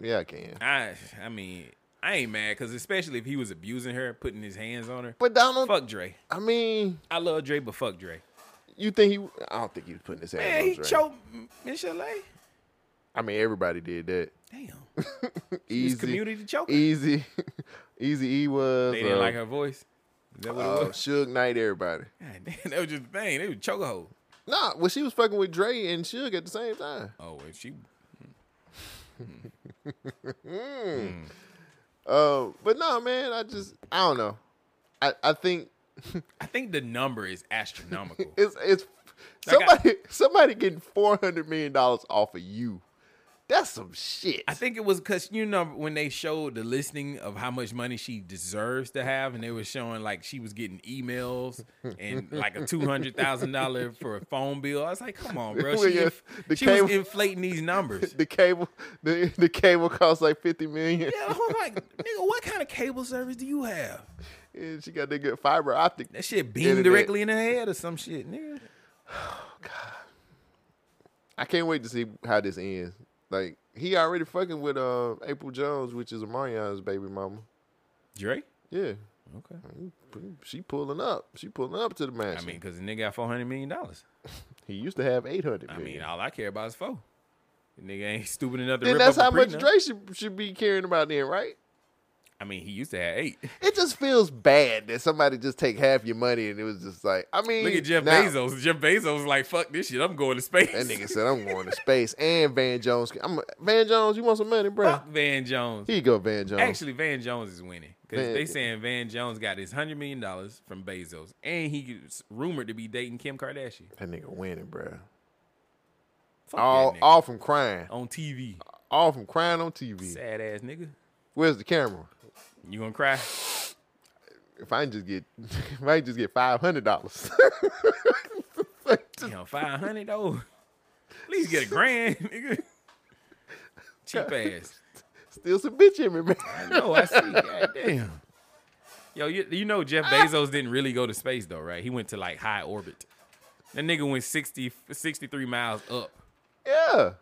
Yeah, I can.
I I mean, I ain't mad because especially if he was abusing her, putting his hands on her.
But Donald,
Fuck Dre.
I mean,
I love Dre, but fuck Dre.
you think he? I don't think he was putting his hands
Man,
on
he
Dre.
choked Michelet.
I mean, everybody did that.
Damn. He's
easy,
community choker.
easy, easy. E was.
They didn't
uh,
like her voice. Is that what
uh,
it was?
Suge Knight, everybody.
God damn, that was just the thing. They was chokehold.
Nah, well, she was fucking with Dre and Suge at the same time.
Oh, and she.
Hmm.
Hmm.
Uh, but no, man, I just I don't know. I I think
I think the number is astronomical.
It's it's
Like I-
somebody somebody getting four hundred million dollars off of you. That's some shit.
I think it was because you know when they showed the listing of how much money she deserves to have, and they were showing like she was getting emails and like a two hundred thousand dollar for a phone bill. I was like, come on, bro,
Well,
she,
yeah,
inf-
the
she
cable-
was inflating these numbers.
the cable the, the cable costs like fifty million.
yeah, I'm like, nigga, what kind of cable service do you have?
And she got that good fiber optic.
That shit beamed
Internet.
directly in her head or some shit, nigga.
I can't wait to see how this ends. Like he already fucking with uh, April Jones, which is Amarion's baby mama.
Dre,
Yeah,
okay.
she pulling up. She pulling up to the
I
mansion.
mean, because the nigga got four hundred million dollars.
he used to have eight hundred
I
million.
mean, all I care about is four. The nigga ain't stupid enough to
then
rip
that's
up
how
a
much
prenup.
Dre should, should be caring about then, right?
I mean, he used to have eight.
It just feels bad that somebody just take half your money and it was just like, I mean,
Look at Jeff
now-
Bezos. Jeff Bezos was like, fuck this shit. I'm going to space.
That nigga said, "I'm going to space." And Van Jones, I'm Van Jones. You want some money, bro?
fuck Van Jones.
Here you go, Van Jones.
Actually, Van Jones is winning because
Van-
they saying Van Jones got his hundred million dollars from Bezos, and he's rumored to be dating Kim Kardashian.
that nigga winning, bro.
Fuck
All,
that nigga.
all from crying,
on TV.
all from crying on TV.
Sad ass nigga.
Where's the camera?
You gonna cry?
If I just get, if I just get five hundred dollars,
You know, five hundred though. At least get a grand, nigga. Cheap ass.
still some bitch in me, man.
I know. I see. God damn. Yo, you, you know
Ah.
Jeff Bezos didn't really go to space though, right? He went to like high orbit. That nigga went 60, 63 miles up.
Yeah,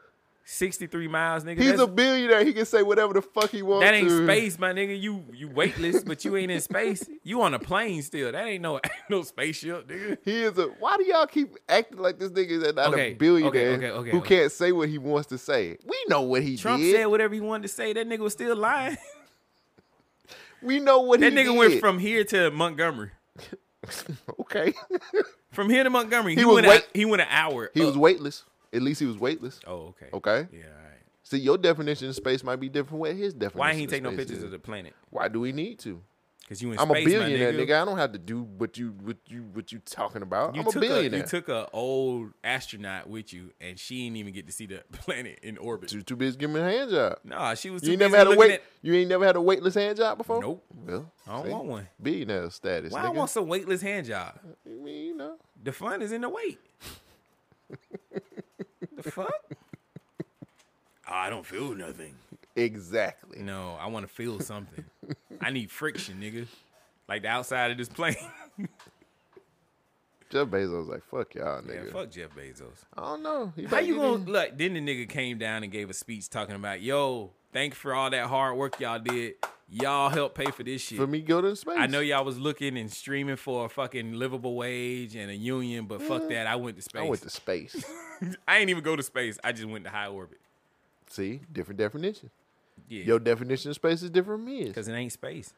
63 miles, nigga.
he's
That's-
a billionaire. He can say whatever the fuck he wants.
that ain't
to.
space, my nigga. You you weightless, but you ain't in space. You on a plane still. That ain't no no spaceship, nigga.
He is a. Why do y'all keep acting like this nigga is not
Okay,
a billionaire
okay, okay, okay,
who
okay.
can't say what he wants to say? We know what he
Trump
did.
said whatever he wanted to say. That nigga was still lying.
we know what
That
he
nigga
did.
went from here to Montgomery.
okay.
From here to Montgomery,
He
he,
was
went.
wait-
a, he went an hour.
He
up.
was weightless. At least he was weightless.
Oh, okay.
Okay.
Yeah. All right.
See, your definition of space might be different from what his definition.
Why he
of
take no
space
pictures
is.
of the planet?
Why do we need to?
Because you in
I'm
space,
a billionaire,
my nigga.
nigga. I don't have to do what you what you what you talking about.
You
I'm a
took
billionaire.
you took a old astronaut with you, and she didn't even get to see the planet in orbit.
She was too busy giving me a hand job.
Nah, she was.
You
too
ain't never
busy
had a
looking
wait.
at-
You ain't never had a weightless hand job before.
Nope.
Well,
I don't
see?
want one.
Billionaire status.
Why
nigga.
I want some weightless hand job?
I mean, you know.
The fun is in the weight. the fuck? Ah, I don't feel nothing.
Exactly.
No, I want to feel something. I need friction, nigga. Like the outside of this plane.
Jeff Bezos like, fuck y'all,
Yeah,
nigga.
fuck Jeff Bezos.
I don't know. He
How
better
you
get
gonna
in-
look? Then the nigga came down and gave a speech talking about, yo, thank you for all that hard work y'all did. Y'all helped pay for this shit.
for me go to space?
I know y'all was looking and streaming for a fucking livable wage and a union, but fuck that. I went to space.
I went to space.
I ain't even go to space. I just went to high orbit.
See, different definition.
Yeah.
Your definition of space is different from his.
Because it ain't space.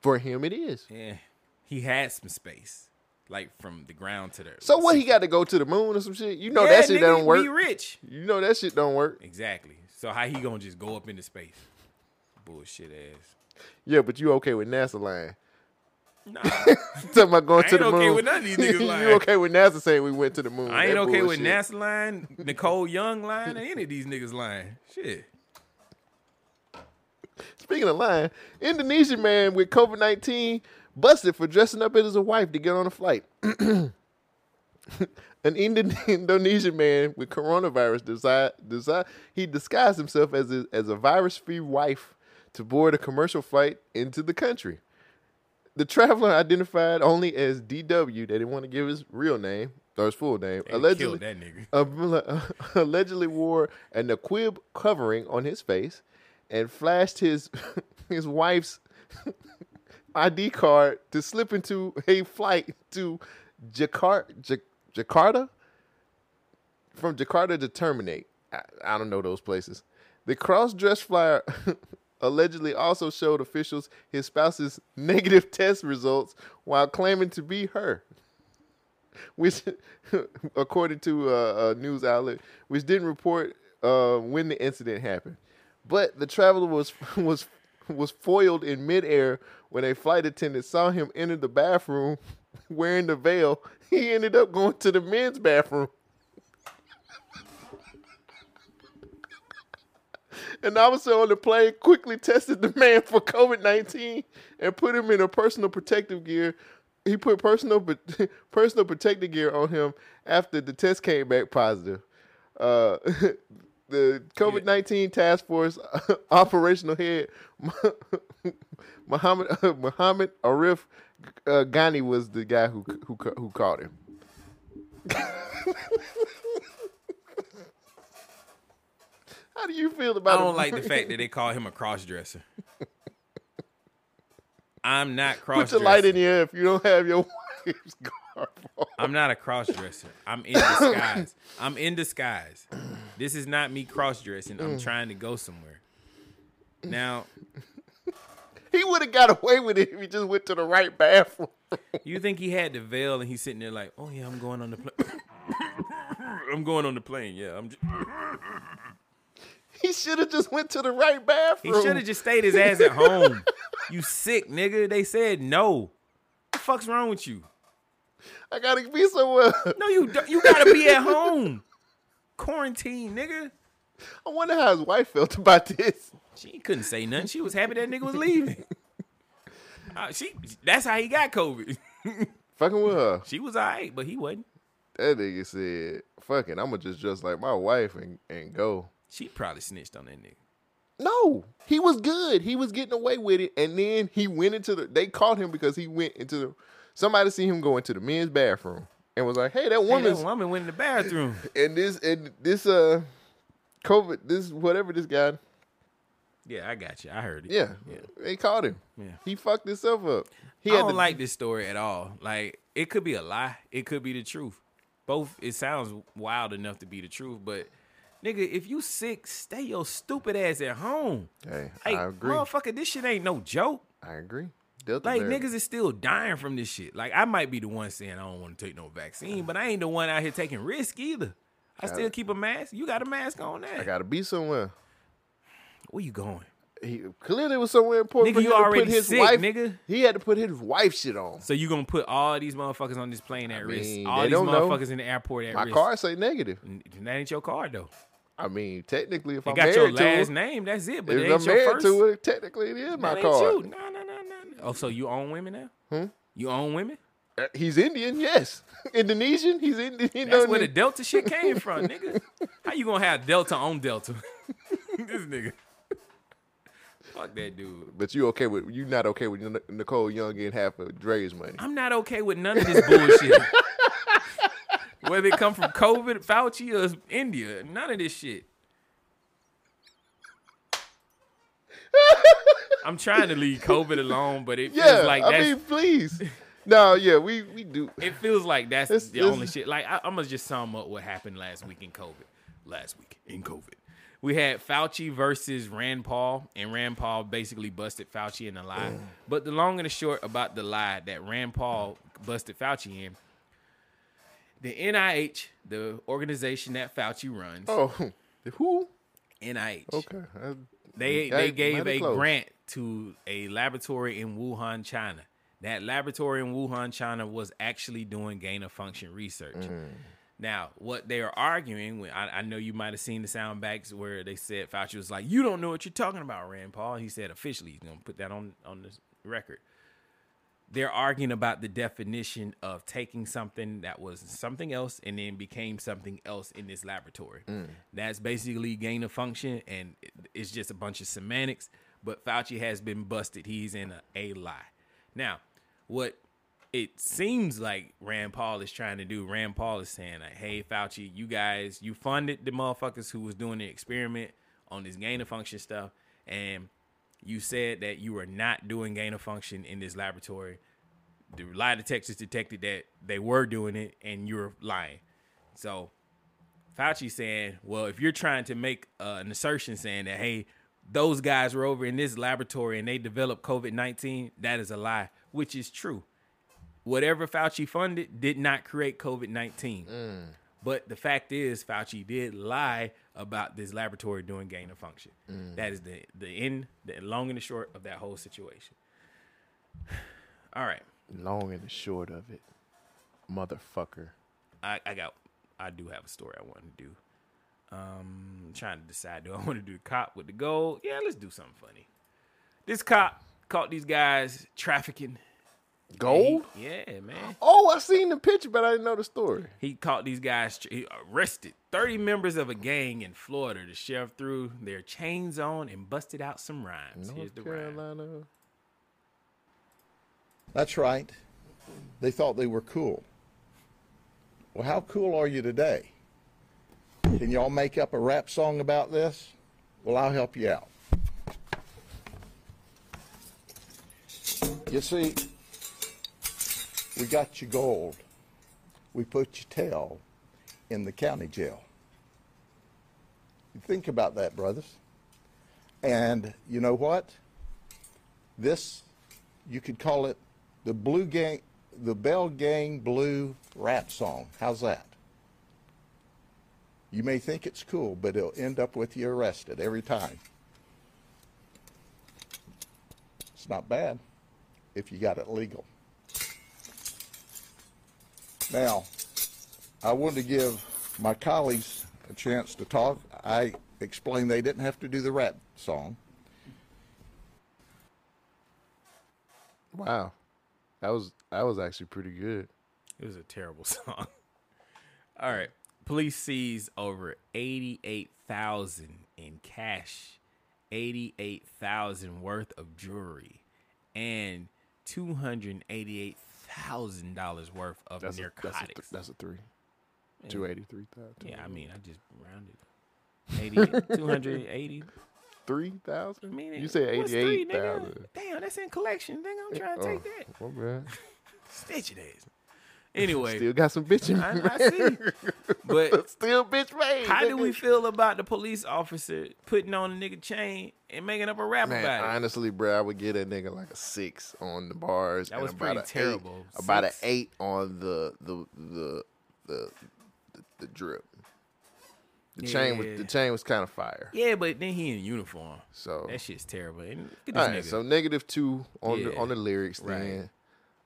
For him, it is.
Yeah. He had some space. Like from the ground to the
So what? He got to go to the moon or some shit? You know
Yeah,
that shit
nigga,
don't work.
We rich.
You know that shit don't work.
Exactly. So how he gonna just go up into space? Bullshit ass.
Yeah, but you okay with NASA lying?
Nah.
Talking about going
I
to
ain't
the moon.
okay with none of these niggas lying.
you okay with NASA saying we went to the moon?
I ain't
That
okay with
bullshit.
NASA lying, Nicole Young lying, or any of these niggas lying. Shit.
Speaking of lying, Indonesian man with COVID nineteen busted for dressing up as a wife to get on a flight. An Indo- Indonesian man with coronavirus desi desi he disguised himself as a, as a virus-free wife to board a commercial flight into the country. The traveler identified only as DW. They didn't want to give his real name or his full name.
They
allegedly,
killed that nigga.
Abdullah allegedly wore an aquib covering on his face and flashed his his wife's ID card to slip into a flight to Jakar- Ja- Jakarta from Jakarta to terminate. I, I don't know those places. The cross-dress flyer allegedly also showed officials his spouse's negative test results while claiming to be her which, according to uh, a news outlet, which didn't report uh, when the incident happened. But the traveler was was was foiled in midair when a flight attendant saw him enter the bathroom wearing the veil. He ended up going to the men's bathroom. An officer on the plane quickly tested the man for COVID 19 and put him in a personal protective gear. He put personal pro- personal protective gear on him after the test came back positive. Uh, the COVID 19 task force operational head, Muhammad, Muhammad Arif uh, Ghani, was the guy who, who, ca- who caught him. How do you feel about
I don't
him?
like the fact that they call him a cross dresser. I'm not cross
Put your light in
dresser.
your hair if you don't have your wife's scarf on.
I'm not a cross dresser. I'm in disguise. I'm in disguise. This is not me cross dressing.
Mm.
I'm trying to go somewhere. Now,
He would have got away with it if he just went to the right bathroom.
you think he had the veil and he's sitting there like, oh yeah, I'm going on the plane. I'm going on the plane. Yeah, I'm. Just-
He should have just went to the right
He
bathroom.
should have just stayed his ass at home. you sick nigga. They said no. The fuck's wrong with you?
I gotta be somewhere.
No, you don't- you gotta be at home. Quarantine, nigga.
I wonder how his wife felt about this.
She couldn't say nothing. She was happy that nigga was leaving. Uh, she. That's how he got COVID.
Fucking with her.
She was alright, but he wasn't.
That nigga said, "Fucking, I'ma just dress like my wife and, and go."
She probably snitched on that nigga.
No, he was good. He was getting away with it, and then he went into the. They caught him because he went into the. Somebody see him go into the men's bathroom and was like, "Hey, that
Hey,
woman's."
that woman went in the bathroom.
and this and this uh, COVID. This whatever this guy.
Yeah, I got you. I heard it.
Yeah, they caught him.
Yeah.
He fucked himself up. He
I
had
don't
to-
like this story at all. Like it could be a lie, it could be the truth. Both it sounds wild enough to be the truth, but nigga, if you sick, stay your stupid ass at home.
Hey,
Like,
I agree.
motherfucker, this shit ain't no joke.
I agree. They'll
Like
deserve it.
niggas is still dying from this shit. Like I might be the one saying I don't want to take no vaccine, but I ain't the one out here taking risk either. I
Got
still
it.
keep a mask. You got a mask on now.
I gotta be somewhere.
Where you going?
He clearly was somewhere important.
Nigga,
for
you
him to
already
put his
sick,
wife.
nigga.
He had to put his wife shit on.
So you gonna put all these motherfuckers on this plane at
mean,
risk?
they
All these
don't know.
motherfuckers in the airport at
My
risk.
car say negative.
And that ain't your car though.
I mean, technically, if
They
I'm
got
married
your
to
last
her,
name. That's it. But
if
it
I'm
ain't your
married
first.
to it, technically it is my
that ain't
car.
you. No, no, no, no, no. Oh, so you own women now?
Hmm?
You own women?
Uh, He's Indian, yes. Indonesian, he's Indian.
That's where the Delta shit came from, nigga. How you gonna have Delta on Delta? this nigga. Fuck that dude.
But you okay with you not okay with N- Nicole Young getting half of Dre's money?
I'm not okay with none of this bullshit. Whether it come from COVID, Fauci, or India, none of this shit. I'm trying to leave COVID alone, but it
Yeah,
feels like
I
that's
mean, please. no, yeah, we we do.
It feels like that's
It's-
the
it's-
only shit. Like I, I'm gonna just sum up what happened last week in COVID. Last week in COVID, we had Fauci versus Rand Paul, and Rand Paul basically busted Fauci in a lie.
Mm.
But the long and the short about the lie that Rand Paul busted Fauci in, the NIH, the organization that Fauci runs,
Oh, who?
NIH,
Okay, Uh, I-
they
that-
they gave
mighty
a
close.
grant to a laboratory in Wuhan, China. That laboratory in Wuhan, China was actually doing gain of function research.
Mm.
Now, what they are arguing, when I, I know you might have seen the sound backs where they said Fauci was like, "You don't know what you're talking about, Rand Paul." He said officially, he's gonna put that on on the record. They're arguing about the definition of taking something that was something else and then became something else in this laboratory. That's basically gain of function, and it- it's just a bunch of semantics. But Fauci has been busted. He's in a, a lie. Now, what it seems like Rand Paul is trying to do, Rand Paul is saying, like, hey, Fauci, you guys, you funded the motherfuckers who was doing the experiment on this gain of function stuff, and you said that you were not doing gain of function in this laboratory. The lie detectors detected that they were doing it, and you're lying. So Fauci saying, well, if you're trying to make uh, an assertion saying that, hey, those guys were over in this laboratory and they developed COVID 19, that is a lie, which is true. Whatever Fauci funded did not create COVID 19. But the fact is, Fauci did lie about this laboratory doing gain of function.
Mm.
That is the, the end, the long and the short of that whole situation. All right.
Long and the short of it, motherfucker.
I, I got I do have a story I want to do. Um I'm trying to decide do I want to do the cop with the gold? Yeah, let's do something funny. This cop caught these guys trafficking
Gold?
And he- yeah, man.
Oh, I seen the picture, but I didn't know the story.
He caught these guys tr- he arrested 30 members of a gang in Florida. The sheriff threw their chains on and busted out some rhymes. Here's the rhyme.
That's right. They thought they were cool. Well, how cool are you today? Can y'all make up a rap song about this? Well, I'll help you out. You see, we got your gold. We put your tail in the county jail. Think about that, brothers. And you know what? This you could call it the blue gang the bell gang blue rap song how's that you may think it's cool but it'll end up with you arrested every time it's not bad if you got it legal now i wanted to give my colleagues a chance to talk i explained they didn't have to do the rap song
Wow, that was that was actually pretty good.
It was a terrible song. All right. Police seize over 88,000 in cash, 88,000 worth of jewelry, and $288,000 worth of
That's a, that's a, th-
narcotics.
that's a three.
Yeah.
Two eighty three thousand.
yeah, I mean, I just rounded. 80, 280.
Three thousand.
I mean,
You said
what's three,
eighty-eight
nigga?
thousand.
Damn, that's in collection. Nigga, I'm trying to take that.
Oh, man.
Stitch it is. Anyway,
still got some bitch in
I-
me,
I
man.
see. But
still bitch made.
How do
nigga.
we feel about the police officer putting on a nigga chain and making up a rap
Man,
about it?
honestly, bro, I would get a nigga like a six on the bars.
That
and
was
about
pretty
a eight-
terrible.
about an
Six.
eight on the the the the, the, the drip. The chain was the
Yeah.
chain was kind of fire.
Yeah, but then he in uniform.
So
that shit's terrible. And look at this
All right,
nigga.
so negative two on the
Yeah.
on the lyrics
Right.
then,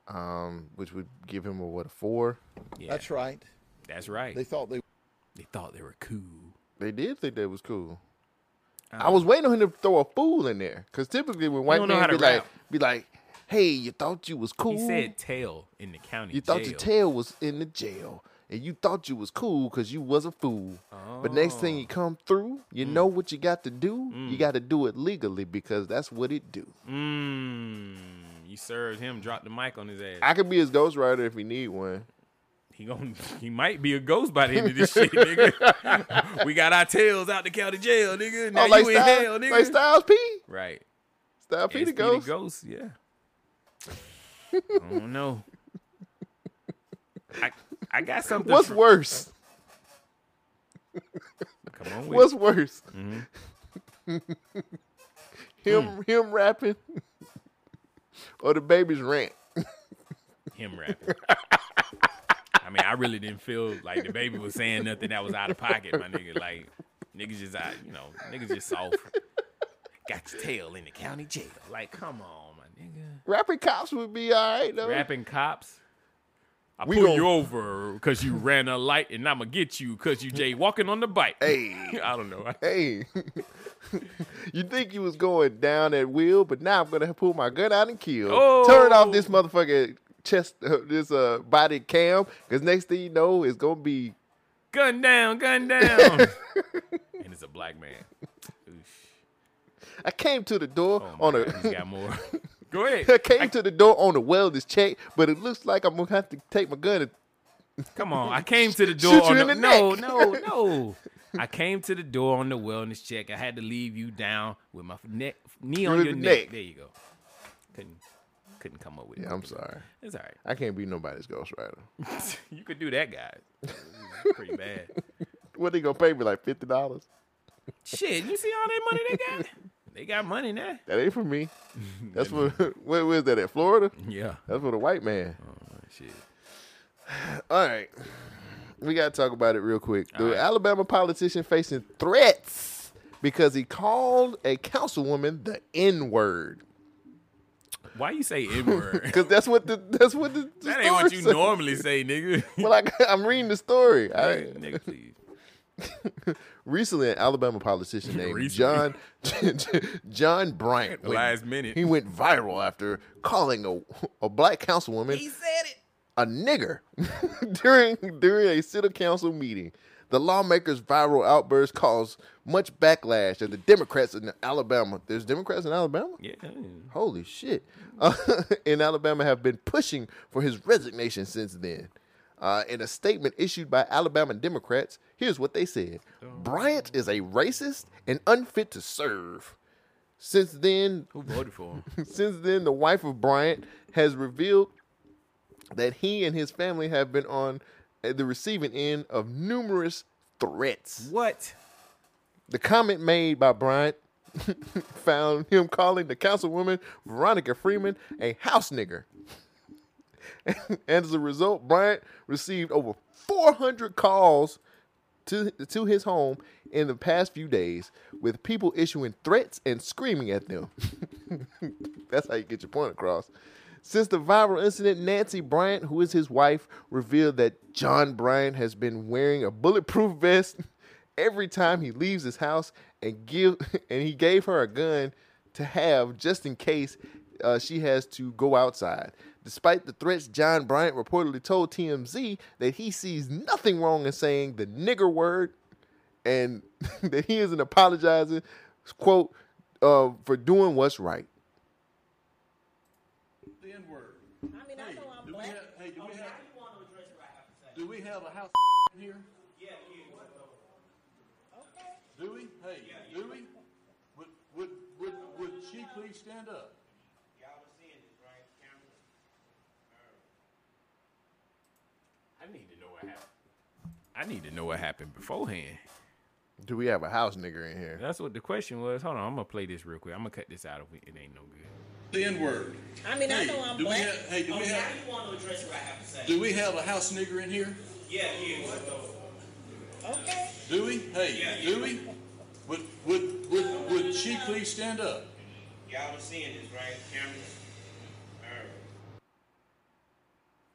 um, which would give him a what a four.
Yeah.
That's right.
That's right.
They thought they
They thought they were cool.
They did think that was cool. I was waiting on him to throw a fool in there because typically when white
Uh-huh. don't know how
men
to
be like
rap.
be like, "Hey, you thought you was cool."
He said tail in the county.
You thought
jail.
your tail was in the jail, and you thought you was cool because you was a fool. But next thing
Oh.
you come through, you
Mm.
know what you got to do. You got to do it legally because that's what it do.
Mmm. You served him. Dropped the mic on his ass.
I could be his ghostwriter if he need one.
he gon' he might be a ghost by the end of this shit, nigga. we got our tails out the county jail, nigga.
oh,
Now
like
you in
Styles,
hell, nigga.
like Styles P,
Right.
Styles P the
SP
ghost.
yeah. I don't know. I I got something.
What's
from-
worse?
Come on, with
What's
it.
worse?
Mhm.
Him
Mm.
him rapping or the baby's rant?
Him rapping. I mean, I really didn't feel like the baby was saying nothing that was out of pocket, my nigga. Like niggas just out, you know, niggas just soft. Got your tail in the county jail. Like, come on, my nigga.
Rapping cops would be all right though.
Rapping cops. I
We
pull
gon-
you over because you ran a light, and I'ma get you because you Jay walking on the bike.
Hey.
I don't know. I-
hey, you think you was going down at will, but now I'm gonna pull my gun out and kill. Turn off
Oh.
this motherfucking chest, this uh body cam, because next thing you know, it's gonna be
gun down, gun down. and it's a black man.
I came to the door on a.
He's Oh, got more. Go ahead.
I came to the door on a wellness check, but it looks like I'm gonna have to take my gun and
Come on. Oh, I came to the door.
Shoot you
on
in
the,
the
no,
neck.
no, no. I came to the door on the wellness check. I had to leave you down with my neck, knee on
With
your
the
neck.
neck.
There you go. Couldn't, couldn't come up with it.
Yeah, I'm sorry.
It's all right.
I can't be nobody's ghostwriter.
you could do that, guy. Pretty bad.
What they gonna pay me like fifty dollars?
Shit, you see all that money they got? They got money now.
That ain't for me. That's for where, where is that at? Florida?
Yeah.
That's for the white man.
oh, Shit. Uh.
All right. We got to talk about it real quick. The Alabama politician facing threats because he called a councilwoman the N word.
Why you say N word?
Because that's what the that's what the, the
that ain't what
story
you
said.
normally say, nigga.
Well, I, I'm reading the story. I,
nigga, please.
recently, an Alabama politician named
Recently.
John John Bryant. went-
Last minute.
he went viral after calling a a black councilwoman
said it.
a nigger during during a city council meeting. The lawmaker's viral outburst caused much backlash, and the Democrats in Alabama. There's Democrats in Alabama.
Yeah.
Holy shit! Uh, in Alabama, have been pushing for his resignation since then. Uh, in a statement issued by Alabama Democrats, here's what they said:
Oh.
Bryant is a racist and unfit to serve. Since then,
Who voted for him?
since then, the wife of Bryant has revealed that he and his family have been on uh, the receiving end of numerous threats.
What?
The comment made by Bryant found him calling the councilwoman Veronica Freeman a house nigger. and as a result, Bryant received over 400 calls to, to his home in the past few days with people issuing threats and screaming at them. That's how you get your point across. Since the viral incident, Nancy Bryant, who is his wife, revealed that John Bryant has been wearing a bulletproof vest every time he leaves his house and give and he gave her a gun to have just in case uh, she has to go outside. Despite the threats, John Bryant reportedly told TMZ that he sees nothing wrong in saying the nigger word and that he isn't apologizing, quote, uh, for doing what's right.
The N word. I mean, I know I'm black. hey, do we have? Do we have a house here? Yeah, Okay. Do we? Hey, do we? Would, would, would, would she please stand up?
I need to know what happened. I need to know what happened beforehand.
Do we have a house nigger in here?
That's what the question was. Hold on, I'm gonna play this real quick. I'm gonna cut this out if it ain't no good.
The N word.
I mean, I
Hey,
know I'm
do we
black.
have- hey, do we
Oh,
have-
Now you want to address what I have to say?
Do we have a house nigger in here?
Yeah, you. Okay.
Do we? Hey, do we? Would, would, would, would she please stand up?
Y'all are seeing this, right? Camera.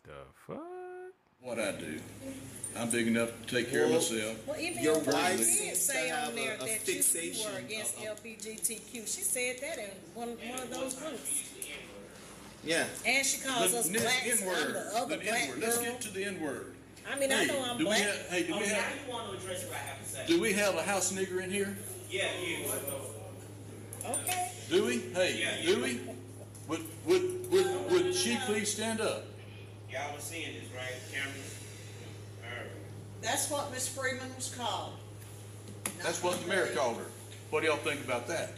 The fuck?
What I do? I'm big enough to take care of myself.
Well, even
Your
your wife
wife
did say
have
on there
a- a
that you, you
fixation
were against LGBTQ. She said that in one, one of those groups.
Yeah.
And she calls us
n-
blacks. I'm
N-word.
the other
N-word.
black
Let's
girl.
get to the N-word.
I mean, I
Hey,
know I'm
do we
black.
have- hey, do
oh,
we
now
have-
you want to address what I have to say?
Do we have a house nigger in here?
Yeah, you. Okay.
Do we? Hey, do we? Would, would, would, would she please stand up?
Y'all are seeing this, right? Camera.
That's what Miss Freeman was called.
That's what the mayor called her. What do y'all think about that?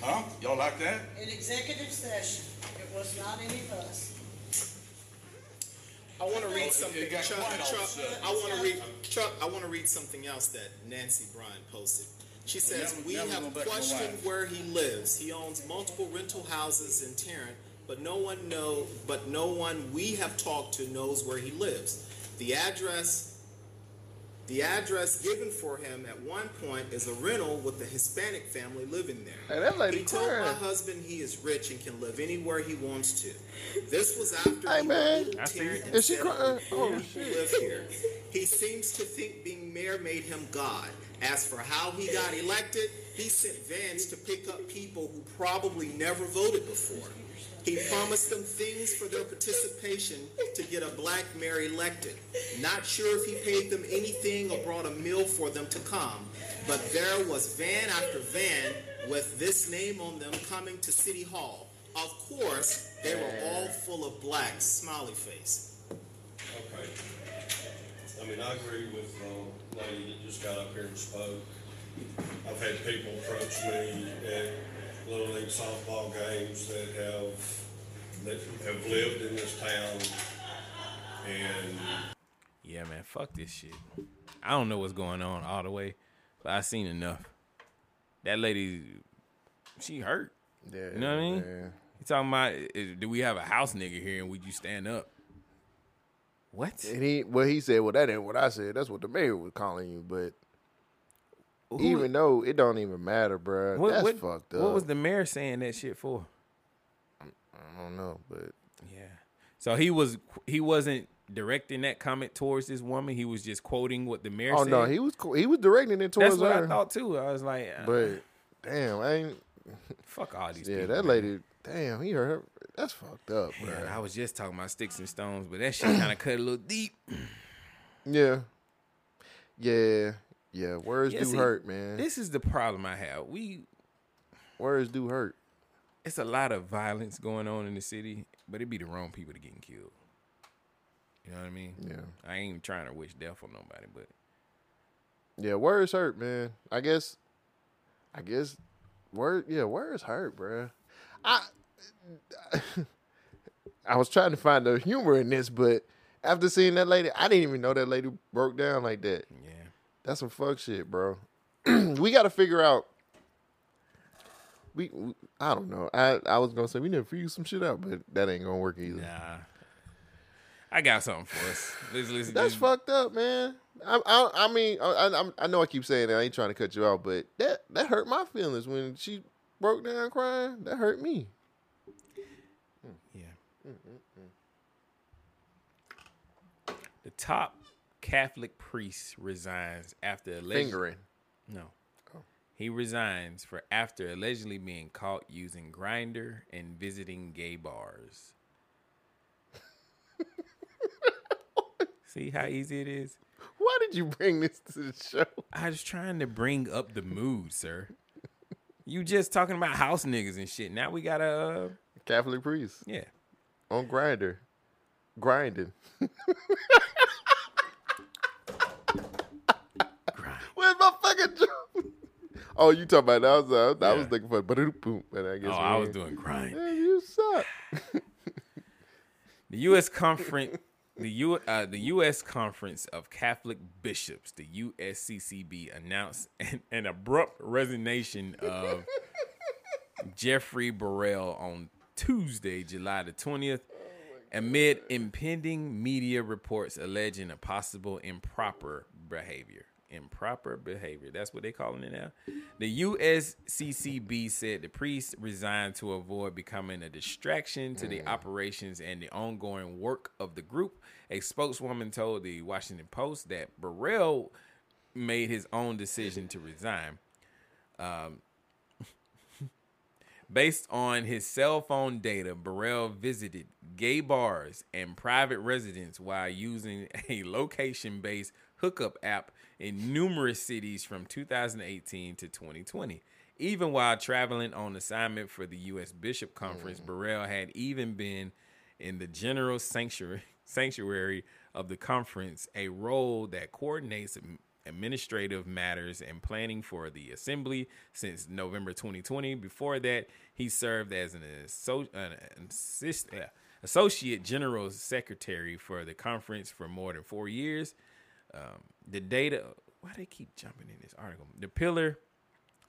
Huh? Y'all like that?
In executive session, it was not any of us.
I want to read
Oh, it
something.
got
Chuck,
quiet all of a
Chuck,
sudden.
I want to read. Chuck, I want to read something else that Nancy Bryan posted. She
Well,
says
now we-
we
now we going
have
back to my
questioned
wife."
where he lives. He owns multiple rental houses in Tarrant, but no one know. But no one we have talked to knows where he lives. The address. The address given for him at one point is a rental with a Hispanic family living there.
Hey, that lady
he told my
crying.
husband he is rich and can live anywhere he wants to. This was after
Hey,
he
man.
removed
I see
Terry
it.
and
Is she
said,
crying? Oh,
"You live here. He seems to think being mayor made him God. As for how he got elected, he sent vans to pick up people who probably never voted before. He promised them things for their participation to get a black mayor elected. Not sure if he paid them anything or brought a meal for them to come, but there was van after van with this name on them coming to City Hall. Of course, they were all full of blacks, smiley face.
Okay. I mean, I agree with the lady that just got up here and spoke. I've had people approach me at Little League softball games that have, that have lived in this town and
Yeah, man, fuck this shit. I don't know what's going on all the way, but I seen enough. That lady, she hurt.
Yeah,
you know what I mean. You talking about? eh, Do we have a house nigga here, and would you stand up? What?
And he, well, he said, well, that ain't what I said. That's what the mayor was calling you. But even though it don't even matter, bruh,
What,
that's
what-
fucked up.
What was the mayor saying that shit for?
I don't know, but
yeah. So he was he wasn't directing that comment towards this woman. He was just quoting what the mayor
oh
said.
no, he was co- he was directing it towards
That's what
her.
I thought too. I was like, uh,
But damn, I ain't.
Fuck all these
Yeah,
people,
that
man.
lady. Damn, he hurt. Her. That's fucked up,
man,
bruh.
I was just talking about sticks and stones, but that shit kind of cut a little deep.
Yeah, yeah, yeah. Words
Yeah,
do
see,
hurt, man.
This is the problem I have. We
words do hurt.
It's a lot of violence going on in the city, but it'd be the wrong people to getting killed. You know what I mean?
Yeah.
I ain't even trying to wish death on nobody, but
Yeah, words hurt, man. I guess, I guess, word. Yeah, words hurt, bruh. I I was trying to find the humor in this, but after seeing that lady, I didn't even know that lady broke down like that.
Yeah,
that's some fuck shit, bro. we got to figure out. We, we, I don't know. I, I was gonna say we need to figure some shit out, but that ain't gonna work either.
Nah, I got something for us. Let's, let's,
That's
let's-
fucked up, man. I, I, I mean, I, I, I know I keep saying that. I ain't trying to cut you out, but that, that hurt my feelings when she broke down crying. That hurt me.
Yeah. The top Catholic priest resigns after alleged
Fingering.
No. He resigns for after allegedly being caught using grinder and visiting gay bars. See how easy it is?
Why did you bring this to the show?
I was trying to bring up the mood, sir. You just talking about house niggas and shit. Now we got a uh,
Catholic priest.
Yeah.
On grinder. Grinding. Where's my fucking joke? Oh, you talking about that? I was, uh, I was thinking for boom, but I guess
Oh, I
we
was
ain't.
doing grind.
Man, you suck.
The U.S. conference, the U, uh, the U.S. Conference of Catholic Bishops, the USCCB, announced an, an abrupt resignation of Jeffrey Burrell on Tuesday, July the twentieth, amid impending media reports alleging a possible improper behavior. Improper behavior. That's what they're calling it now. The USCCB said the priest resigned to avoid becoming a distraction to the
Mm.
operations and the ongoing work of the group. A spokeswoman told the Washington Post that Burrell made his own decision to resign. Um, Based on his cell phone data, Burrell visited gay bars and private residents while using a location based hookup app in numerous cities from 2018 to 2020. Even while traveling on assignment for the U.S. Bishop Conference, Burrell had even been in the general sanctuary, sanctuary of the conference, a role that coordinates am- administrative matters and planning for the assembly since November 2020. Before that, he served as an, asso- an assist- uh, associate general secretary for the conference for more than four years. Um, the data, why they keep jumping in this article? The pillar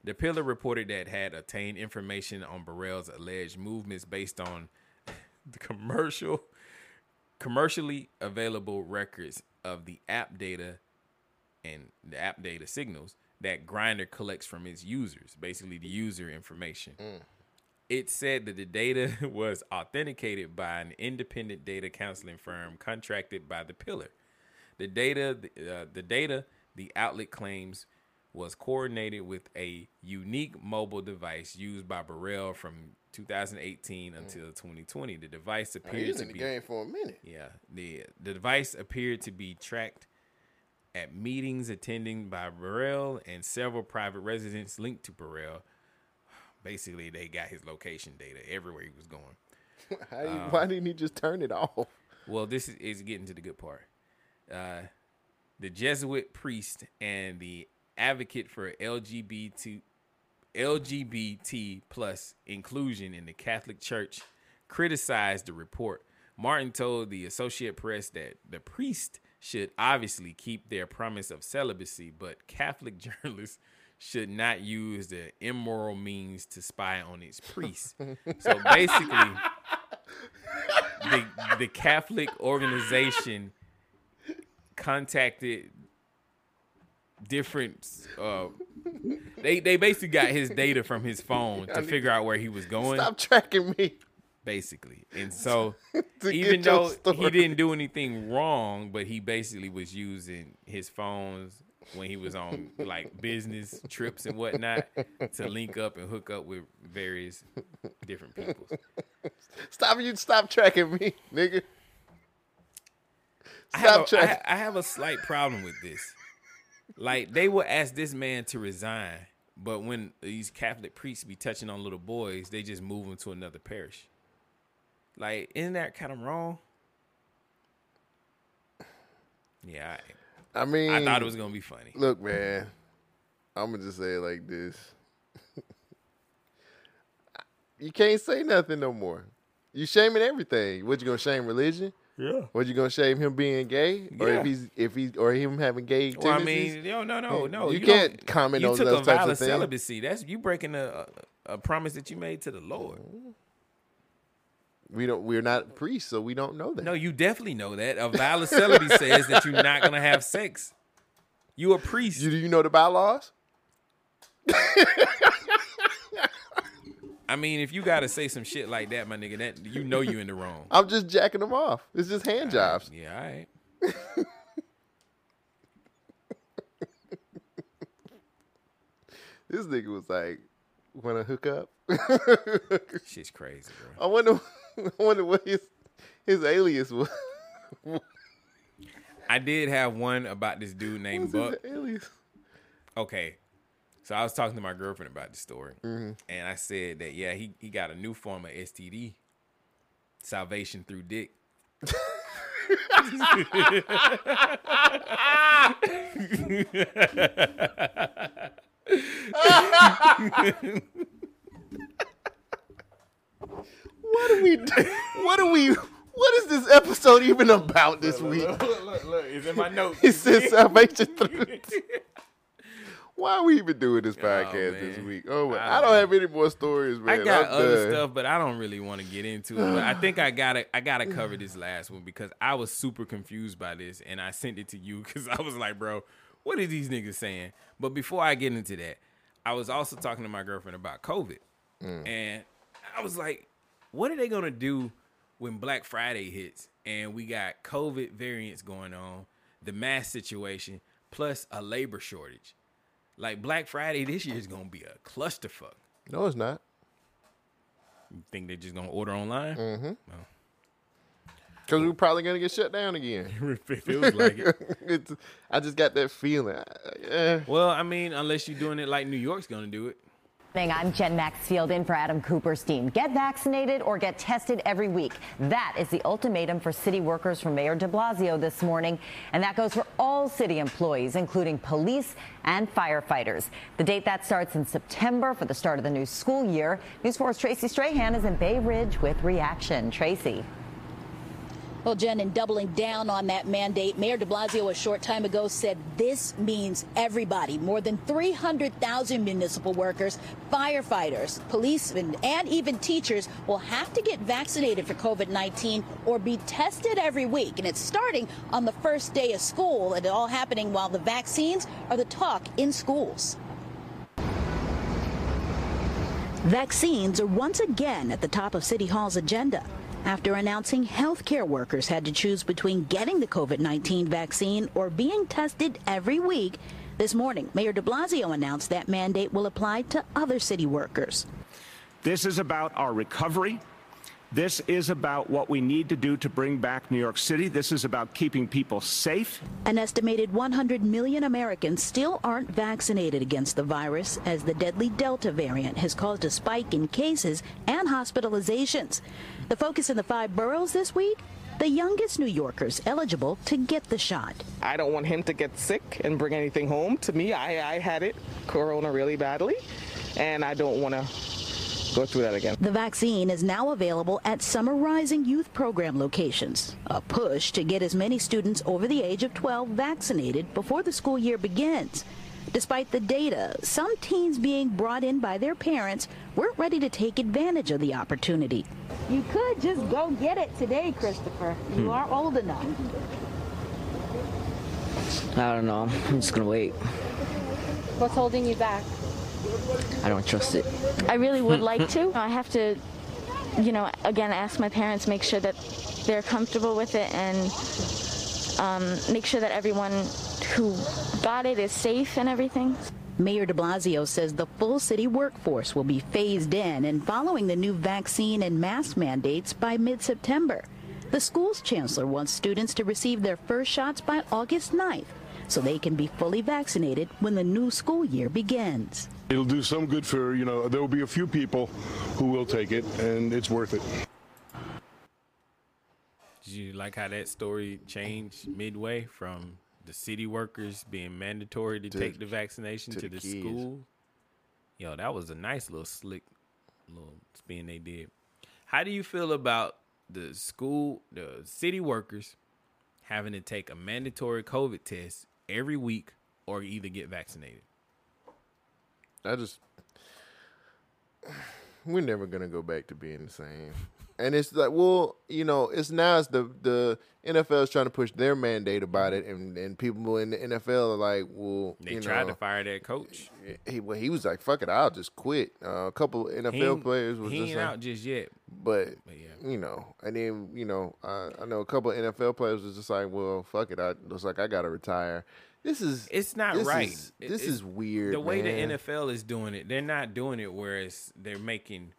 the pillar reported that had obtained information on Burrell's alleged movements based on the commercial commercially available records of the app data and the app data signals that Grinder collects from its users, basically the user information. It said that the data was authenticated by an independent data counseling firm contracted by the pillar. The data, the, uh, the data, the outlet claims was coordinated with a unique mobile device used by Burrell from 2018 until 2020. The device
Mm. Now, he
appears
was
to
in the
be
game for a minute.
yeah. The the device appeared to be tracked at meetings attended by Burrell and several private residents linked to Burrell. Basically, they got his location data everywhere he was going.
How you-
Um,
why didn't he just turn it off?
Well, this is, is getting to the good part. Uh, the Jesuit priest and the advocate for LGBT LGBT plus inclusion in the Catholic Church criticized the report. Martin told the Associate Press that the priest should obviously keep their promise of celibacy, but Catholic journalists should not use the immoral means to spy on its priests. so basically, the the Catholic organization contacted different uh they they basically got his data from his phone
I
to
need
figure out where he was going
Stop tracking me.
basically and so
To
even
get your
though he
story.
didn't do anything wrong but he basically was using his phones when he was on like business trips and whatnot to link up and hook up with various different people
Stop you. Stop tracking me, nigga.
I
Stop
have, a, I,
tracking.
ha- I have a slight problem with this. Like they will ask this man to resign, but when these Catholic priests be touching on little boys, they just move them to another parish. Like, isn't that kind of wrong? Yeah,
I mean,
I thought it was gonna be funny.
Look, man, I'm gonna just say it like this: you can't say nothing no more. You shaming everything. What you gonna shame religion?
Yeah.
What you gonna shame him being gay, or
Yeah.
if he's if he or him having gay?
Well, I
tendencies?
mean, yo, no, no, Oh, no.
You,
don't-
can't comment
you
on
took
those
a
types
vow
of things.
celibacy. That's you breaking a, a a promise that you made to the Lord.
We don't. We're not priests, so we don't know that.
No, you definitely know that. A vow of celibacy says that you're not gonna have sex. You a priest.
You, do you know the bylaws?
I mean, if you gotta say some shit like that, my nigga, that you know you in the wrong.
I'm just jacking them off. It's just hand jobs.
Yeah, all right.
This nigga was like, "Want to hook up?"
Shit's crazy, bro.
I wonder. I wonder what his his alias was.
I did have one about this dude named Buck.
What's his alias?
Okay, so I was talking to my girlfriend about the story,
Mhm.
and I said that yeah, he he got a new form of STD, salvation through dick.
What do we? do? What do we? What is this episode even about this week?
look, look, it's in my notes.
It says salvation through. Why are we even doing this podcast this
Oh, man.
week? Oh,
I
I, I don't have any more stories, man.
I got
I'm
other
done.
stuff, but I don't really want to get into it. But I think I gotta I gotta cover this last one because I was super confused by this, and I sent it to you because I was like, bro, what are these niggas saying? But before I get into that, I was also talking to my girlfriend about COVID,
Mm.
and I was like, what are they gonna do when Black Friday hits and we got COVID variants going on, the mask situation, plus a labor shortage? Like Black Friday this year is gonna be a clusterfuck.
No, it's not.
You think they're just gonna order online? Oh.
Mm-hmm. Because we're probably gonna get shut down again.
it feels like it.
it's, I just got that feeling. I- eh.
Well, I mean, unless you're doing it like New York's gonna do it.
Morning, I'm Jen Maxfield in for Adam Cooperstein. Get vaccinated or get tested every week. That is the ultimatum for city workers from Mayor de Blasio this morning. And that goes for all city employees, including police and firefighters. The date that starts in September for the start of the new school year. News 4's Tracy Strahan is in Bay Ridge with reaction. Tracy.
Well, Jen, in doubling down on that mandate, Mayor de Blasio a short time ago said this means everybody. More than 300,000 municipal workers, firefighters, policemen, and even teachers will have to get vaccinated for COVID 19 or be tested every week. And it's starting on the first day of school and it all happening while the vaccines are the talk in schools. Vaccines are once again at the top of City Hall's agenda after announcing healthcare workers had to choose between getting the COVID 19 vaccine or being tested every week. This morning, Mayor de Blasio announced that mandate will apply to other city workers.
This is about our recovery. This is about what we need to do to bring back New York City. This is about keeping people safe.
An estimated 100 million Americans still aren't vaccinated against the virus as the deadly Delta variant has caused a spike in cases and hospitalizations. The focus in the five boroughs this week the youngest New Yorkers eligible to get the shot.
I don't want him to get sick and bring anything home. To me, I, I had it, corona, really badly, and I don't want to go through that again.
The vaccine is now available at summer rising youth program locations. A push to get as many students over the age of 12 vaccinated before the school year begins. Despite the data, some teens being brought in by their parents weren't ready to take advantage of the opportunity.
You could just go get it today, Christopher. You
Hmm.
are old enough.
I don't know. I'm just gonna wait.
What's holding you back?
I don't trust it.
I really would like to. I have to, you know, again, ask my parents, make sure that they're comfortable with it, and um, make sure that everyone who got it is safe and everything.
Mayor de Blasio says the full city workforce will be phased in and following the new vaccine and mask mandates by mid September. The school's chancellor wants students to receive their first shots by August 9th so they can be fully vaccinated when the new school year begins.
It'll do some good for, you know, there will be a few people who will take it, and it's worth it.
Did you like how that story changed midway from the city workers being mandatory to,
To-
take the vaccination to,
to
the,
the kids.
school? Yo, that was a nice little slick little spin they did. How do you feel about the school, the city workers having to take a mandatory COVID test every week or either get vaccinated?
I just we're never gonna go back to being the same. And it's like, well, you know, it's now it's the the NFL is trying to push their mandate about it, and, and people in the NFL are like, well,
They
you
tried
know,
to fire that coach.
He well, he was like, fuck it, I'll just quit. Uh, a couple NFL
He ain't-
players was
he
just
ain't
like,
out just yet.
but, you know, and then you know, I, I know a couple NFL players was just like, well, fuck it, I looks like I gotta retire. This is
it's not
this
right.
is-
It-
this
it-
is weird.
The way
man.
the NFL is doing it, they're not doing it where it's they're making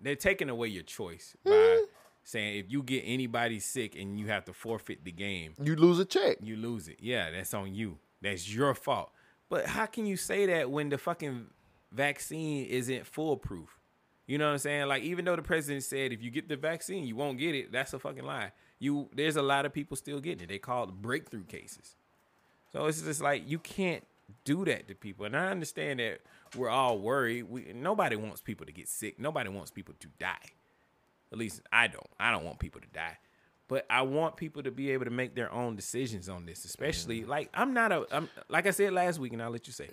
they're taking away your choice
Mm-hmm.
by saying if you get anybody sick and you have to forfeit the game,
you lose a check.
You lose it. Yeah, that's on you. That's your fault. But how can you say that when the fucking vaccine isn't foolproof? You know what I'm saying? Like even though the president said if you get the vaccine, you won't get it, that's a fucking lie. You there's a lot of people still getting it. They call it breakthrough cases. So it's just like you can't do that to people. And I understand that we're all worried. We nobody wants people to get sick. Nobody wants people to die. At least I don't. I don't want people to die. But I want people to be able to make their own decisions on this, especially like I'm not a I'm like I said last week and I'll let you say.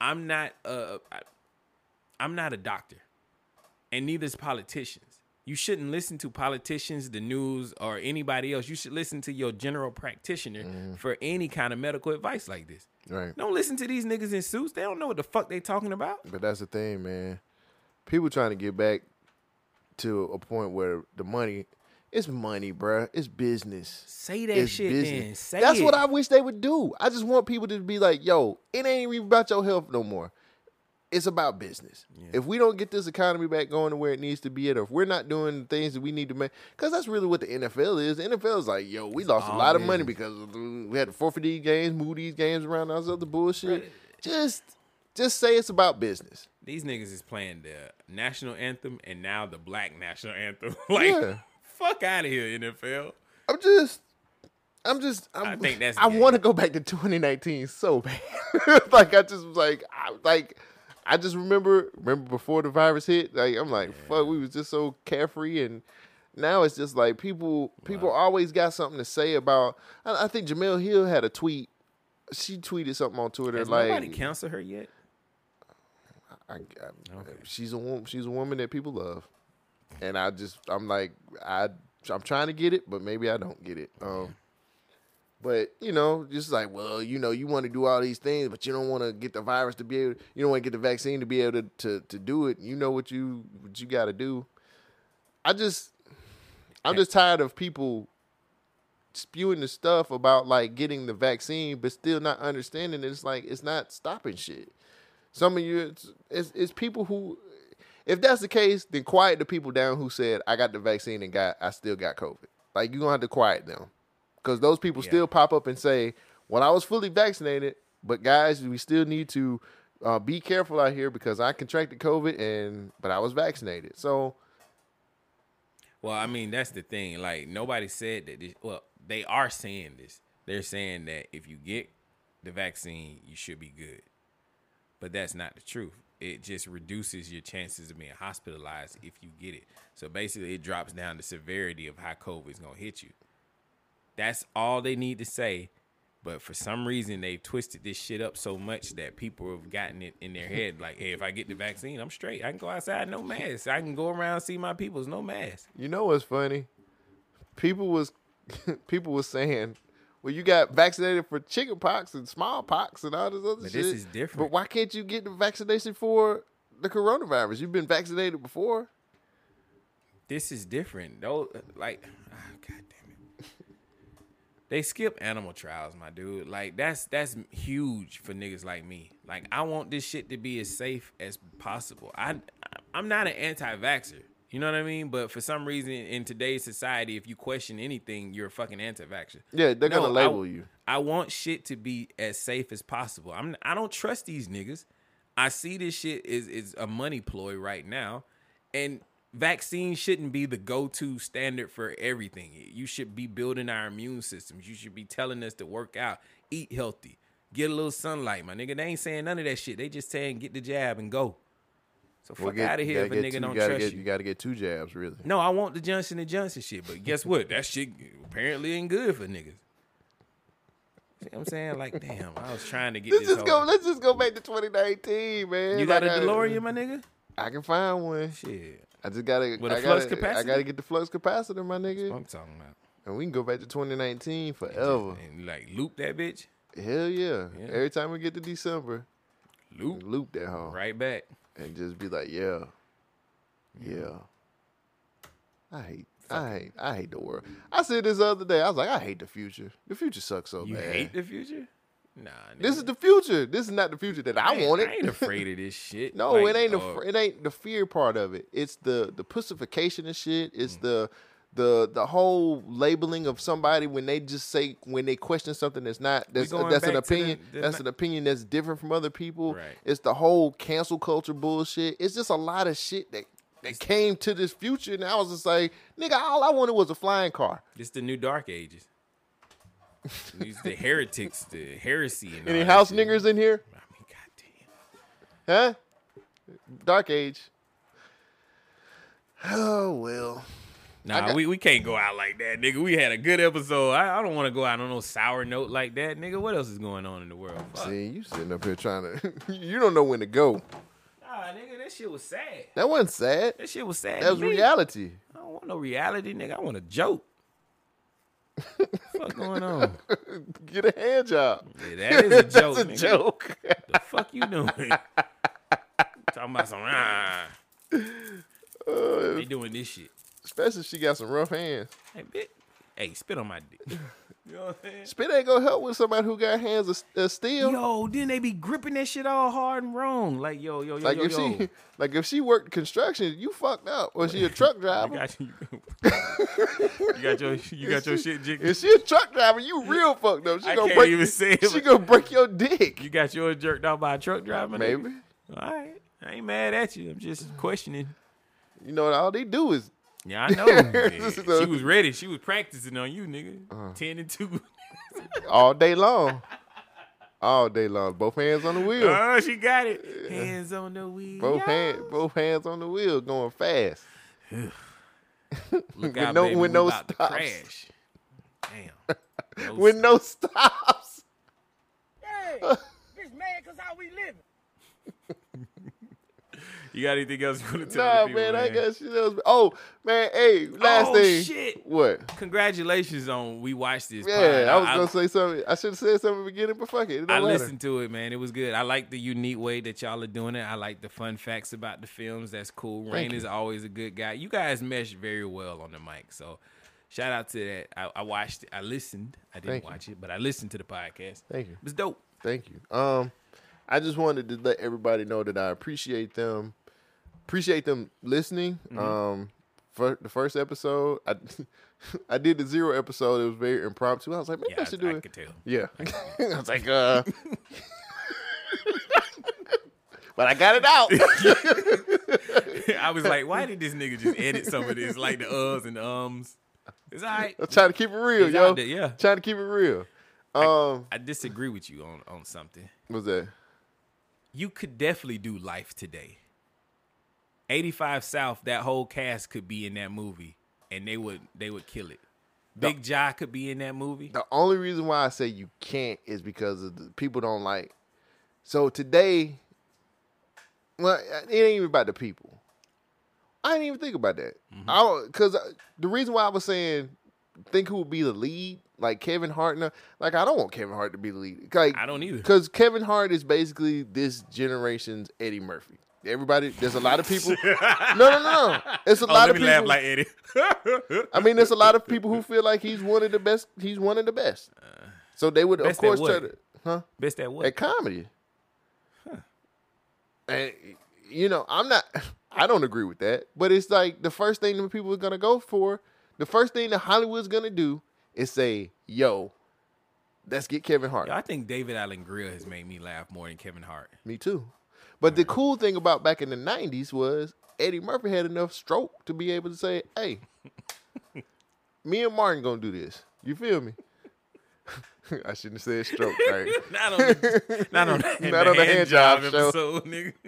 I'm not a I, I'm not a doctor. And neither is politicians. You shouldn't listen to politicians, the news, or anybody else. You should listen to your general practitioner
Mm-hmm.
for any kind of medical advice like this.
Right.
Don't listen to these niggas in suits. They don't know what the fuck they talking about.
But that's the thing, man. People trying to get back to a point where the money, it's money, bruh. It's business.
Say that
It's
shit
business.
then. Say
that's what
it.
I wish they would do. I just want people to be like, yo, it ain't even about your health no more. It's about business. If we don't get this economy back going to where it needs to be at, or if we're not doing the things that we need to make, because that's really what the NFL is. The NFL is like, yo, we lost a
all
lot of money
business.
because we had to forfeit these games, move these games around, all this other bullshit. Just, just say it's about business.
These niggas is playing the national anthem and now the black national anthem. like
Yeah.
fuck out of here, NFL.
I'm just, I'm just, I'm, I
think that's
want to go back to 2019 so bad. like I just was like, I, like I just remember, remember before the virus hit. Like I'm like, fuck, we was just so carefree, and now it's just like people, people always got something to say about. I, I think Jamel Hill had a tweet. She tweeted something on Twitter
Has
like,
nobody counseled her yet?
I, I, she's a woman. She's a woman that people love, and I just I'm like I I'm trying to get it, but maybe I don't get it. Um, but you know, just like well, you know, you want to do all these things, but you don't want to get the virus to be able. You don't want to get the vaccine to be able to to, to do it. You know what you what you got to do. I just I'm just tired of people spewing the stuff about like getting the vaccine, but still not understanding. It's like it's not stopping shit. Some of you, it's, it's, it's people who, if that's the case, then quiet the people down who said I got the vaccine and got I still got COVID. Like you gonna have to quiet them because those people still pop up and say, "Well, I was fully vaccinated, but guys, we still need to uh, be careful out here because I contracted COVID and but I was vaccinated." So
Well, I mean, that's the thing. Like nobody said that. This, well, they are saying this. They're saying that if you get the vaccine, you should be good. But that's not the truth. It just reduces your chances of being hospitalized if you get it. So basically, it drops down the severity of how COVID is gonna hit you. That's all they need to say. But for some reason, they've twisted this shit up so much that people have gotten it in their head. Like, hey, if I get the vaccine, I'm straight. I can go outside, no mask. I can go around see my peoples, no mask.
you know what's funny? People was people was saying, "Well, you got vaccinated for chickenpox and smallpox and all this other
But
shit."
this is different.
But why can't you get the vaccination for the coronavirus? You've been vaccinated before.
this is different. Though, like, ah, god damn it, they skip animal trials, my dude. Like, that's that's huge for niggas like me. Like, I want this shit to be as safe as possible. I, I'm not an anti-vaxer. You know what I mean? But for some reason, in today's society, if you question anything, you're a fucking anti-vaxer.
Yeah, they're
No,
gonna
I-
label you.
I want shit to be as safe as possible. I'm I don't trust these niggas. I see this shit is is a money ploy right now, and vaccine shouldn't be the go to standard for everything. You should be building our immune systems. You should be telling us to work out, eat healthy, get a little sunlight, my nigga. They ain't saying none of that shit. They just saying get the jab and go. So fuck
Well, get-
out of
you
here if a
gotta get
nigga
two-
don't
gotta
trust
get-
you.
You got to get two jabs, really.
No, I want the Johnson and Johnson shit, but guess what? That shit apparently ain't good for niggas. See what I'm saying? Like, damn, I was trying to get
Let's
this.
just go.
whole-
Let's just go back to 2019, man.
You got
Like,
a
I-
DeLorean, my nigga?
I can find one.
Shit.
I just gotta.
With a
I
flux
gotta, I
capacitor?
gotta get the flux capacitor, my nigga.
I'm talking about.
And we can go back to 2019 forever.
And like loop that bitch.
Hell yeah. Every time we get to December,
loop
loop that home.
Right back.
And just be like, yeah, yeah. I hate I hate, I hate the world. I said this the other day. I was like, I hate the future. The future sucks so
You
bad.
hate the future? Nah,
This is the future. This is not the future that I,
ain't-
wanted.
I ain't afraid of this shit.
no,
Like,
it ain't. the
uh,
fr- it ain't the fear part of it. It's the the pussification and shit. It's
Mm.
the the the whole labeling of somebody when they just say when they question something that's not that's
going
that's an
back to the-
opinion
the
that's
ni-
an opinion that's different from other people.
Right.
It's the whole cancel culture bullshit. It's just a lot of shit that that came to this future, and I was just like, nigga, all I wanted was a flying car.
It's the new dark ages. These the heretics, the heresy. And
Any
all that
house
shit.
niggers in here? I mean, goddamn. Huh? Dark age. Oh well. I
Nah,
got-
we, we can't go out like that, nigga. We had a good episode. I, I don't want to go out on no sour note like that, nigga. What else is going on in the world? Fuck.
See, you sitting up here trying to. you don't know when to go.
Nah, nigga, that shit was sad.
That wasn't sad.
That shit was sad.
That
to
was
me.
reality.
I don't want no reality, nigga. I want a joke. What's going on?
Get a hand job.
Yeah, that is a joke.
That's a
nigga.
joke.
The fuck you doing? Talking about some. Ah. they doing this shit.
Uh, Especially if she got some rough hands.
Hey, bit. Hey, spit on my dick. You know what I'm saying?
Spit ain't gonna help with somebody who got hands of, of steel.
Yo, then they be gripping that shit all hard and wrong. Like yo, yo, yo,
like
yo,
if
yo.
she, like if she worked construction, you fucked up. Or she a truck driver?
you. got your you got your shit jigged.
If she a truck driver, you real fucked up. She
I
gonna
can't
break.
even say it.
She gonna break your dick.
You got yours jerked out by a truck driver. nigga?
Maybe.
All right, I ain't mad at you. I'm just questioning.
You know what? All they do is.
Yeah, I know. Yeah, she was ready. She was practicing on you, nigga.
Uh.
Ten and two.
all day long. All day long. Both hands on the wheel.
Oh, she got it. Hands on the wheel.
both hand, both hands on the wheel, going fast.
Look
with
out,
no,
baby.
with
we
no
about
stops.
to crash. Damn. No
with no
stops.
stops.
Hey, bitch mad cause how we living.
You got anything else you want to tell
Nah,
the people,
man, I got shit else. Oh, man, hey, last
oh,
thing.
shit.
What?
Congratulations on we watched this.
Yeah,
pod.
I was gonna say something. I should have said something at the beginning, but fuck it. it don't
I
matter.
listened to it, man. It was good. I like the unique way that y'all are doing it. I like the fun facts about the films. That's cool. Rain
you.
is always a good guy. You guys mesh very well on the mic. So shout out to that. I, I watched it. I listened. I didn't
Thank you.
watch it, but I listened to the podcast.
Thank you.
It was dope.
Thank you. Um, I just wanted to let everybody know that I appreciate them, appreciate them listening.
Mm-hmm.
Um, for the first episode, I I did the zero episode. It was very impromptu. I was like, maybe
Yeah,
I
I-
should do
I
it.
could tell.
Yeah, I was like, uh. But I got it out.
I was like, why did this nigga just edit some of this? Like the uhs and the ums. It's all right.
I'm trying to keep it real,
It's
yo.
out there, yeah.
Trying to keep it real. Um,
I disagree with you on, on something.
what's that?
You could definitely do life today. 85 South, that whole cast could be in that movie and they would they would kill it. Big Ja could be in that movie.
The only reason why I say you can't is because of the people don't like. So today, well, it ain't even about the people. I didn't even think about that.
Mm-hmm.
I because the reason why I was saying think who would be the lead, like Kevin Hart. and- Like I don't want Kevin Hart to be the lead. Like
I don't either.
Because Kevin Hart is basically this generation's Eddie Murphy. Everybody, there's a lot of people. no, no, no. It's a
Oh,
lot of
let me
people.
laugh like Eddie.
I mean, there's a lot of people who feel like he's one of the best. He's one of the best. So they would, of
Best at
course, try
what?
to, huh?
Best at what?
At comedy. And you know, I'm not. I don't agree with that. But it's like the first thing that people are gonna go for. The first thing that Hollywood's gonna do is say, "Yo, let's get Kevin Hart."
Yo, I think David Allen Greer has made me laugh more than Kevin Hart.
Me too. But the cool thing about back in the '90s was Eddie Murphy had enough stroke to be able to say, "Hey, me and Martin gonna do this." You feel me? I shouldn't have said stroke, right?
Not on the, not on the,
Not on the hand job show.
episode, nigga.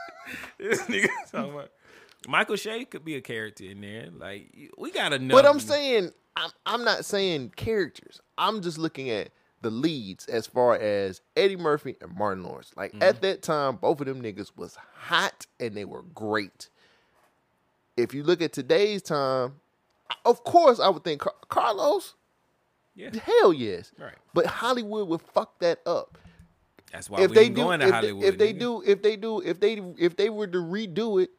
this nigga talking about Michael Shea could be a character in there. Like we gotta know.
But I'm saying I'm I'm not saying characters. I'm just looking at the leads as far as Eddie Murphy and Martin Lawrence. Like
Mm-hmm.
at that time, both of them niggas was hot and they were great. If you look at today's time, of course I would think Car- Carlos.
Yeah.
Hell yes.
Right.
But Hollywood would fuck that up
that's why we ain't going
if
to
they-
Hollywood.
if they
nigga.
do, if they do, if they if they were to redo it,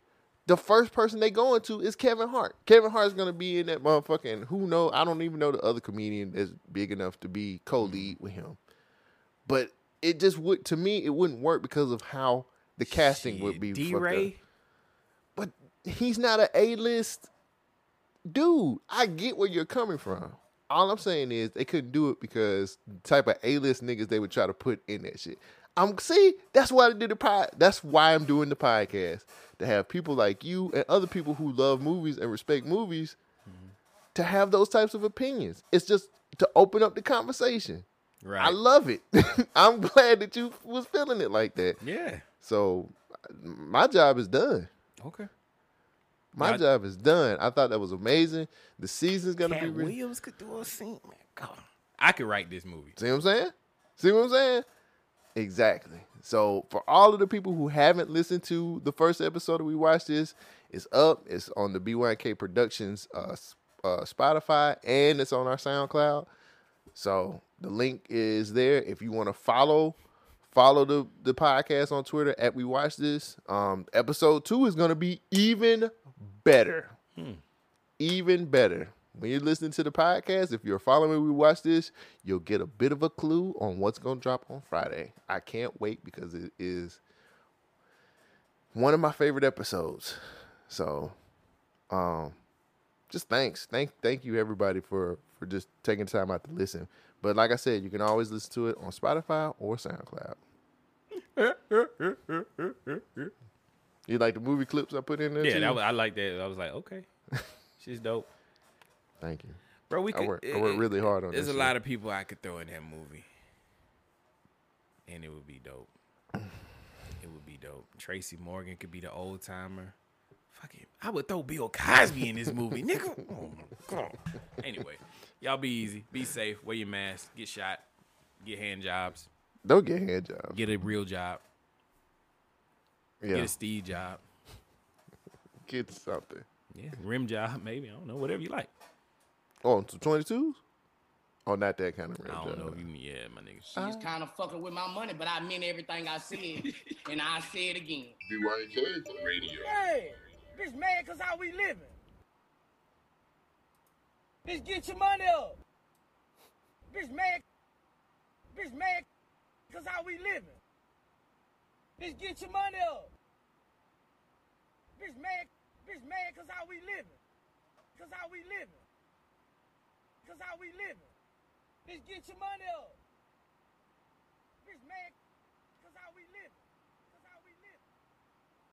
the first person they going to is Kevin Hart. Kevin Hart's gonna be in that motherfucker, and who know? I don't even know the other comedian that's big enough to be co-lead
Mm-hmm.
with him. But it just would to me, it wouldn't work because of how the casting would be. fucked
D
up.
Ray,
but he's not an A-list dude. I get where you're coming from. All I'm saying is they couldn't do it because the type of A-list niggas they would try to put in that shit. I'm see, that's why I did the pod. That's why I'm doing the podcast to have people like you and other people who love movies and respect movies to have those types of opinions. It's just to open up the conversation.
Right.
I love it. I'm glad that you was feeling it like that.
Yeah.
So my job is done.
Okay.
My
Now-
job is done. I thought that was amazing. The season's gonna be. Re-
Williams could do a scene. Man, God. I could write this movie.
See what I'm saying? See what I'm saying? Exactly. So for all of the people who haven't listened to the first episode that we watched this, it's up. It's on the B1K Productions uh, s- uh, Spotify and it's on our SoundCloud. So the link is there. If you want to follow, follow the, the podcast on Twitter at We Watch This. Um, episode two is going to be even better Hmm. even better. When you're listening to the podcast, if you're following We Watch This, you'll get a bit of a clue on what's going to drop on Friday. I can't wait because it is one of my favorite episodes. So, um, just thanks, thank, thank you everybody for for just taking time out to listen. But like I said, you can always listen to it on Spotify or SoundCloud. You like the movie clips I put in there?
Yeah,
too?
that was, I like that. I was like, okay, she's dope,
Thank you,
bro. We
I
could,
work- I work really hard on
There's
this
a
shit.
lot of people I could throw in that movie, and it would be dope. It would be dope. Tracy Morgan could be the old timer. Fuck it, I would throw Bill Cosby in this movie, nigga. Oh my god. Anyway, y'all be easy, be safe, wear your mask, get shot, get hand jobs,
Don't get hand jobs.
get a real job, get
Yeah.
a Steve job,
get something.
Yeah, rim job, maybe I don't know, whatever you like.
Oh, to 22s? Oh, not that kind of real
I don't know
job.
if you mean yeah, my nigga.
She's kind of fucking with my money, but I meant everything I said, and I say it again.
BYK radio. Hey, bitch, mad cause how we living. Bitch, get your money up. Bitch, mad. Bitch, mad cause how we living. Bitch, get your money up. Bitch, mad. Bitch, mad cause how we living. Cause how we living. Cause how we living. Bitch, get your money up.